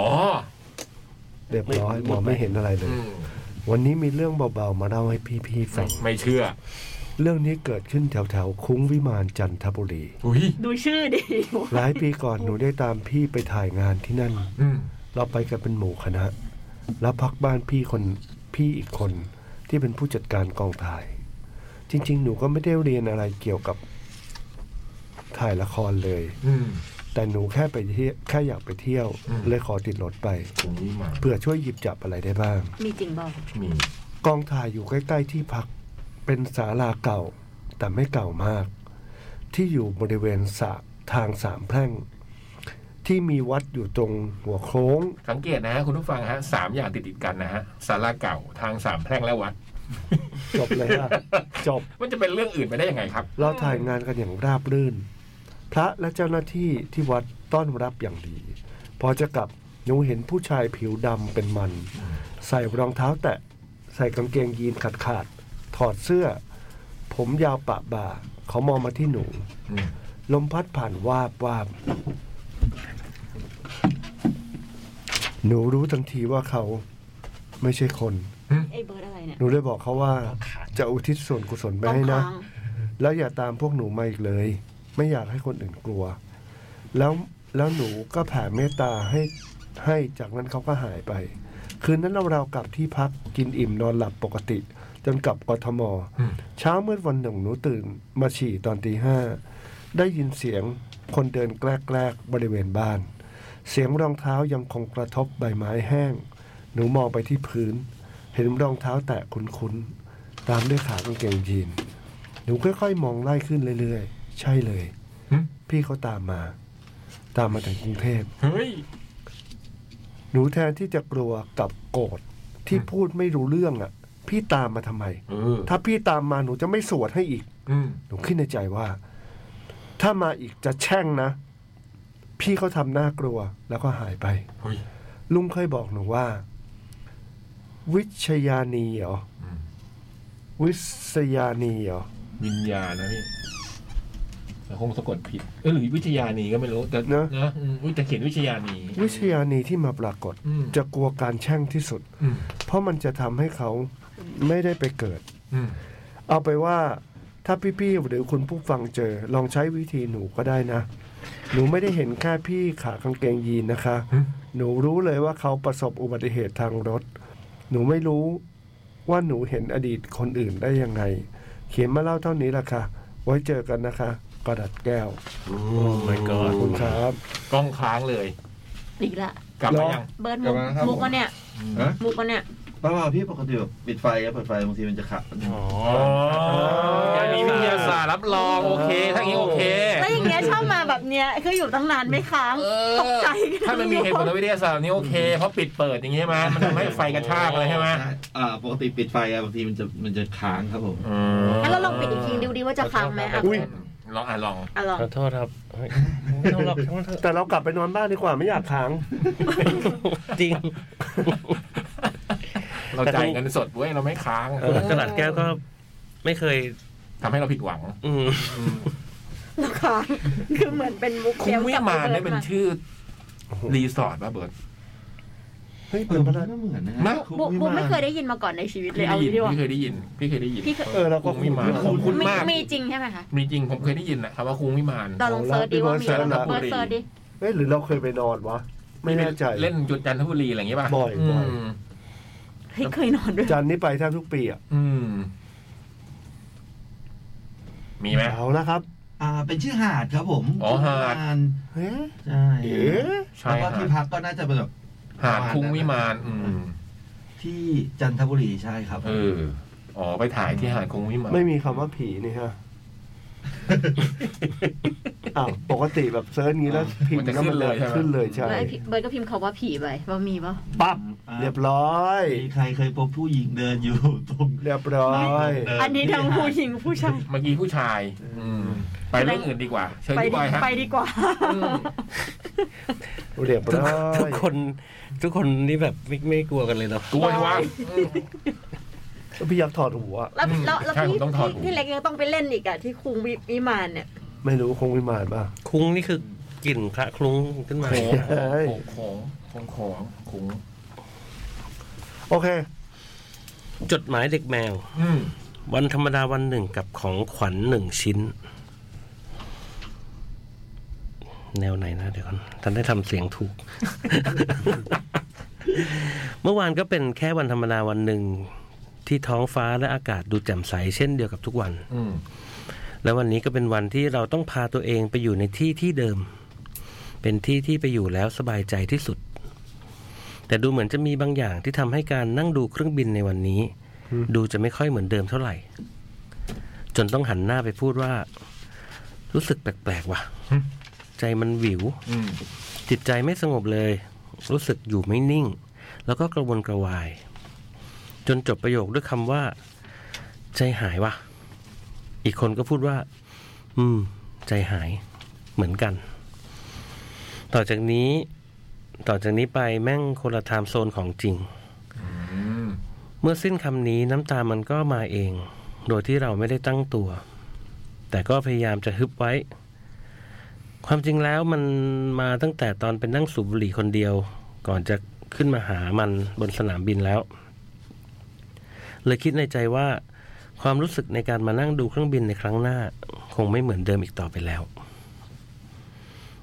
เรียบร้อย ไม่ มองไม่เห็นอะไรเล อื ย ม วันนี้มีเรื่องเบาๆ มาเล่าให้พี่ๆฟัง ไม่เชื่อ เรื่องนี้เกิดขึ้นแถวๆ คุ้งวิมานจันทบุรี อุ้ย ดูชื่อดี หลายปีก่อนหนูได้ตามพี่ไปถ่ายงานที่นั่น อืม เราไปกันเป็นหมู่คณะ แล้วพักบ้านพี่คนพี่อีกคนที่เป็นผู้จัดการกองถ่าย จริง ๆ หนูก็ไม่ได้เรียนอะไรเกี่ยวกับถ่ายละครเลย อืม แต่หนูแค่ไปเที่ยวแค่อยากไปเที่ยว อืม เลยขอติดรถไป ตรงนี้มา เพื่อช่วยหยิบจับอะไรได้บ้าง มีจริงบอก มี กองถ่ายอยู่ใกล้ ๆ ที่พักเป็นศาลาเก่า แต่ไม่เก่ามาก ที่อยู่บริเวณสระทางสามแพร่ง ที่มีวัดอยู่ตรงหัวโค้ง สังเกตนะฮะคุณผู้ฟังฮะสามอย่างติดติดๆกันนะฮะสาราเก่าทางสามแพร่งและวัด จบเลย ค่ะ จบ มันจะเป็นเรื่องอื่นไปได้ยังไงครับ เราถ่ายงานกันอย่างราบรื่น พระและเจ้าหน้าที่ที่วัดต้อนรับอย่างดี พอจะกลับหนูเห็นผู้ชายผิวดำเป็นมัน ใส่รองเท้าแตะ ใส่กางเกงยีนขาดขาดๆถอดเสื้อ ผมยาวปะบ่า เขามองมาที่หนู อืม ลมพัดผ่านวาบวาบหนูรู้ทันทีว่าเขาไม่ใช่คน ไอ้เบิร์ดอะไรเนี่ย หนูเลยบอกเขาว่า จะอุทิศส่วนกุศลไปให้นะ กองค้าง แล้วอย่าตามพวกหนูมาอีกเลย ไม่อยากให้คนอื่นกลัว แล้วแล้วหนูก็แผ่เมตตาให้ให้จากนั้นเขาก็หายไป คืนนั้นเราเรากลับที่พักกินอิ่มนอนหลับปกติ จนกลับกทม อืม เช้ามืดวันหนึ่งหนูตื่นมาฉี่ตอนตีห้าได้ยินเสียงคนเดินแกล้กๆบริเวณบ้าน เสียงรองเท้ายังคงกระทบใบไม้แห้ง หนูมองไปที่พื้น เห็นรองเท้าแตะคุ้นๆตามด้วยขากางเกงยีน หนูค่อยๆ มองไล่ขึ้นเรื่อยๆ ใช่เลย หึ พี่เขาตามมา ตามมาถึงกรุงเทพ เฮ้ย หนูแทนที่จะกลัวกับโกรธที่พูดไม่รู้เรื่องอ่ะ พี่ตามมาทำไม เออ ถ้าพี่ตามมาหนูจะไม่สวดให้อีก อืม หนูคิดในใจว่า ถ้ามาอีกจะแช่งนะ พี่เขาทำหน้ากลัวแล้วก็หายไป เฮ้ย ลุงเคยบอกหนูว่า วิชยานีเหรออ ม วิษยานีเหรอ วิญญาณนะพี่แต่คงสะกดผิดเออหรือวิทยานีก็ไม่รู้แต่ เนอะ นะอืมอุ๊ยแต่เขียนวิทยานี วิชยานีที่มาปรากฏ อืม จะกลัวการแช่งที่สุด อืม เพราะมันจะทำให้เขาไม่ได้ไปเกิด อืม เอาไปว่าถ้าพี่ๆหรือคุณผู้ฟังเจอ ลองใช้วิธีหนูก็ได้นะ หนูไม่ได้เห็นแค่พี่ขากางเกงยีนนะคะ หนูรู้เลยว่าเขาประสบอุบัติเหตุทางรถ หนูไม่รู้ว่าหนูเห็นอดีตคนอื่นได้ยังไง เขียนมาเล่าเท่านี้ละค่ะ ไว้เจอกันนะคะ กระดัดแก้ว โอ้ my ข god อบคุณครับ กล้องค้างเลย อีกละ กลับมายัง เบิร์ดมุก กลับมาครับ มุกวะเนี่ย ฮะ มุกวะเนี่ย เปล่าๆพี่ปกติแบบปิดไฟอะเปิดไฟบางทีมันจะขัด อ๋ออย่างนี้วิทยาศาสตร์รับรองโอเค ถ้าอย่างนี้โอเค แล้วอย่างเงี้ยชอบมาแบบเนี้ยคืออยู่ตั้งนานไม่ค้าง เอ ต อก ใจ ถ้ามันมีเหตุผลทางวิทยาศาสตร์นี่โอเค เพราะปิดเปิดอย่างนี้ใช่ไหมมันทำให้ไฟกระชากอะไรใช่ไหม ใช่อ่าปกติปิดไฟอะบางทีมันจะมันจะค้างครับผม อืม งั้นเราลองปิดอีกทีดูดิว่าจะค้างไหมอ่ะ อุ้ย ลองอ่ะลอง อ่ะลอง ขอโทษครับเฮ้ยไม่ต้องหรอกช่างมันเถอะ แต่เรากลับไปนอนบ้านดีกว่าไม่อยากค้าง จริง เราจ่ายเงินสดเว้ยเราไม่ค้าง เออตลาดแก้วก็ไม่เคย ทำให้เราผิดหวัง อืม แล้วค้างคือเหมือนเป็นมุก คุ้ เดี๋ ม ยว วิ กลับ มาน ดิ ได้เป็นชื่อรีสอร์ทป่ะเบิร์ด เฮ้ย เปิ เปิ ด ดมามาแล้ แล้ว ว ไม่เหมือนนะ นะ บุบุมไม่เคยได้ยินมาก่อนในชีวิตเลยเอา พี่ ดีกว่า เคยได้ยิน พี่เคยได้ยิน พี่เคย เออเราก็ คุ้มวิมาน คุ้ คุ้มมคุ้นมาก มีจริงใช่ไหมคะ มีจริงผมเคยได้ยินนะครับว่าคุ้มวิมาน เราลองเซิร์ชดิว่ามี เซิร์ชนะ เปิดเซิร์ชดิ เอ้ยหรือเราเคยไปนอนวะ ไม่แน่ใจ เล่นจุดจันทบุรีอะไรอย่างงี้ป่ะ บ่อยบ่อย ม เฮ้ยเคยนอนด้วย จันนี้ไปแทบทุกปีอ่ะ อืม มีไหม เอาละครับ อ่าเป็นชื่อหาดครับผม อ๋อหาด เฮ้ย ใช่ เอ๊ะ ใช่ แล้วก็ ฮะ ที่พักก็น่าจะเป็นแบบ หาดคุ้งวิมาน อืม ที่จันทบุรีใช่ครับ เออ อ๋อ ไปถ่ายที่หาดคงวิมาน ไม่มีคำว่าผีนี่ฮะอ้าวปกติแบบเซิร์ชงี้แล้วพิมพ์แล้วมันเลยขึ้นเลยใช่ แล้วไอ้พี่เบิร์ดก็พิมพ์คำว่าผีไปว่ามีป่ะ ปั๊บ อ่า เรียบร้อย มีใครเคยพบผู้หญิงเดินอยู่ตรง เรียบร้อย เดิ อันนี้ทั้งผู้หญิงผู้ชาย เมื่อกี้ผู้ชาย อืม ไปเรื่องอื่นดีกว่า เชิญ ไป พี่ ดี บอยฮะ ไปดีกว่า อืม เรียบ ทุก ร้อ ทุก ย คนทุกคนนี่แบบไม่ไม่กลัวกันเลยเนาะ กลัวดิวะ พี่ยักษ์ถอดหัว แล้วแล้วแล้ว ใช่ผม พี่ ต้องถอดหู พี่เล็กยังต้องไปเล่นอีกอะที่คุงวิวิมานเนี่ย ไม่รู้คงวิมานป่ะ คุ้งนี่คือกลิ่นคละคลุ้งขึ้นมา โขง เฮ้ย โขงโขงโขงโขง โอเค จดหมายเด็กแมว อืม วันธรรมดาวันหนึ่งกับของขวัญหนึ่งชิ้น แนวไหนนะเดี๋ยวก่อนท่านได้ทำเสียงถูก เมื่อวานก็เป็นแค่วันธรรมดาวันหนึ่งที่ท้องฟ้าและอากาศดูแจ่มใสเช่นเดียวกับทุกวัน อืม และวันนี้ก็เป็นวันที่เราต้องพาตัวเองไปอยู่ในที่ที่เดิม เป็นที่ที่ไปอยู่แล้วสบายใจที่สุด แต่ดูเหมือนจะมีบางอย่างที่ทำให้การนั่งดูเครื่องบินในวันนี้ อืม ดูจะไม่ค่อยเหมือนเดิมเท่าไหร่ จนต้องหันหน้าไปพูดว่า รู้สึกแปลกๆว่ะ หึ ใจมันหวิว อืม จิตใจไม่สงบเลย รู้สึกอยู่ไม่นิ่ง แล้วก็กระวนกระวาย จนจบประโยคด้วยคำว่า ใจหายว่ะ อีกคนก็พูดว่า อืม ใจหาย เหมือนกัน ต่อจากนี้ ต่อจากนี้ไปแม่งคนละไทม์โซนของจริง อืม เมื่อสิ้นคำนี้น้ำตามันก็มาเอง โดยที่เราไม่ได้ตั้งตัว แต่ก็พยายามจะฮึบไว้ ความจริงแล้วมันมาตั้งแต่ตอนเป็นนั่งสูบบุหรี่คนเดียว ก่อนจะขึ้นมาหามันบนสนามบินแล้ว เลยคิดในใจว่า ความรู้สึกในการมานั่งดูเครื่องบินในครั้งหน้า คงไม่เหมือนเดิมอีกต่อไปแล้ว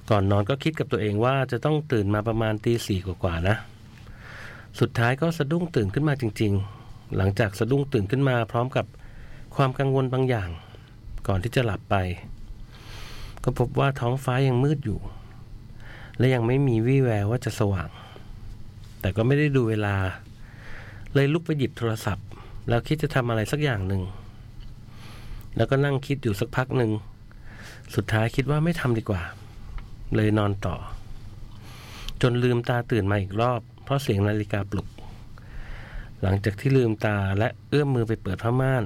ก่อนนอนก็คิดกับตัวเองว่าจะต้องตื่นมาประมาณตีสี่กว่าๆนะ สุดท้ายก็สะดุ้งตื่นขึ้นมาจริง ๆ หลังจากสะดุ้งตื่นขึ้นมาพร้อมกับความกังวลบางอย่าง ก่อนที่จะหลับไป ก็พบว่าท้องฟ้ายังมืดอยู่ และยังไม่มีวี่แววว่าจะสว่าง แต่ก็ไม่ได้ดูเวลา เลยลุกไปหยิบโทรศัพท์ แล้วคิดจะทำอะไรสักอย่างหนึ่ง แล้วก็นั่งคิดอยู่สักพักหนึ่ง สุดท้ายคิดว่าไม่ทำดีกว่า เลยนอนต่อ จนลืมตาตื่นมาอีกรอบ เพราะเสียงนาฬิกาปลุก หลังจากที่ลืมตาและเอื้อมมือไปเปิดผ้าม่าน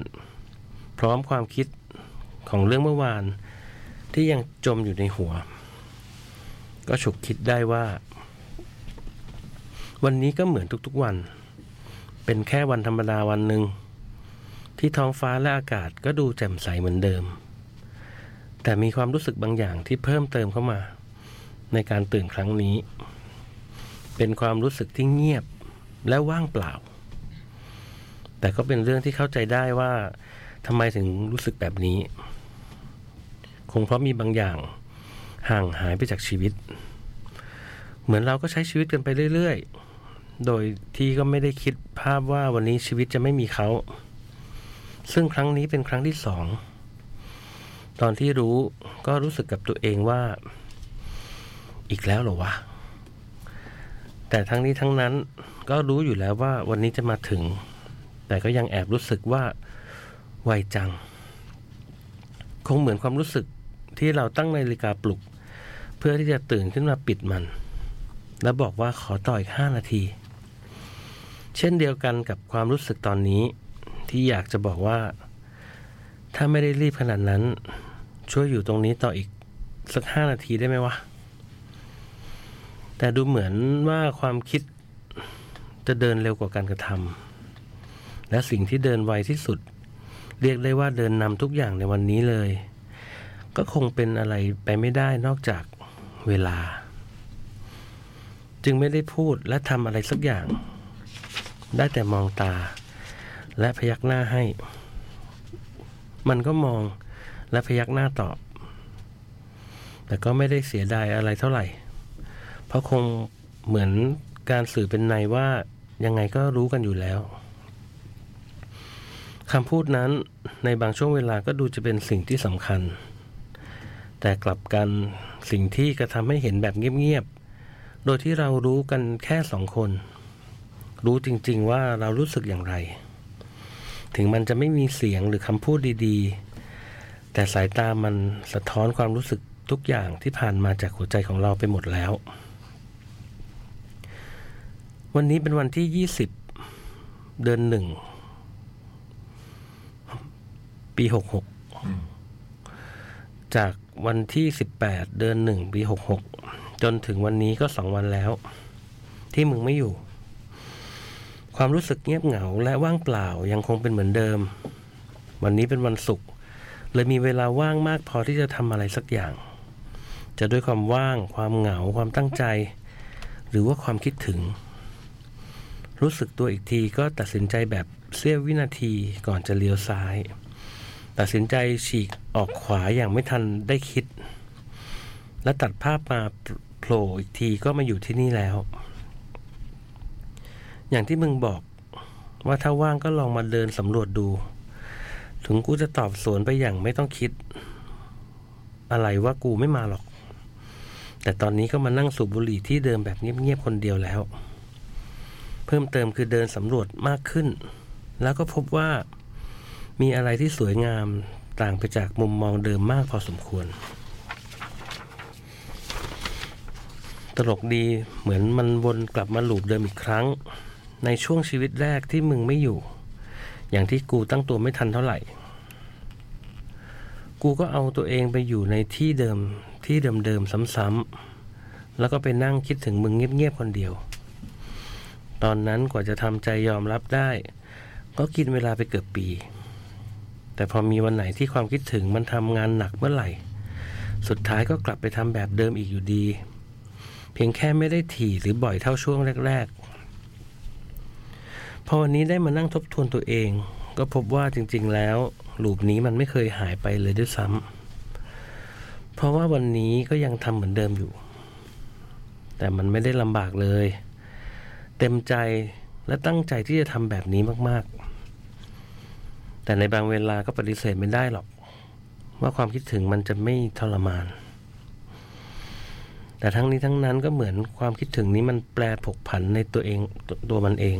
พร้อมความคิดของเรื่องเมื่อวาน ที่ยังจมอยู่ในหัว ก็ฉุกคิดได้ว่า วันนี้ก็เหมือนทุกๆวัน เป็นแค่วันธรรมดาวันหนึ่ง ที่ท้องฟ้าและอากาศก็ดูแจ่มใสเหมือนเดิม แต่มีความรู้สึกบางอย่างที่เพิ่มเติมเข้ามา ในการตื่นครั้งนี้ เป็นความรู้สึกที่เงียบและว่างเปล่า แต่ก็เป็นเรื่องที่เข้าใจได้ว่าทำไมถึงรู้สึกแบบนี้ คงเพราะมีบางอย่าง ห่างหายไปจากชีวิต เหมือนเราก็ใช้ชีวิตกันไปเรื่อยๆ โดยที่ก็ไม่ได้คิดภาพว่าวันนี้ชีวิตจะไม่มีเขา ซึ่งครั้งนี้เป็นครั้งที่สอง ตอนที่รู้ก็รู้สึกกับตัวเองว่า อีกแล้วเหรอวะ แต่ทั้งนี้ทั้งนั้น ก็รู้อยู่แล้วว่าวันนี้จะมาถึง แต่ก็ยังแอบรู้สึกว่าไวจัง คงเหมือนความรู้สึกที่เราตั้งนาฬิกาปลุก เพื่อที่จะตื่นขึ้นมาปิดมัน แล้วบอกว่าขอต่ออีกห้านาที เช่นเดียวกันกับความรู้สึกตอนนี้ ที่อยากจะบอกว่า ถ้าไม่ได้รีบขนาดนั้น ช่วยอยู่ตรงนี้ต่ออีกสักห้านาทีได้ไหมวะ แต่ดูเหมือนว่าความคิดจะเดินเร็วกว่าการกระทำและสิ่งที่เดินไวที่สุด เรียกได้ว่าเดินนำทุกอย่างในวันนี้เลย ก็คงเป็นอะไรไปไม่ได้นอกจากเวลา จึงไม่ได้พูดและทำอะไรสักอย่าง ได้แต่มองตา และพยักหน้าให้ มันก็มองและพยักหน้าตอบ แต่ก็ไม่ได้เสียดายอะไรเท่าไหร่ เพราะคงเหมือนการสื่อเป็นในว่ายังไงก็รู้กันอยู่แล้วคำพูดนั้นในบางช่วงเวลาก็ดูจะเป็นสิ่งที่สำคัญ แต่กลับกันสิ่งที่กระทำให้เห็นแบบเงียบๆ โดยที่เรารู้กันแค่สองคน รู้จริงๆว่าเรารู้สึกอย่างไร ถึงมันจะไม่มีเสียงหรือคำพูดดีๆ แต่สายตามันสะท้อนความรู้สึกทุกอย่างที่ผ่านมาจากหัวใจของเราไปหมดแล้ว วันนี้เป็นวันที่ 20 เดือนหนึ่ง ปี 66 จากวันที่ 18 เดือนหนึ่งปี 66 จนถึงวันนี้ก็สองวันแล้ว ที่มึงไม่อยู่ ความรู้สึกเงียบเหงาและว่างเปล่ายังคงเป็นเหมือนเดิม วันนี้เป็นวันศุกร์เลยมีเวลาว่างมากพอที่จะทำอะไรสักอย่าง จะด้วยความว่าง ความเหงา ความตั้งใจ หรือว่าความคิดถึง รู้สึกตัวอีกทีก็ตัดสินใจแบบเสี้ยววินาทีก่อนจะเลี้ยวซ้าย ตัดสินใจฉีกออกขวาอย่างไม่ทันได้คิด และตัดภาพมาโผล่อีกทีก็มาอยู่ที่นี่แล้ว อย่างที่มึงบอกว่าถ้าว่างก็ลองมาเดินสำรวจดู ถึงกูจะตอบสวนไปอย่างไม่ต้องคิด อะไรว่ากูไม่มาหรอก แต่ตอนนี้ก็มานั่งสูบบุหรี่ที่เดิมแบบเงียบๆคนเดียวแล้ว เพิ่มเติมคือเดินสำรวจมากขึ้น แล้วก็พบว่า มีอะไรที่สวยงามต่างไปจากมุมมองเดิมมากพอสมควร ตลกดีเหมือนมันวนกลับมาลูปเดิมอีกครั้ง ในช่วงชีวิตแรกที่มึงไม่อยู่ อย่างที่กูตั้งตัวไม่ทันเท่าไหร่ กูก็เอาตัวเองไปอยู่ในที่เดิมที่เดิมๆซ้ำๆแล้วก็ไปนั่งคิดถึงมึงเงียบๆคนเดียว ตอนนั้นกว่าจะทำใจยอมรับได้ ก็กินเวลาไปเกือบปี แต่พอมีวันไหนที่ความคิดถึงมันทำงานหนักเมื่อไหร่ สุดท้ายก็กลับไปทำแบบเดิมอีกอยู่ดี เพียงแค่ไม่ได้ถี่หรือบ่อยเท่าช่วงแรกๆ พอวันนี้ได้มานั่งทบทวนตัวเอง ก็พบว่าจริงๆแล้วลูปนี้มันไม่เคยหายไปเลยด้วยซ้ำเพราะว่าวันนี้ก็ยังทำเหมือนเดิมอยู่ แต่มันไม่ได้ลำบากเลย เต็มใจและตั้งใจที่จะทำแบบนี้มากๆ แต่ในบางเวลาก็ปฏิเสธไม่ได้หรอก ว่าความคิดถึงมันจะไม่ทรมาน แต่ทั้งนี้ทั้งนั้นก็เหมือนความคิดถึงนี้มันแปรผกผันในตัวเองตวตัวมันเอง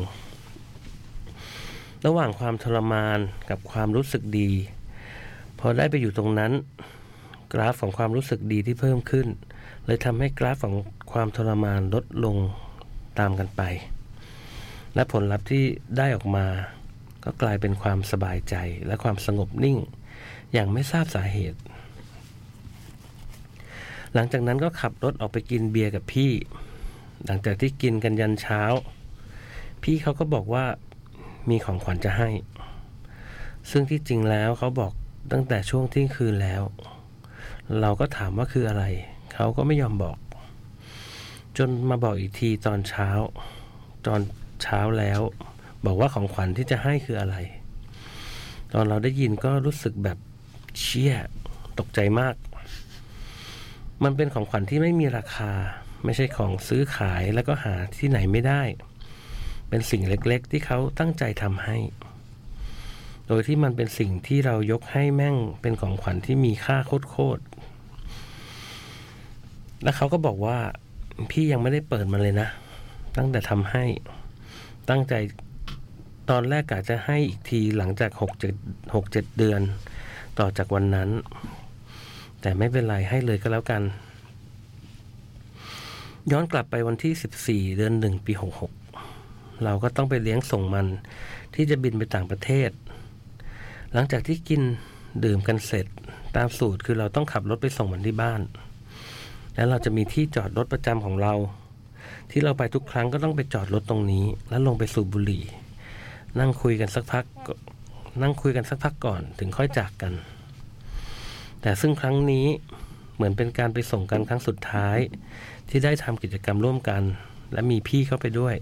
ระหว่างความทรมานกับความรู้สึกดี พอได้ไปอยู่ตรงนั้น กราฟของความรู้สึกดีที่เพิ่มขึ้น เลยทำให้กราฟของความทรมานลดลงตามกันไป และผลลัพธ์ที่ได้ออกมา ก็กลายเป็นความสบายใจและความสงบนิ่ง อย่างไม่ทราบสาเหตุ หลังจากนั้นก็ขับรถออกไปกินเบียร์กับพี่ หลังจากที่กินกันยันเช้า พี่เขาก็บอกว่ามีของขวัญจะให้ ซึ่งที่จริงแล้วเขาบอกตั้งแต่ช่วงเที่ยงคืนแล้ว เราก็ถามว่าคืออะไร เขาก็ไม่ยอมบอก จนมาบอกอีกทีตอนเช้า ตอนเช้าแล้ว บอกว่าของขวัญที่จะให้คืออะไร ตอนเราได้ยินก็รู้สึกแบบเชี่ยตกใจมาก มันเป็นของขวัญที่ไม่มีราคา ไม่ใช่ของซื้อขายแล้วก็หาที่ไหนไม่ได้ เป็นสิ่งเล็กๆ ที่เขาตั้งใจทำให้ โดยที่มันเป็นสิ่งที่เรายกให้แม่งเป็นของขวัญที่มีค่าโคตรๆแล้วเขาก็บอกว่า พี่ยังไม่ได้เปิดมันเลยนะ ตั้งแต่ทำให้ ตั้งใจตอนแรกกะจะให้อีกทีหลังจากหกเจ็ดหกเจ็ดเดือน ต่อจากวันนั้น แต่ไม่เป็นไรให้เลยก็แล้วกัน ย้อนกลับไปวันที่สิบสี่เดือนหนึ่งปีหกหกเราก็ต้องไปเลี้ยงส่งมัน ที่จะบินไปต่างประเทศ หลังจากที่กินดื่มกันเสร็จ ตามสูตรคือเราต้องขับรถไปส่งมันที่บ้าน แล้วเราจะมีที่จอดรถประจำของเรา ที่เราไปทุกครั้งก็ต้องไปจอดรถตรงนี้ แล้วลงไปสูบบุหรี่ นั่งคุยกันสักพักก็นั่งคุยกันสักพักก่อนถึงค่อยจากกัน แต่ซึ่งครั้งนี้เหมือนเป็นการไปส่งกันครั้งสุดท้าย ที่ได้ทำกิจกรรมร่วมกัน และมีพี่เข้าไปด้วย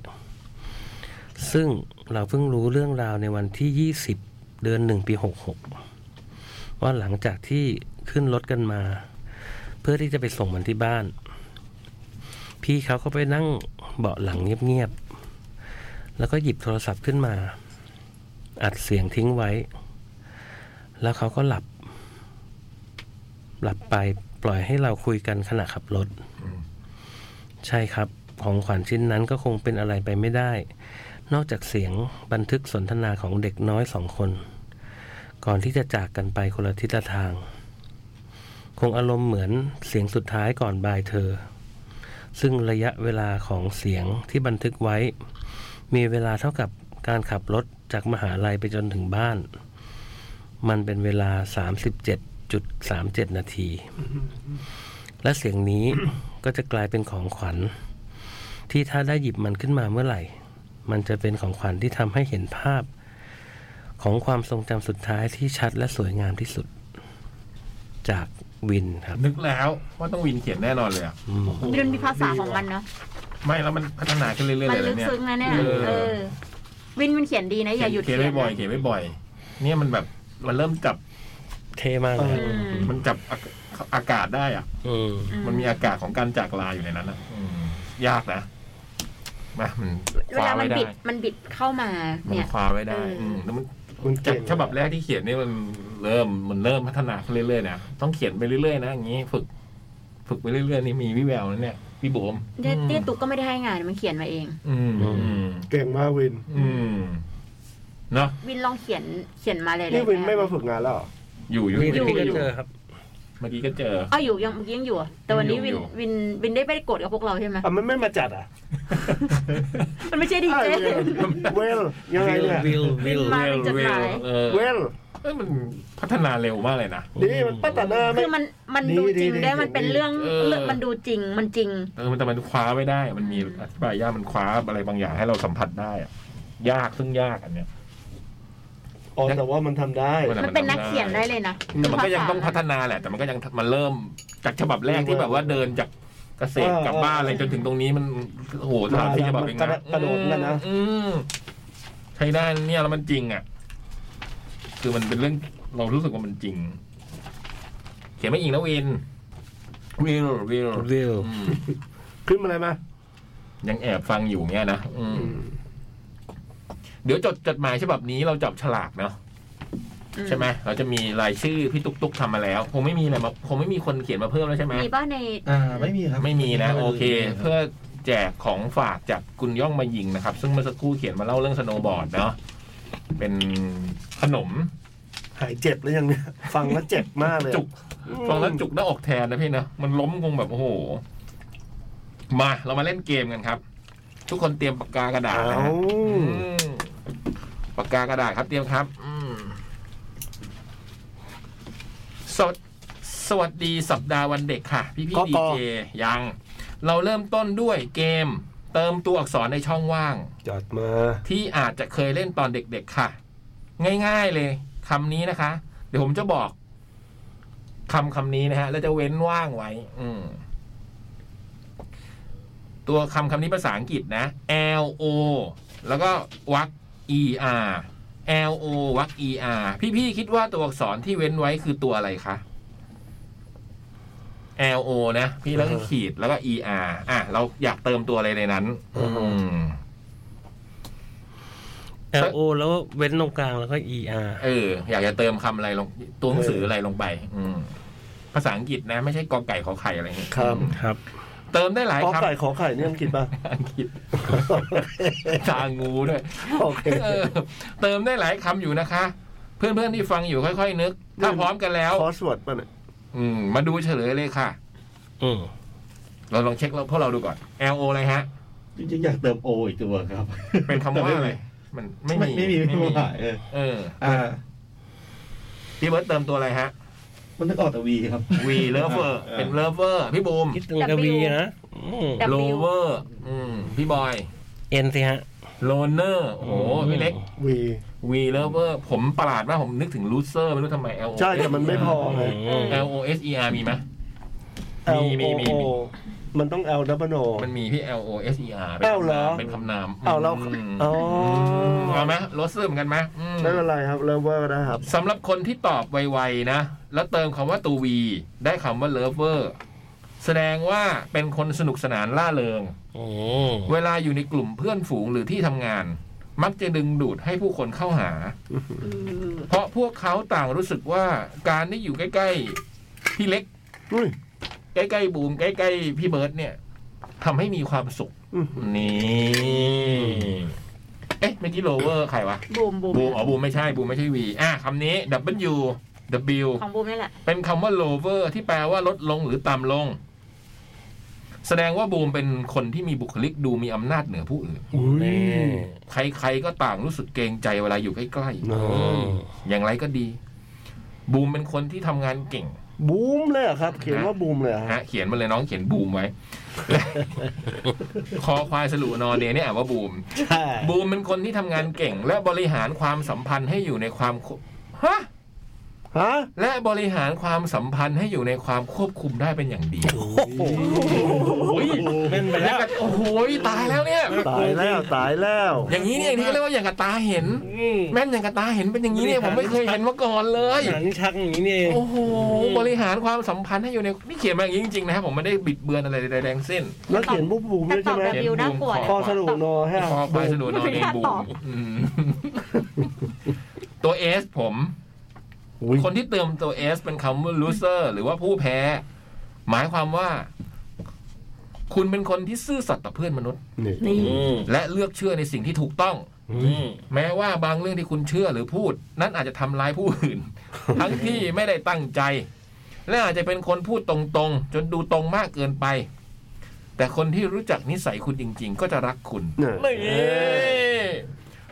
ซึ่งเราเพิ่งรู้เรื่องราวในวันที่ 20 เดือนหนึ่งปี 66 ว่าหลังจากที่ขึ้นรถกันมา เพื่อที่จะไปส่งมันที่บ้าน พี่เขาก็ไปนั่งเบาะหลังเงียบๆ แล้วก็หยิบโทรศัพท์ขึ้นมา อัดเสียงทิ้งไว้ แล้วเขาก็หลับ หลับไปปล่อยให้เราคุยกันขณะขับรถ ใช่ครับ ของขวัญชิ้นนั้นก็คงเป็นอะไรไปไม่ได้ นอกจากเสียงบันทึกสนทนาของเด็กน้อยสองคน ก่อนที่จะจากกันไปคนละทิศละทาง คงอารมณ์เหมือนเสียงสุดท้ายก่อนบายเธอ ซึ่งระยะเวลาของเสียงที่บันทึกไว้ มีเวลาเท่ากับการขับรถจากมหาลัยไปจนถึงบ้าน มันเป็นเวลา 37.37 นาที และเสียงนี้ ก็จะกลายเป็นของขวัญ ที่ถ้าได้หยิบมันขึ้นมาเมื่อไหร่ มันจะเป็นของขวัญที่ทำให้เห็นภาพ ของความทรงจำสุดท้ายที่ชัดและสวยงามที่สุด จากวินครับ นึกแล้วว่าต้องวินเขียนแน่นอนเลยอะ อืม มันเป็นมีภาษาของมันเนาะ ไม่แล้วมันพัฒนาขึ้นเรื่อยๆ มัน เลย ลึ นะ ก เนี่ย ซึ้งนะเนี่ย เออ เออ วินมันเขียนดีนะอย่าหยุด เขียน เขียน บ่อยๆ นะ เขียนบ่อยๆเนี่ยมันแบบมันเริ่มจับ เท่มากเลย อืม มันจับอาอากาศได้อ่ะ อืม อื มันมีอากาศของการจากลาอยู่ในนั้นนะอืมยากนะมามันค เว ว้า ลามั ไว้ น ได้ บิด มันบิดเข้ามา มัน เนี่ย คว้าไว้ได้ เอออื มแล้วมัน มัน จา เก่ ก ง ฉบับแรกที่เขียนนี่มันเริ่มมันเริ่มพัฒนาขึ้นเรื่อยๆนะต้องเขียนไปเรื่อยๆนะอย่างนี้ฝึก ฝึกไปเรื่อยๆนี่มีวิแววนะเนี่ยพี่โบม เนยเนี่ยตุ๊กก็ไม่ได้ให้งานมันเขียนมาเอง อืมอืม เก่งมากวิน อืมเนาะ วินลองเขียนเขียนมาเลย นี่วินไม่มาฝึกงานแล้วเหรอ อยู่อยู่ มี อยู่ แต่พี่ก็ อยู่ เจอครับ เมื่อกี้ก็เจอ เอ้าอยู่ยังเมื่อกี้ยังอยู่อะแต่วันนี้วิน อยู่ วินวินได้ไปกดกับพวกเราใช่ไหม อ่ะมันไม่มาจัดอ่ะ มันไม่ใช่ดี อ้าว เจ เวลยังไงเนี่ย วิลวิล มาเป็นจดหมาย เออ เวล เอ้ยมันพัฒนาเร็วมากเลยนะ นี่มันปัตตานาไม่ คือมันมัน ดี ดูจริง ดี ได้ ดี มันเป็น ดี เรื่อง เออ เรื่องมันดูจริงมันจริง เออมันแต่มันคว้าไม่ได้ มันมี อืม อธิบายยากมันคว้าอะไรบางอย่างให้เราสัมผัสได้อะยากซึ่งยากอันเนี้ย อ๋อแต่ว่ามันทำได้ แต่มัน มันเป็นนักเขียน ทำได้ ได้เลยนะ แต่มันก็ยังต้องพัฒ นา นาแหละ แต่มันก็ยังมันเริ่มจากฉบับแรกที่แบบว่าเดินจากเกษตร เออก ลับบ้านอะไรจนถึงตรงนี้มันโอ้โหสถานที่ฉบับเองนะ กระโดดกันนะ อืมใช้ได้เนี่ยแล้วมันจริงอ่ะ คือมันเป็นเรื่องเรารู้สึกว่ามันจริง เขียนไม่อิงนะวินวิลวิล วิล อืม ขึ้นมาอะไรมา ยังแอบฟังอยู่เนี่ยนะอืม เดี๋ยวจดจดหมายฉบับนี้เราจับฉลากเนาะใช่ไหมเราจะมีรายชื่อพี่ตุ๊กตุ๊กทำมาแล้ว คงไม่มีอะไรมาคงไม่มีคนเขียนมาเพิ่มแล้วใช่ไหม มีบ้านใน อ่าไม่มีครับ ไม่มีนะโอเค เพื่อ เพื่อแจกของฝากจากคุณย่องมายิงนะครับ ซึ่งเมื่อสักครู่เขียนมาเล่าเรื่องสโนว์บอร์ดเนาะเป็นขนม หายเจ็บแล้วยังเนี่ย ฟังแล้วเจ็บมากเลย จุกฟังแล้วจุกหน้าอกแทนนะพี่นะมันล้มคงแบบโอ้โห มาเรามาเล่นเกมกันครับ ทุกคนเตรียมปากกากระดาษ เอา นะฮะ อืมปากกากระดาษครับเตรียมครับอืมสวัสสวัสดีสัปดาห์วันเด็กค่ะ พี่พี่ ก็ ดี ก็ เจยัง เราเริ่มต้นด้วยเกม เติมตัวอักษรในช่องว่าง จัดมา ที่อาจจะเคยเล่นตอนเด็กๆค่ะ ง่ายๆเลยคำนี้นะคะ เดี๋ยวผมจะบอกคำคำนี้นะฮะ แล้วจะเว้นว่างไว้ อืม ตัวคำคำนี้ภาษาอังกฤษนะ L O แล้วก็วัก E R L O วัก E R พี่ๆคิดว่าตัวอักษรที่เว้นไว้คือตัวอะไรคะ L O นะ พี่แล้วก็ขีดแล้วก็ E R อ่ะ เราอยากเติมตัวอะไรในนั้น อืม L O แล้วเว้นตรงกลางแล้วก็ E R เอออยากจะเติมคำอะไรลงตัวหนังสืออะไรลงไป อืมภาษาอังกฤษนะ ไม่ใช่กอไก่ขอไข่อะไรอย่างเงี้ย ครับ ครับ เติมได้หลาย ขอ ค ไข่ขอไข่เนี่ยอังกฤษป่ะ ำอังกฤษตางูด้วย โอเค เออเติมได้หลายคำอยู่นะคะ เพื่อนๆที่ฟังอยู่ค่อยๆนึก ถ้าพร้อมกันแล้ว คอสเวิร์ดป่ะเนี่ย อืม มาดูเฉลยเลยค่ะ อืม เราลองเช็คแล้วพวกเราดูก่อน L O อะไรฮะ จริงๆอยากเติมโออีกตัวครับ เป็นคำว่าอะไร มันไม่ ไม่ มี ไม่มีไม่มีเออ เออ อ่า พี่เบิร์ตเติมตัวอะไรฮะ มันนึกออกแต่วีครับ V lover เป็น lover พี่บูม คิดถึงกวีนะอืม W lover อืมพี่บอย เอ็นสิฮะ loner โอ้โหพี่เล็ก วี V lover ผมประหลาดมากผมนึกถึง loser ไม่รู้ทำไม L O ใช่แต่มันไม่พอไง อืม L O S E R มีไหม L มี O มี O มี มันต้อง L double O มันมีพี่ L O S E R อ้าวเหรอ เป็นคำนาม เอาเรา ม อ๋อ เอาไหมลดซึมกันไหมอืม ไม่เป็นไรครับเริ่มว่าก็ได้ครับ สำหรับคนที่ตอบไวๆนะ แล้วเติมคำว่าตูวี ได้คำว่าเลิฟเวอร์ แสดงว่าเป็นคนสนุกสนานล่าเริง อืม เวลาอยู่ในกลุ่มเพื่อนฝูงหรือที่ทำงาน มักจะดึงดูดให้ผู้คนเข้าหา เพราะพวกเขาต่างรู้สึกว่าการได้อยู่ใกล้ๆพี่เล็ก อุ้ย ใกล้ๆบูมใกล้ๆพี่เบิร์ดเนี่ยทำให้มีความสุข อืม นี่เอ๊ะเมื่อกี้โลเวอร์ใครวะ บูมบูม บูมอ๋อบูมไม่ใช่บูมไม่ใช่วีอ่ะคำนี้ W W ของบูมนี่แหละ เป็นคำว่า lower ที่แปลว่าลดลงหรือต่ำลง แสดงว่าบูมเป็นคนที่มีบุคลิกดูมีอำนาจเหนือผู้อื่น อุ้ย นี่ ใครๆก็ต่างรู้สึกเกรงใจเวลาอยู่ใกล้ น้ อื อย ม ๆ อย่างไรก็ดี บูมเป็นคนที่ทำงานเก่ง บูมเลยเหรอครับ เขียนว่าบูมเลยเหรอครับ ฮะเขียนมาเลยน้องเขียนบูมไว้ คอควายสลุนอเนเนี่ยอ่านว่าบูม ใช่ บูมเป็นคนที่ทำงานเก่ง และบริหารความสัมพันธ์ให้อยู่ในความควบฮะ ฮะ และบริหารความสัมพันธ์ให้อยู่ในความควบคุมได้เป็นอย่างดี เป็นไป แล้ แล้ว ว ก็โอ้โหตายแล้วเนี่ย ตายแล้วตายแล้ว อย่างนี้เนี่ยที่เรียกว่าอย่างกับตาเห็น อืม แม่นอย่างกับตาเห็นเป็นอย่างนี้เนี่ยผมไม่เคยเห็นมาก่อนเลย หันชักอย่างนี้นี่เอง โอ้โหบริหารความสัมพันธ์ให้อยู่ในนี่เขียนมาอย่างนี้จริงๆนะครับผมไม่ได้บิดเบือนอะไรใดๆทั้งสิ้น แล้วเขียนบูมบูมด้วยใช่ไหม แต่ตอบ W น่ากลัวนะ คอสรุปโนให้ คอควายสนุนนอนเองบูมอืม ตัวเอสผม อุ้ย คนที่เติมตัวเอสเป็นคำว่า loser หรือว่าผู้แพ้ หมายความว่า คุณเป็นคนที่ซื่อสัตย์ต่อเพื่อนมนุษย์ นี่ นี่ อืม และเลือกเชื่อในสิ่งที่ถูกต้อง อืม แม้ว่าบางเรื่องที่คุณเชื่อหรือพูด นั้นอาจจะทำร้ายผู้ อื่น ทั้งที่ไม่ได้ตั้งใจ และอาจจะเป็นคนพูดตรงๆ จนดูตรงมากเกินไป แต่คนที่รู้จักนิสัยคุณจริง ๆ ก็จะรักคุณ เนี่ย นี่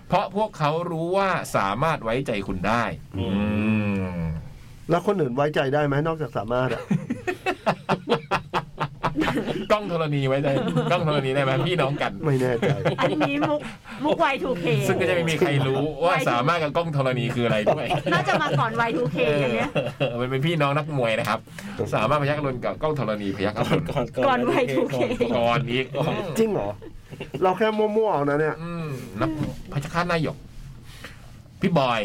เพราะพวกเขารู้ว่าสามารถไว้ใจคุณได้ อืม แล้วคนอื่นไว้ใจได้ไหมนอกจากสามารถอะ กล้องธรณีไว้ใจกล้องธรณีได้ไหมพี่น้องกัน ไม่แน่ใจ อันนี้มุกมุก Y2K ซึ่งก็จะไม่มีใครรู้ว่าสามารถกับกล้องธรณีคืออะไรด้วย น่าจะมาก่อน Y2K อย่างเนี้ย เออมันเป็นพี่น้องนักมวยนะครับ สามารถพยักรุนกับกล้องธรณีพยักรุน ก่อน ก่อน ไว้ Y2K ก่อนอีกก่อน จริงเหรอ เราแค่มั่วๆเอานะเนี่ย อืมนักพยักฆาตนายก พี่บอย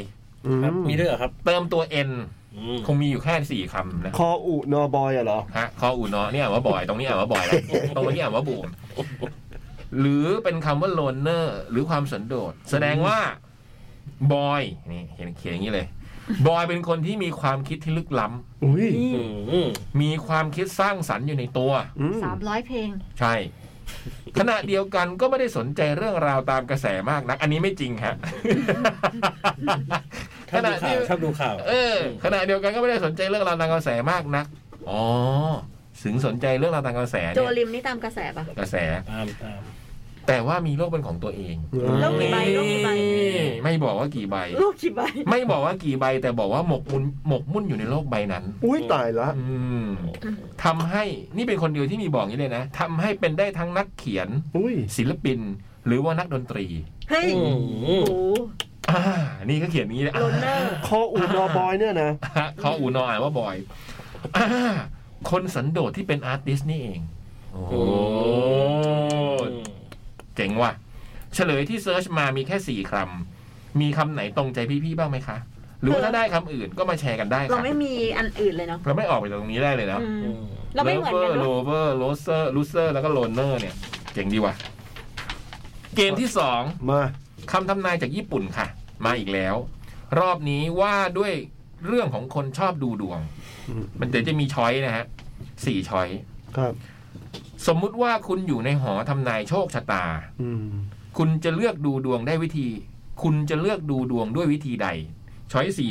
อืม มีด้วยเหรอครับ เติมตัว N อืม คงมีอยู่แค่สี่คำนะ คออุนอบอยอะเหรอ ฮะคออูเนาะเนี่ยอ่านว่าบ่อยตรงนี้อ่านว่าบ่อยแล้วตรงนี้อ่านว่าบูมหรือเป็นคำว่าโลนเนอร์ หรือความสันโดษแสดงว่าบอยนี่เห็นเขียนอย่างนี้เลยบอยเป็นคนที่มีความคิดที่ลึกล้ำ อุ้ย อืมอืม มีความคิดสร้างสรรค์อยู่ในตัว อืม สามร้อยเพลง ใช่ ขณะเดียวกันก็ไม่ได้สนใจเรื่องราวตามกระแสมากนัก อันนี้ไม่จริง ฮะ ชอบดูข่าวชอบดูข่าว เออขณะเดียวกันก็ไม่ได้สนใจเรื่องราวตามกระแสมากนักอ๋อถึงสนใจเรื่องราวตามกระแส โจ เนี่ย ลิมนี่ตามกระแสป่ะ กระแส ตามตาม แต่ว่ามีโรคเป็นของตัวเอง โรคกี่ใบโรคกี่ใบ ไม่บอกว่ากี่ใบ ลูกกี่ใบ ไม่บอกว่ากี่ใบ แต่บอกว่าหมกมุ่นหมกมุ่นอยู่ในโรคใบนั้น อุ้ยตายละ อืมทำให้นี่เป็นคนเดียวที่มีบอกอย่างนี้เลยนะทำให้เป็นได้ทั้งนักเขียน อุ้ย ศิลปิน หรือว่านักดนตรี เฮ้ย อืม โอ้โห อ่านี่ก็เขียนอย่างนี้เลย โลนเนอร์ คออุนอบอยเนี่ยนะ อ่า เขาอูนออ่านว่าบอยอ่าคนสันโดษที่เป็นอาร์ติสต์นี่เอง โอ้โห เจ๋งว่ะ เฉลยที่เซิร์ชมามีแค่สี่คำ มีคำไหนตรงใจพี่ๆบ้างไหมคะ หรือว่าถ้าได้คำอื่นก็มาแชร์กันได้ เรา ค่ะ ไม่มีอันอื่นเลยเนาะ เราไม่ออกไปจากตรงนี้ได้เลยนะ อืม อืม เราไม่เหมือนกัน Lover เนอะ Lover Loser Loser แล้วก็ Loner เนี่ย เจ๋งดีว่ะ เกมที่สอง มา คำทำนายจากญี่ปุ่นค่ะ มาอีกแล้ว รอบนี้ว่าด้วยเรื่องของคนชอบดูดวง มันเดี๋ยวจะมีช้อยนะฮะสี่ช้อย ครับ สมมุติว่าคุณอยู่ในหอทำนายโชคชะตา คุณจะเลือกดูดวงได้วิธี คุณจะเลือกดูดวงด้วยวิธีใด ช้อยสี่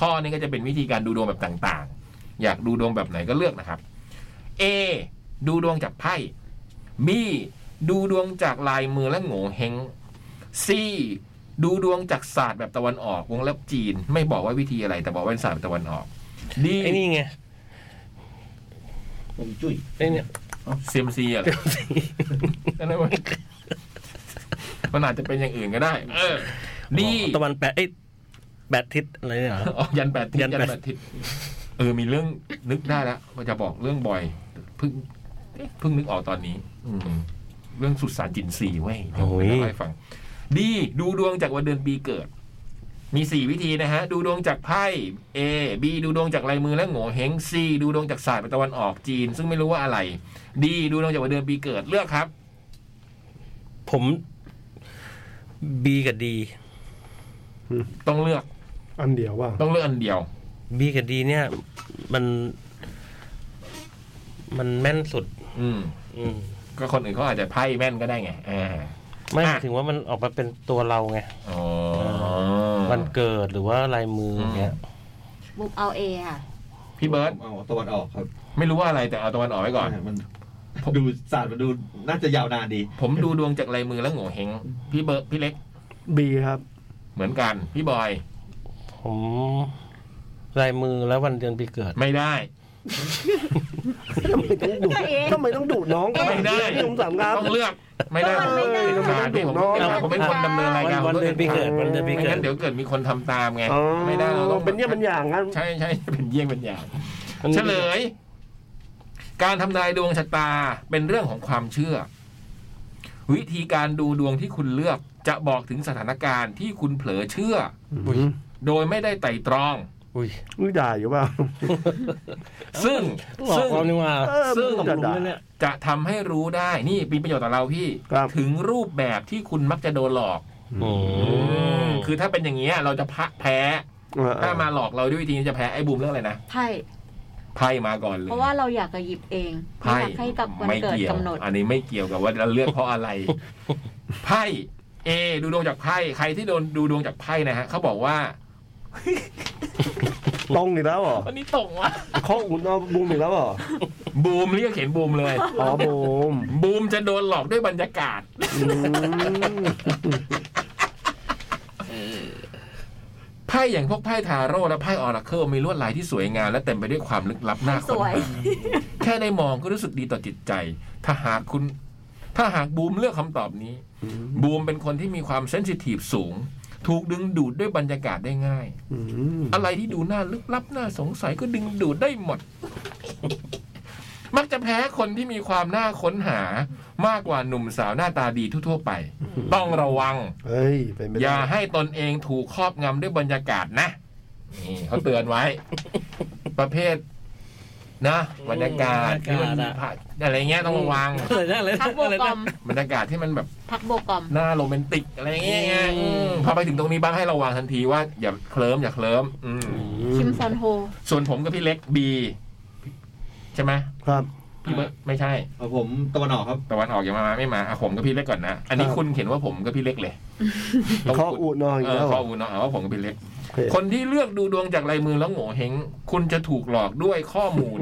ข้อนี้ก็จะเป็นวิธีการดูดวงแบบต่างๆ อยากดูดวงแบบไหนก็เลือกนะครับ A ดูดวงจากไพ่ B ดูดวงจากลายมือและโหง่เฮง C ดูดวงจากศาสตร์แบบตะวันออกวงเล็บจีน ไม่บอกว่าวิธีอะไรแต่บอกว่าเป็นศาสตร์แบบตะวันออก D ไอ้นี่ไง ผมจุ้ย ไอ้เนี่ย ซีมซีอะไร อันนั้นมันมันอาจจะเป็นอย่างอื่นก็ได้ เออ D ตะวันแปดเอ้ยแปดทิศอะไรเนี่ยเหรอ อ๋อ ยันแปดทิศ ยั ยัน น แป แป ด ด ทิศเออมีเรื่องนึกได้แล้วว่าจะบอกเรื่องบ่อยเพิ่งเอ๊ะเพิ่งนึกออกตอนนี้ อืมเรื่องสุสานจินซีเว้ยเดี๋ว โอ้ย เล่าให้ฟัง ดีดูดวงจากวันเดือนปีเกิด มีสี่วิธีนะฮะ ดูดวงจากไพ่ A B ดูดวงจากลายมือและโหง่เฮง C ดูดวงจากศาสตร์ตะวันออกจีน ซึ่งไม่รู้ว่าอะไร D ดูดวงจากวันเดือนปีเกิดเลือกครับ ผมบีกับดี ต้องเลือก อันเดียวว่า ต้องเลือกอันเดียว บีกับดีเนี่ย มัน มันแม่นสุด อืม อืม ก็คนอื่นเขาอาจจะไพ่แม่นก็ได้ไงอ่า ไม่ อ่ะ หมายถึงว่ามันออกมาเป็นตัวเราไง อ๋อ วันเกิดหรือว่าลายมืออย่างเงี้ย บุมเอาเอค่ะ พี่เบิร์ต ผมเอาตะวันออกครับ ไม่รู้ว่าอะไรแต่เอาตะวันออกไว้ก่อน มันดูศาสตร์มันดูน่าจะยาวนานดี ผมดูดวงจากลายมือแล้วโง่เฮงพี่เบิร์ตพี่เล็ก บีครับ เหมือนกันพี่บอย ผมลายมือแล้ววันเดือนปีเกิด ไม่ได้ ทำไมต้องดุ ทำไมต้องดุน้องขนา ไม่ได้ นี้พี่สงสารครับ ต้องเลือกไม่ได้ ก็มันไม่ได้ ผมขาดที่ผม เอา ผมเป็นคนดำเนินราย วัน การ วันเดือนปีเกิดวันเดือนปี ไม่ เกิ งั้ ด นเดี๋ยวเกิดมีคนทำตามไง อ๋อ ไม่ได้เราต้อง เป็นเนี่ยเป็นอย่างนั้น ใช่ ใช่เป็นเยี่ยงเป็นอย่าง เฉลย การทำนายดวงชะตาเป็นเรื่องของความเชื่อ วิธีการดูดวงที่คุณเลือกจะบอกถึงสถานการณ์ที่คุณเผลอเชื่อ อุ้ย โดยไม่ได้ไตร่ตรอง อุ้ย อุ้ยด่าอยู่เปล่า ซึ่ง หลอก ซึ่ง เรานี่ว่า เออ ซึ่ง มึจะด่า เนี่ย จะทำให้รู้ได้นี่มีประโยชน์ต่อเราพี่ ครับ ถึงรูปแบบที่คุณมักจะโดนหลอก อืม คือถ้าเป็นอย่างนี้ยเราจะพะแพ้ เออเอ ถ้า อ มาหลอกเราด้วยวิธีนี้จะแพ้ไอ้บูมเรื่องอะไรนะ ไพ่ ไพ่มาก่อนเลย เพราะว่าเราอยากจะหยิบเองไพ่ไม่อยากให้กับวัน ไม่ เกิด เกี่ยว กำหนด อันนี้ไม่เกี่ยวกับว่าเราเลือกเพราะ อะไรไพ่เอดูดวงจากไพ่ใครที่โดนดูดวงจากไพ่นะฮะเขาบอกว่า ตรงอีกแล้วเหรอ วันนี้ตรงวะ เขาอุ่นเอาบูมอีกแล้วเหรอ บูมนี่ก็เขียนบูมเลย อ๋อบูม บูมจะโดนหลอกด้วยบรรยากาศ อืม ไพ่อย่างพวกไพ่ทาโร่และไพ่ออราเคิลมีลวดลายที่สวยงามและเต็มไปด้วยความลึกลับน่า ส ค้น วย หาแค่ได้มองก็รู้สึกดีต่อจิตใจ ถ้าหากคุณ ถ้าหากบูมเลือกคำตอบนี้ บูมเป็นคนที่มีความเซนซิทีฟสูง ถูกดึงดูดด้วยบรรยากาศได้ง่าย อืม อะไรที่ดูน่าลึกลับน่าสงสัยก็ดึงดูดได้หมด มักจะแพ้คนที่มีความน่าค้นหามากกว่าหนุ่มสาวหน้าตาดีทั่วๆไป ต้องระวัง เฮ้ยไปไม่ อย่า ได้ ให้ตนเองถูกครอบงำด้วยบรรยากาศนะ นี่เขาเตือนไว้ ประเภท นะบรรยากาศที่มันมีพระอะไรเงี้ยต้องระวัง อะไรนะอะไร พั นะ กโบ อะไร กอ นะ ม บรรยากาศที่มันแบบ พักโบกอม หน้าโรแมนติกอะไรเงี้ยไงอืมพอไปถึงตรงนี้บ้างให้ระวังทันทีว่าอย่าเคลิ้มอย่าเคลิ้มอืม คิมซอนโฮ ส่วนผมกับพี่เล็กบีใช่ไหม ครับ พี่เบิร์ตไม่ใช่ เอาผมตะวันออกครับ ตะวันออกยังมาไม่มาอ่ะผมกับพี่เล็กก่อนนะ อันนี้ ครับ คุณเขียนว่าผมกับพี่เล็ก เลยต้ง เขา ขุด อุ่นเอาอีก เออ แล้วเห ข้ ร อ อ มูลเนาะเอาว่าผมกับพี่เล็ก โอเค คนที่เลือกดูดวงจากลายมือแล้วโง่เฮงคุณจะถูกหลอกด้วยข้อมูล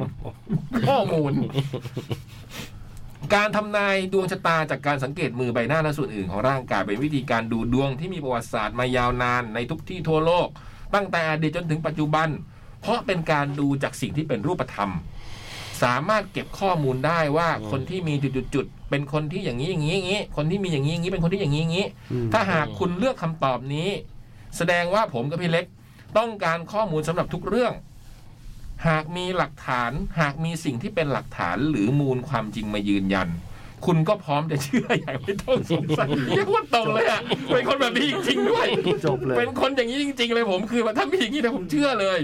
ข้อมูล การทำนายดวงชะตาจากการสังเกตมือใบหน้าและส่วนอื่นของร่างกายเป็นวิธีการดูดวงที่มีประวัติศาสตร์มายาวนานในทุกที่ทั่วโลก ตั้งแต่อดีตจนถึงปัจจุบัน เพราะเป็นการดูจากสิ่งที่เป็นรูปธรรม สามารถเก็บข้อมูลได้ว่าคนที่มีจุดๆๆเป็นคนที่อย่างนี้อย่างนี้อย่างนี้คนที่มีอย่างนี้อย่างนี้เป็นคนที่อย่างนี้อย่างนี้ ถ้าหากคุณเลือกคำตอบนี้ แสดงว่าผมกับพี่เล็ก ต้องการข้อมูลสำหรับทุกเรื่อง หากมีหลักฐาน หากมีสิ่งที่เป็นหลักฐานหรือมูลความจริงมายืนยัน คุณก็พร้อมจะเชื่ออย่างไม่ต้องสงสัยเรียกว่าตรงเลยอ่ะเป็นคนแบบนี้จริงๆด้วย จบเลย เป็นคนอย่างนี้จริง ๆ เลยผมคือว่าถ้ามีอย่างนี้แต่ผมเชื่อเลย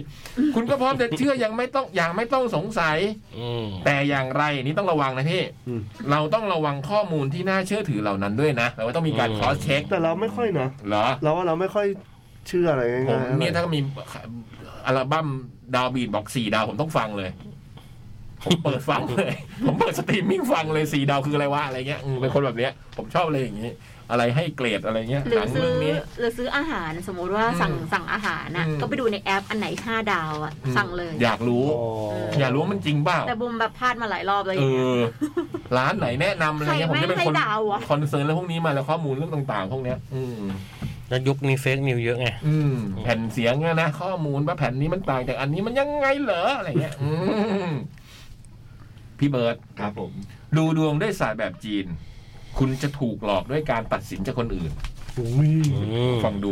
คุณก็พร้อมจะเชื่อยังไม่ต้องอย่างไม่ต้องสงสัย อืม แต่อย่างไรนี่ต้องระวังนะพี่ อืม เราต้องระวังข้อมูลที่น่าเชื่อถือเหล่านั้นด้วยนะเราต้องมีการ cross check แต่เราไม่ค่อยนะ เหรอ เราว่าเราไม่ค่อยเชื่ออะไรง่าย ผมๆอะไร เนี่ยถ้ามีอัลบั้มดาวบีดบอกสี่ดาวผมต้องฟังเลย ผมเปิดฟัง เลย ผมเปิดสตรีมมิ่งฟังเลยสี่ดาวคืออะไรวะอะไรเงี้ยอืมเป็นคนแบบเนี้ย ผมชอบเลยอย่างงี้ อะไรให้เกรดอะไรเงี้ย หรื ห อ นัง ซื้ เรื่ อ องนี้ หรือซื้ออาหารสมมุติว่าสั่ง อืม สั่งอาหารน่ะ อืม ก็ไปดูในแอปอันไหนห้าดาวอ่ะสั่งเลย อยากรู้ อ อยากรู้ว่ามันจริงเปล่า แต่บุมแบบพลาดมาหลายรอบเลยอ เอย่าง เงี้อยร้านไหนแนะนำอะไรเงี้ย ใคร ผมจะเป็น ไม่ให้ คน ดาวอะ คอนเซิร์นเรื่องพวกนี้มาแล้วข้อมูลเรื่องต่างๆ พวกเนี้ย อืม แล้วยุคนี้เฟกนิวเยอะไง อืม แผ่นเสียงเนี่ยนะข้อมูลว่าแผ่นนี้มันต่างจากอันนี้มันยังไงเหรออะไรเงี้ยอืมพี่เบิร์ด ครับผม ดูดวงด้วยศาสตร์แบบจีน คุณจะถูกหลอกด้วยการตัดสินจากคนอื่น อืม ฟังดู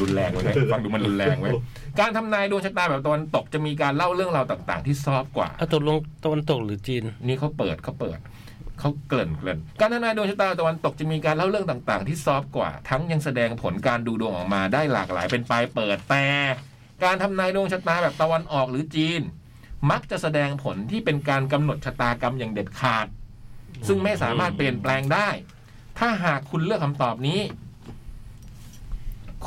รุนแรงไว้นะฟังดูมันรุนแรงไว้การทำนายดวงชะตาแบบตะวันตกจะมีการเล่าเรื่องราวต่างๆ ที่ซอฟต์กว่า ถ้าตกลงตะวันตกหรือจีน นี่เขาเปิดเขาเปิดเขาเกริ่นเกริ่นการทำนายดวงชะตาตะวันตกจะมีการเล่าเรื่องต่างๆ ที่ซอฟต์กว่า ทั้งยังแสดงผลการดูดวงออกมาได้หลากหลายเป็นปลายเปิดแต่ การทำนายดวงชะตาแบบตะวันออกหรือจีน มักจะแสดงผลที่เป็นการกำหนดชะตากรรมอย่างเด็ดขาด ซึ่งไม่สามารถเปลี่ยนแปลงได้ ถ้าหากคุณเลือกคำตอบนี้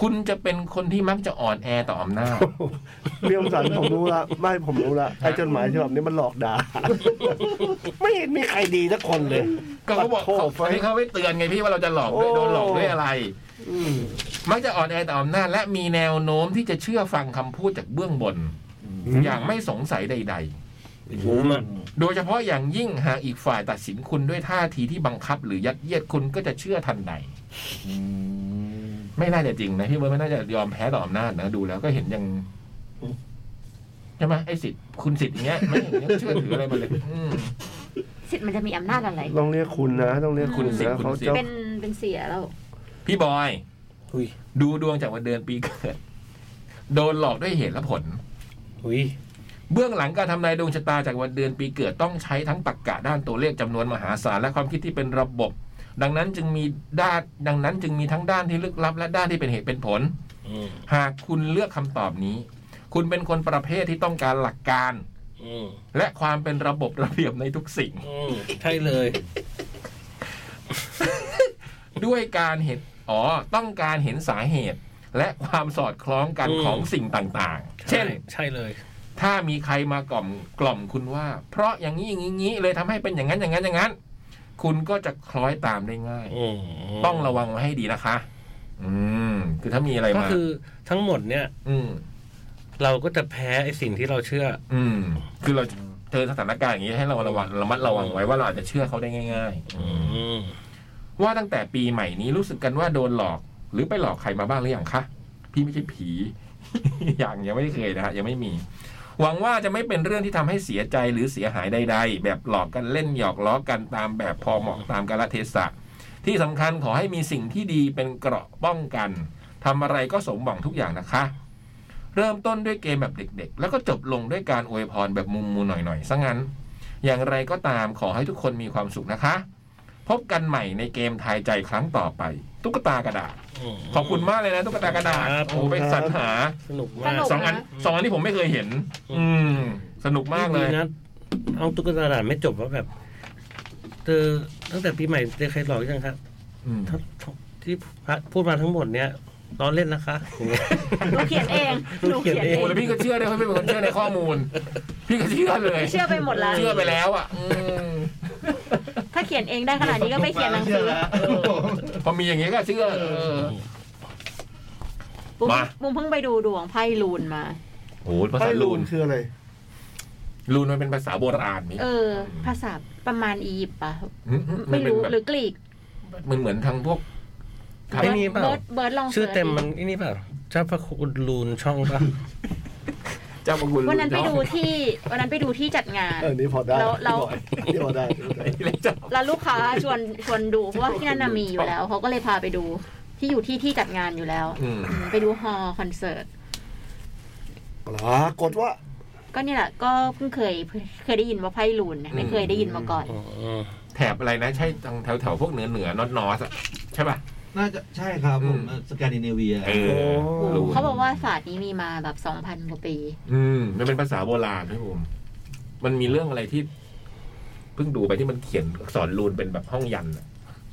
คุณจะเป็นคนที่มักจะอ่อนแอต่ออำ นาจ เรียมสันผมรู้ละไม่ผมรู้ ละไอ้จดหมายฉบับนี้มันหลอกด่า ไม่เห็นมีใครดีสักคนเลย ก็เขาบอก โอ้โห เขาที่เขาไม่เตือนไงพี่ว่าเราจะหลอกด้วยโดนหลอกด้วยอะไร อืม มักจะอ่อนแอต่ออำนาจและมีแนวโน้มที่จะเชื่อฟังคำพูดจากเบื้องบน อย่างไม่สงสัยใด ๆ โดยเฉพาะอย่างยิ่งหากอีกฝ่ายตัดสินคุณด้วยท่าทีที่บังคับ หรือยัดเยียดคุณก็จะเชื่อทันใด ไม่น่าจะจริงนะพี่เบิร์ดไม่น่าจะยอมแพ้ต่ออำนาจนะดูแล้วก็เห็นยังใช่ไหมไอ้สิทธิ์คุณสิทธิ์อย่างเงี้ยไม่เห็นยังเชื่อถืออะไรมาเลยอืม สิทธิ์มันจะมีอำนาจอะไร ต้องเรียกคุณนะ ต้องเรียกคุณ คุณสิ นะ คุณ เขา สิ จะ เป็นเป็นเสียแล้ว พี่บอย อุ๊ย ดูดวงจากวันเดือนปีเกิด โดนหลอกด้วยเหตุและผล อุ้ย เบื้องหลังการทำนายดวงชะตาจากวันเดือนปีเกิดต้องใช้ทั้งตรรกกะด้านตัวเลขจำนวนมหาศาลและความคิดที่เป็นระบบ ดังนั้นจึงมีด้านดังนั้นจึงมีทั้งด้านที่ลึกลับ และด้านที่เป็นเหตุเป็นผล อืม หากคุณเลือกคำตอบนี้ คุณเป็นคนประเภทที่ต้องการหลักการ อืม และความเป็นระบบระเบียบในทุกสิ่ง อืมใช่เลย ด้วยการเห็นอ๋อต้องการเห็นสาเหตุ และความสอดคล้องกันของสิ่งต่างๆ เช่น ใช่เลย ถ้ามีใครมากล่อมกล่อมคุณว่า เพราะอย่างนี้อย่างนี้เลยทำให้เป็นอย่างนั้นอย่างนั้นอย่างนั้น คุณก็จะคล้อยตามได้ง่าย อืม ต้องระวังไว้ให้ดีนะคะ อืม คือถ้ามีอะไร ก็ มา คือทั้งหมดเนี่ย อืม เราก็จะแพ้ไอ้สิ่งที่เราเชื่อ อืม คือเราเจอสถานการณ์อย่างนี้ให้เราระวังระมัดระวังไว้ว่าเราอาจจะเชื่อเขาได้ง่ายๆอื อื ม ม ว่าตั้งแต่ปีใหม่นี้รู้สึกกันว่าโดนหลอก หรือไปหลอกใครมาบ้างหรือยังคะพี่ไม่ใช่ผี อย่างยังไม่เคยนะฮะยังไม่มี หวังว่าจะไม่เป็นเรื่องที่ทำให้เสียใจหรือเสียหายใด ๆ แบบหลอกกันเล่นหยอกล้อกันตามแบบพอเหมาะตามกาลเทศะ ที่สำคัญขอให้มีสิ่งที่ดีเป็นเกราะป้องกันทำอะไรก็สมหวังทุกอย่างนะคะ เริ่มต้นด้วยเกมแบบเด็ก ๆ แล้วก็จบลงด้วยการอวยพรแบบมุมมูหน่อยๆซะงั้น อย่างไรก็ตามขอให้ทุกคนมีความสุขนะคะ พบกันใหม่ในเกมทายใจครั้งต่อไป ตุ๊กตากระดาษ ม ขอบคุณมากเลยนะตุ๊กตากระดาษ ครับ โอ้ไป ครับ สรรหา สนุก ส มาก นุก สองอันสองอันที่ผมไม่เคยเห็น อืม สนุกมากเลย ดีนะเอาตุ๊กตาด่านไม่จบว่าแบบเจอตั้งแต่ปีใหม่เจอใครหลอกยังครับ อืม ทั้งที่พูดมาทั้งหมดเนี่ยล้อเล่นนะคะอย่างเงี้ย หนูเขียนเองหนูเขียนเอ โอ้ ง แล้วพี่ก็เชื่อได้วยเพราะพี่เป็นคนเชื่อในข้อมูล พี่ก็เชื่อเลย เชื่อไปหมดแล้ว เชื่อไปแล้วอ่ะอืม ถ้าเขียนเองได้ขนาดนี้ก็ไม่เขียนหนังสือ พอมีอย่างนี้ก็เชื่อเออ บุ้ม มา บุ้มเพิ่งไปดูดวงไพ่ลูนมา โอ้ภา ไพ่ ษา ลู ลู น น คืออะไร ลูนมันเป็นภาษาโบราณนี่ เออ ภาษาประมาณอียิปต์ปะ มอื ไม่ เป็น รู้ แบบ หรือกรีก มันเหมือนทางพวก ไอ้นี่เปล่า เบิร์ดเบิร์ดลอง ชื่อ สิร์ช เต็มมันไอ้นี่เปล่าเจ้าพระคุณลูนช่องป่ะ เจ้าประคุณ วันนั้นไปดู ลู ที่วันนั้นไปดูที่จัดงาน เออ นี่พอได้ เราเรา บ่อยนี่พอได้นี่พอได้ เล็กเจ้า แล้วลูกค้าชวนชวนดูเพราะว่าที่นั่นนะมีอยู่แล้วเขาก็เลยพาไปดูที่อยู่ที่ที่จัดงานอยู่แล้ว อืม อืมไปดูฮอลล์คอนเสิร์ต ปรากฏว่า ก็เนี่ยแหละก็เพิ่งเคยเคยได้ยินว่าไพ่ลูนเนี่ยไม่เคยได้ยินมาก่อน อ๋อ แถบอะไรนะ ใช่ทางแถวแถวๆพวกเหนือเหนือนอตนอสอะใช่ป่ะ น่าจะใช่ครับผม อืม สแกนดิเนเวีย เออ โอ้ ลูน เขาบอกว่าศาสตร์นี้มีมาแบบสองพันกว่าปี อืมมันเป็นภาษาโบราณพี่ผมมันมีเรื่องอะไรที่เพิ่งดูไปที่มันเขียนอักษรลูนเป็นแบบห้องยันอะ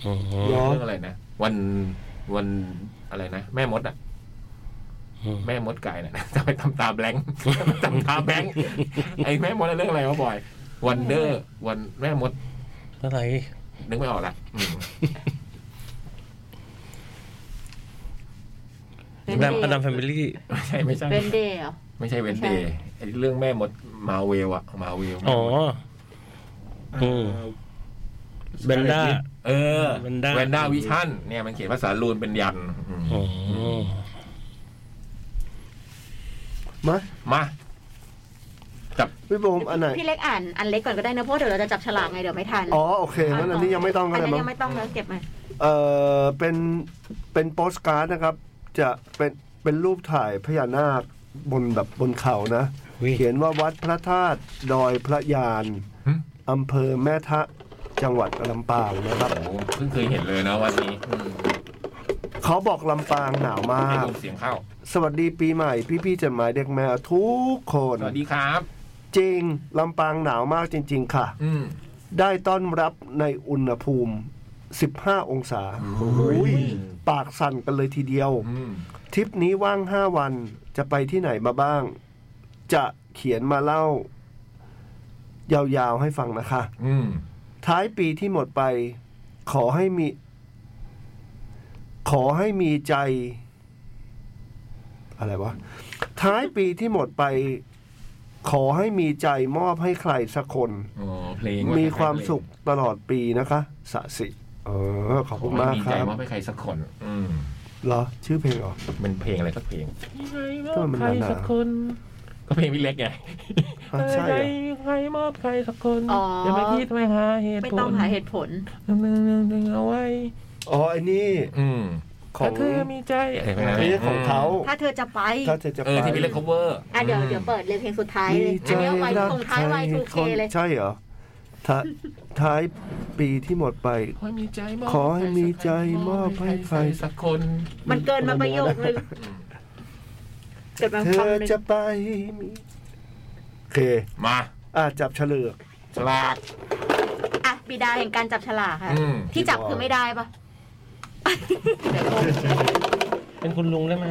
อ๋อ เหรอ เรื่องอะไรนะวันวันอะไรนะ แม่มดอ่ะ แม่ม ดไก่น่ะ จะไปทำตาแบงค์ ทำตาแบงค์ไอ้แม่มดเรื่องอะไรวะบอย วันเดอร์ วันแม่มด อะไร นึกไม่ออกละอืม เป็น แบ เด ม ย์ อดัมแฟมิลี่ ไม่ใช่ไม่ใช่ เป็นเดย์เหรอ ไม่ใช่เวน ไม่ เด ใช่ ย์ไอ้เรื่องแม่มดมาเวลอะมาเวล อ๋อ อืม เบนด้า เออ เวนด้า เวนด้าวิชั่นเนี่ยมันเขียนภาษาลูนเป็นยันอืม อ๋อ มา มา พี่บมอันไหน พี่เล็กอ่านอันเล็กก่อนก็ได้นะเพราะเดี๋ยวเราจะจับฉลากไงเดี๋ยวไม่ทัน อ๋อโอเคงั้นอันนี้ยังไม่ต้อง อั ก็ น ได้ นี้ มั้ง ยังไม่ต้องแล้วเก็บมา เออเป็นเป็นโปสการ์ดนะครับ จะเป็นเป็นรูปถ่ายพญานาคบนแบบบนเขานะ อุ๊ย เขียนว่าวัดพระธาตุดอยพระยานอำเภอแม่ทะจังหวัดลำปางนะครับ โอ้โหเพิ่งเคยเห็นเลยนะวันนี้อืม เขาบอกลำปางหนาวมา ให้ ก ดูเสียงเข้า สวัสดีปีใหม่ พี่ๆจดหมายเด็กแมวทุกคน สวัสดีครับ จริงลำปางหนาวมากจริง ๆ ค่ะ อืม ได้ต้อนรับในอุณหภูมิ 15 องศาปากสั่นกันเลยทีเดียว อืม ทริปนี้ว่างห้าวันจะไปที่ไหนมาบ้าง จะเขียนมาเล่า ยาวๆให้ฟังนะคะ อืม ท้ายปีที่หมดไป ขอให้มี ขอให้มีใจ อะไรวะ ท้ายปีที่หมดไป ขอให้มีใจมอบให้ใครสักคน อ๋อเพลง มีความสุขตลอดปีนะคะสะสิ เออ ขอบ ผ คุ ม ณ ไม่ มาก มี ค ใจ รับ มอบให้ใครสักคน อืม เหรอ ชื่อเพลงเหรอ เป็นเพลงอะไรสักเพลง ทำไมมันหนาๆ ก็เพลงพี่เล็กไง อ่ะใช่เหรอ ใครมอบใครสักคน อ๋ออ ย่าไปคิดไปหาเหตุ ไม่ ผล ต้องหาเหตุผล ดึงเอาไว้ อ๋อไอ้นี่ อืม ของ ถ้าเธอมีใจ เพลง อันนี้ของเขา ถ้าเธอจะไป ถ้าเธอจะ เอ ไป อที่พี่เล็ก cover อ่ะเดี๋ยวเดี๋ยวเปิดเลยเพลงสุดท้ายเลยอันนี้เอาไว้ส่งท้ายไว้ทูเคเลย ใช่เหรอท้าท้ายปีที่หมดไป ขอให้มีใจมอบ ขอให้มีใจมอบให้ใคร สักคน มันเกินมาประโยคนึงเกิดมา เธอคำนึง จะไปมีโอเค มา อ่ะจับเฉลือก สลาก อ่ะบิดาแห่งการจับฉลากค่ะ อืม ที่จับคือไม่ได้ปะเดี๋ยวก่อน เป็นคุณลุงได้ไหม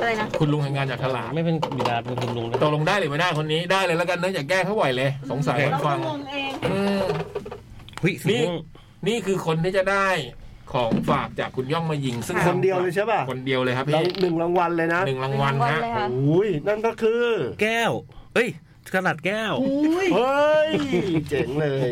อะไรนะ คุณลุงแห่งงานจากฉลาก ไม่เป็นบิดาเป็นคุณลุงได้ ต ไหกมลงได้หรือไม่ได้คนนี้ได้เลยแล้วกันเนื่องจากแกล้งเขาบ่อยเลย สงสัยคน เรา ฟัง งงเอง อืม หุ้ยสี นี่ ม่วง นี่คือคนที่จะได้ของฝากจากคุณย่องมายิง ซึ่ง คนเดียวเลยใช่ป่ะ คนเดียวเลยครับ ราง พี่ หนึ่งรางวัลเลยนะ หนึ่งรางวัล หนึ่งรางวัล ฮะ เลยค่ะ โอ้ยนั่นก็คือ แก้ว เอ้ยกระดาษแก้ว เฮ้ยเจ๋งเลย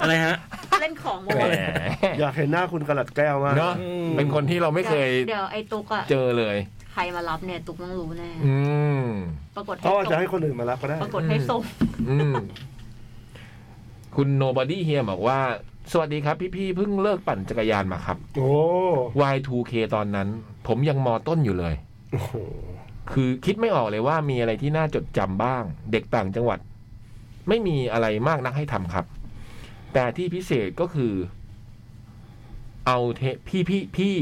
อะไรฮะ เล่นของโม แหม อยากเห็นหน้าคุณกระหลัดแก้วมาก เนาะเป็นคนที่เราไม่เคย เดี๋ยวไอ้ตุ๊กอะ เจอเลย ใครมารับเนี่ย ตุ๊กต้องรู้แน่ อืม ปรากฏ เขาอาจจะ ส่ง ให้คนอื่นมารับก็ได้ ปรากฏให้ส่ง อืม คุณโนบอดี้เฮียบอกว่า สวัสดีครับ พี่ๆเพิ่งเลิกปั่นจักรยานมาครับ โอ้ Y2K ตอนนั้น ผมยังมอต้นอยู่เลย โห คือคิดไม่ออกเลยว่ามีอะไรที่น่าจดจำบ้าง เด็กต่างจังหวัด ไม่มีอะไรมากนักให้ทำครับ แต่ที่พิเศษก็คือ เอาเทปพี่พี่พี่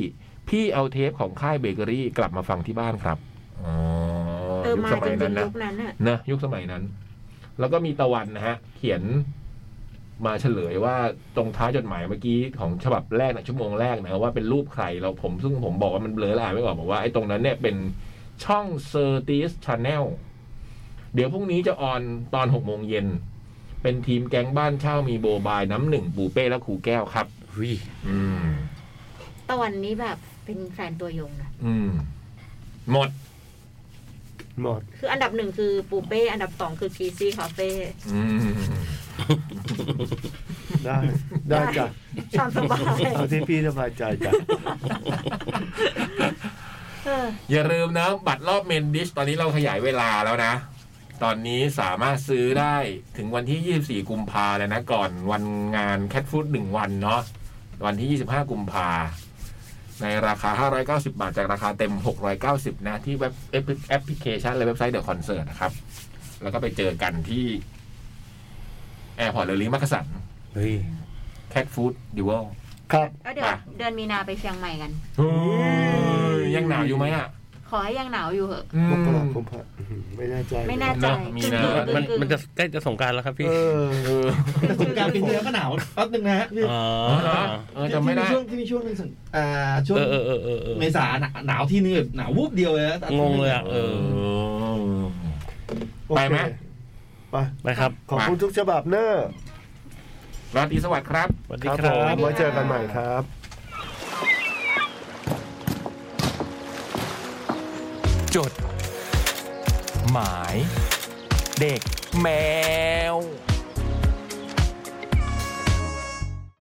พี่เอาเทปของค่ายเบเกอรี่กลับมาฟังที่บ้านครับอ๋อ เออ ยุค มา ส จ มัย ริ นั้ ง น ๆ นะ ยุคนั้นอะ นะยุคสมัยนั้น แล้วก็มีตะวันนะฮะ เขียนมาเฉลยว่าตรงท้ายจดหมายเมื่อกี้ของฉบับแรกนะชั่วโมงแรกนะว่าเป็นรูปใครเราผมซึ่งผมบอกว่ามันเบลอและอ่านไม่ออกบอกว่าไอ้ตรงนั้นเนี่ยเป็นช่องเซอร์ติสชาแนลเดี๋ยวพรุ่งนี้จะออนตอนหกโมงเย็น เป็นทีมแก๊งบ้านเช่ามีโบบายน้ำหนึ่งปูเป้และครูแก้วครับ หุ้ย อืม ตะวันนี้แบบเป็นแฟนตัวยงนะ อืม หมด หมด คืออันดับหนึ่งคือปูเป้ อันดับสองคือคีซี่คาเฟ่ อืม ได้ได้จ้ะ ตามสบาย เอาที่พี่สบายใจจ้ะ เออ อย่าลืมนะบัตรรอบเมนดิชตอนนี้เราขยายเวลาแล้วนะ ตอนนี้สามารถซื้อได้ถึงวันที่ 24 กุมภาเลยนะ ก่อนวันงานแคทฟูดหนึ่งวันเนาะวันที่ 25 กุมภาในราคา 590 บาท จากราคาเต็ม 690 นะ ที่เว็บแอปพลิเคชันและเว็บไซต์เดอะคอนเสิร์ตนะครับ แล้วก็ไปเจอกันที่แอร์พอร์ตเรลีมักกะสัน เฮ้ย แคทฟูดดิวอล ครับ แล้วเดี๋ยวเดือนมีนาไปเชียงใหม่กัน ยังหนาวอยู่ไหมอ่ะ ขอให้ยังหนาวอยู่เหอะ อืม มกราคมพะอื้อหือไม่แน่ใจเลย ไม่แน่ใจ เนอะมีนะ กึ่งๆ มัน กึ่งๆ มันจะใกล้จะสงกรารแล้วครับพี่ เออ เออ สงกรารปีที่แล้วก็หนาวแป๊บนึงนะฮะ อ๋อ เอาเหรอเออจำไม่ได้ ที่มีช่วงที่มีช่วงหนึงสักอ่าช่วง เออเออเออเออเออ เมษาหนาวหนาวที่นึงแบบหนาววูบเดียวเลยนะ งงเลยอ่ะเออ โอ ไป เค ไหม ไป นะครับ ขอบคุณทุกฉบับเนอะ ราตรีสวัสดิ์ครับ สวัสดีครับ ผมไว้เจอกันใหม่ครับ จด หมาย เด็กแมว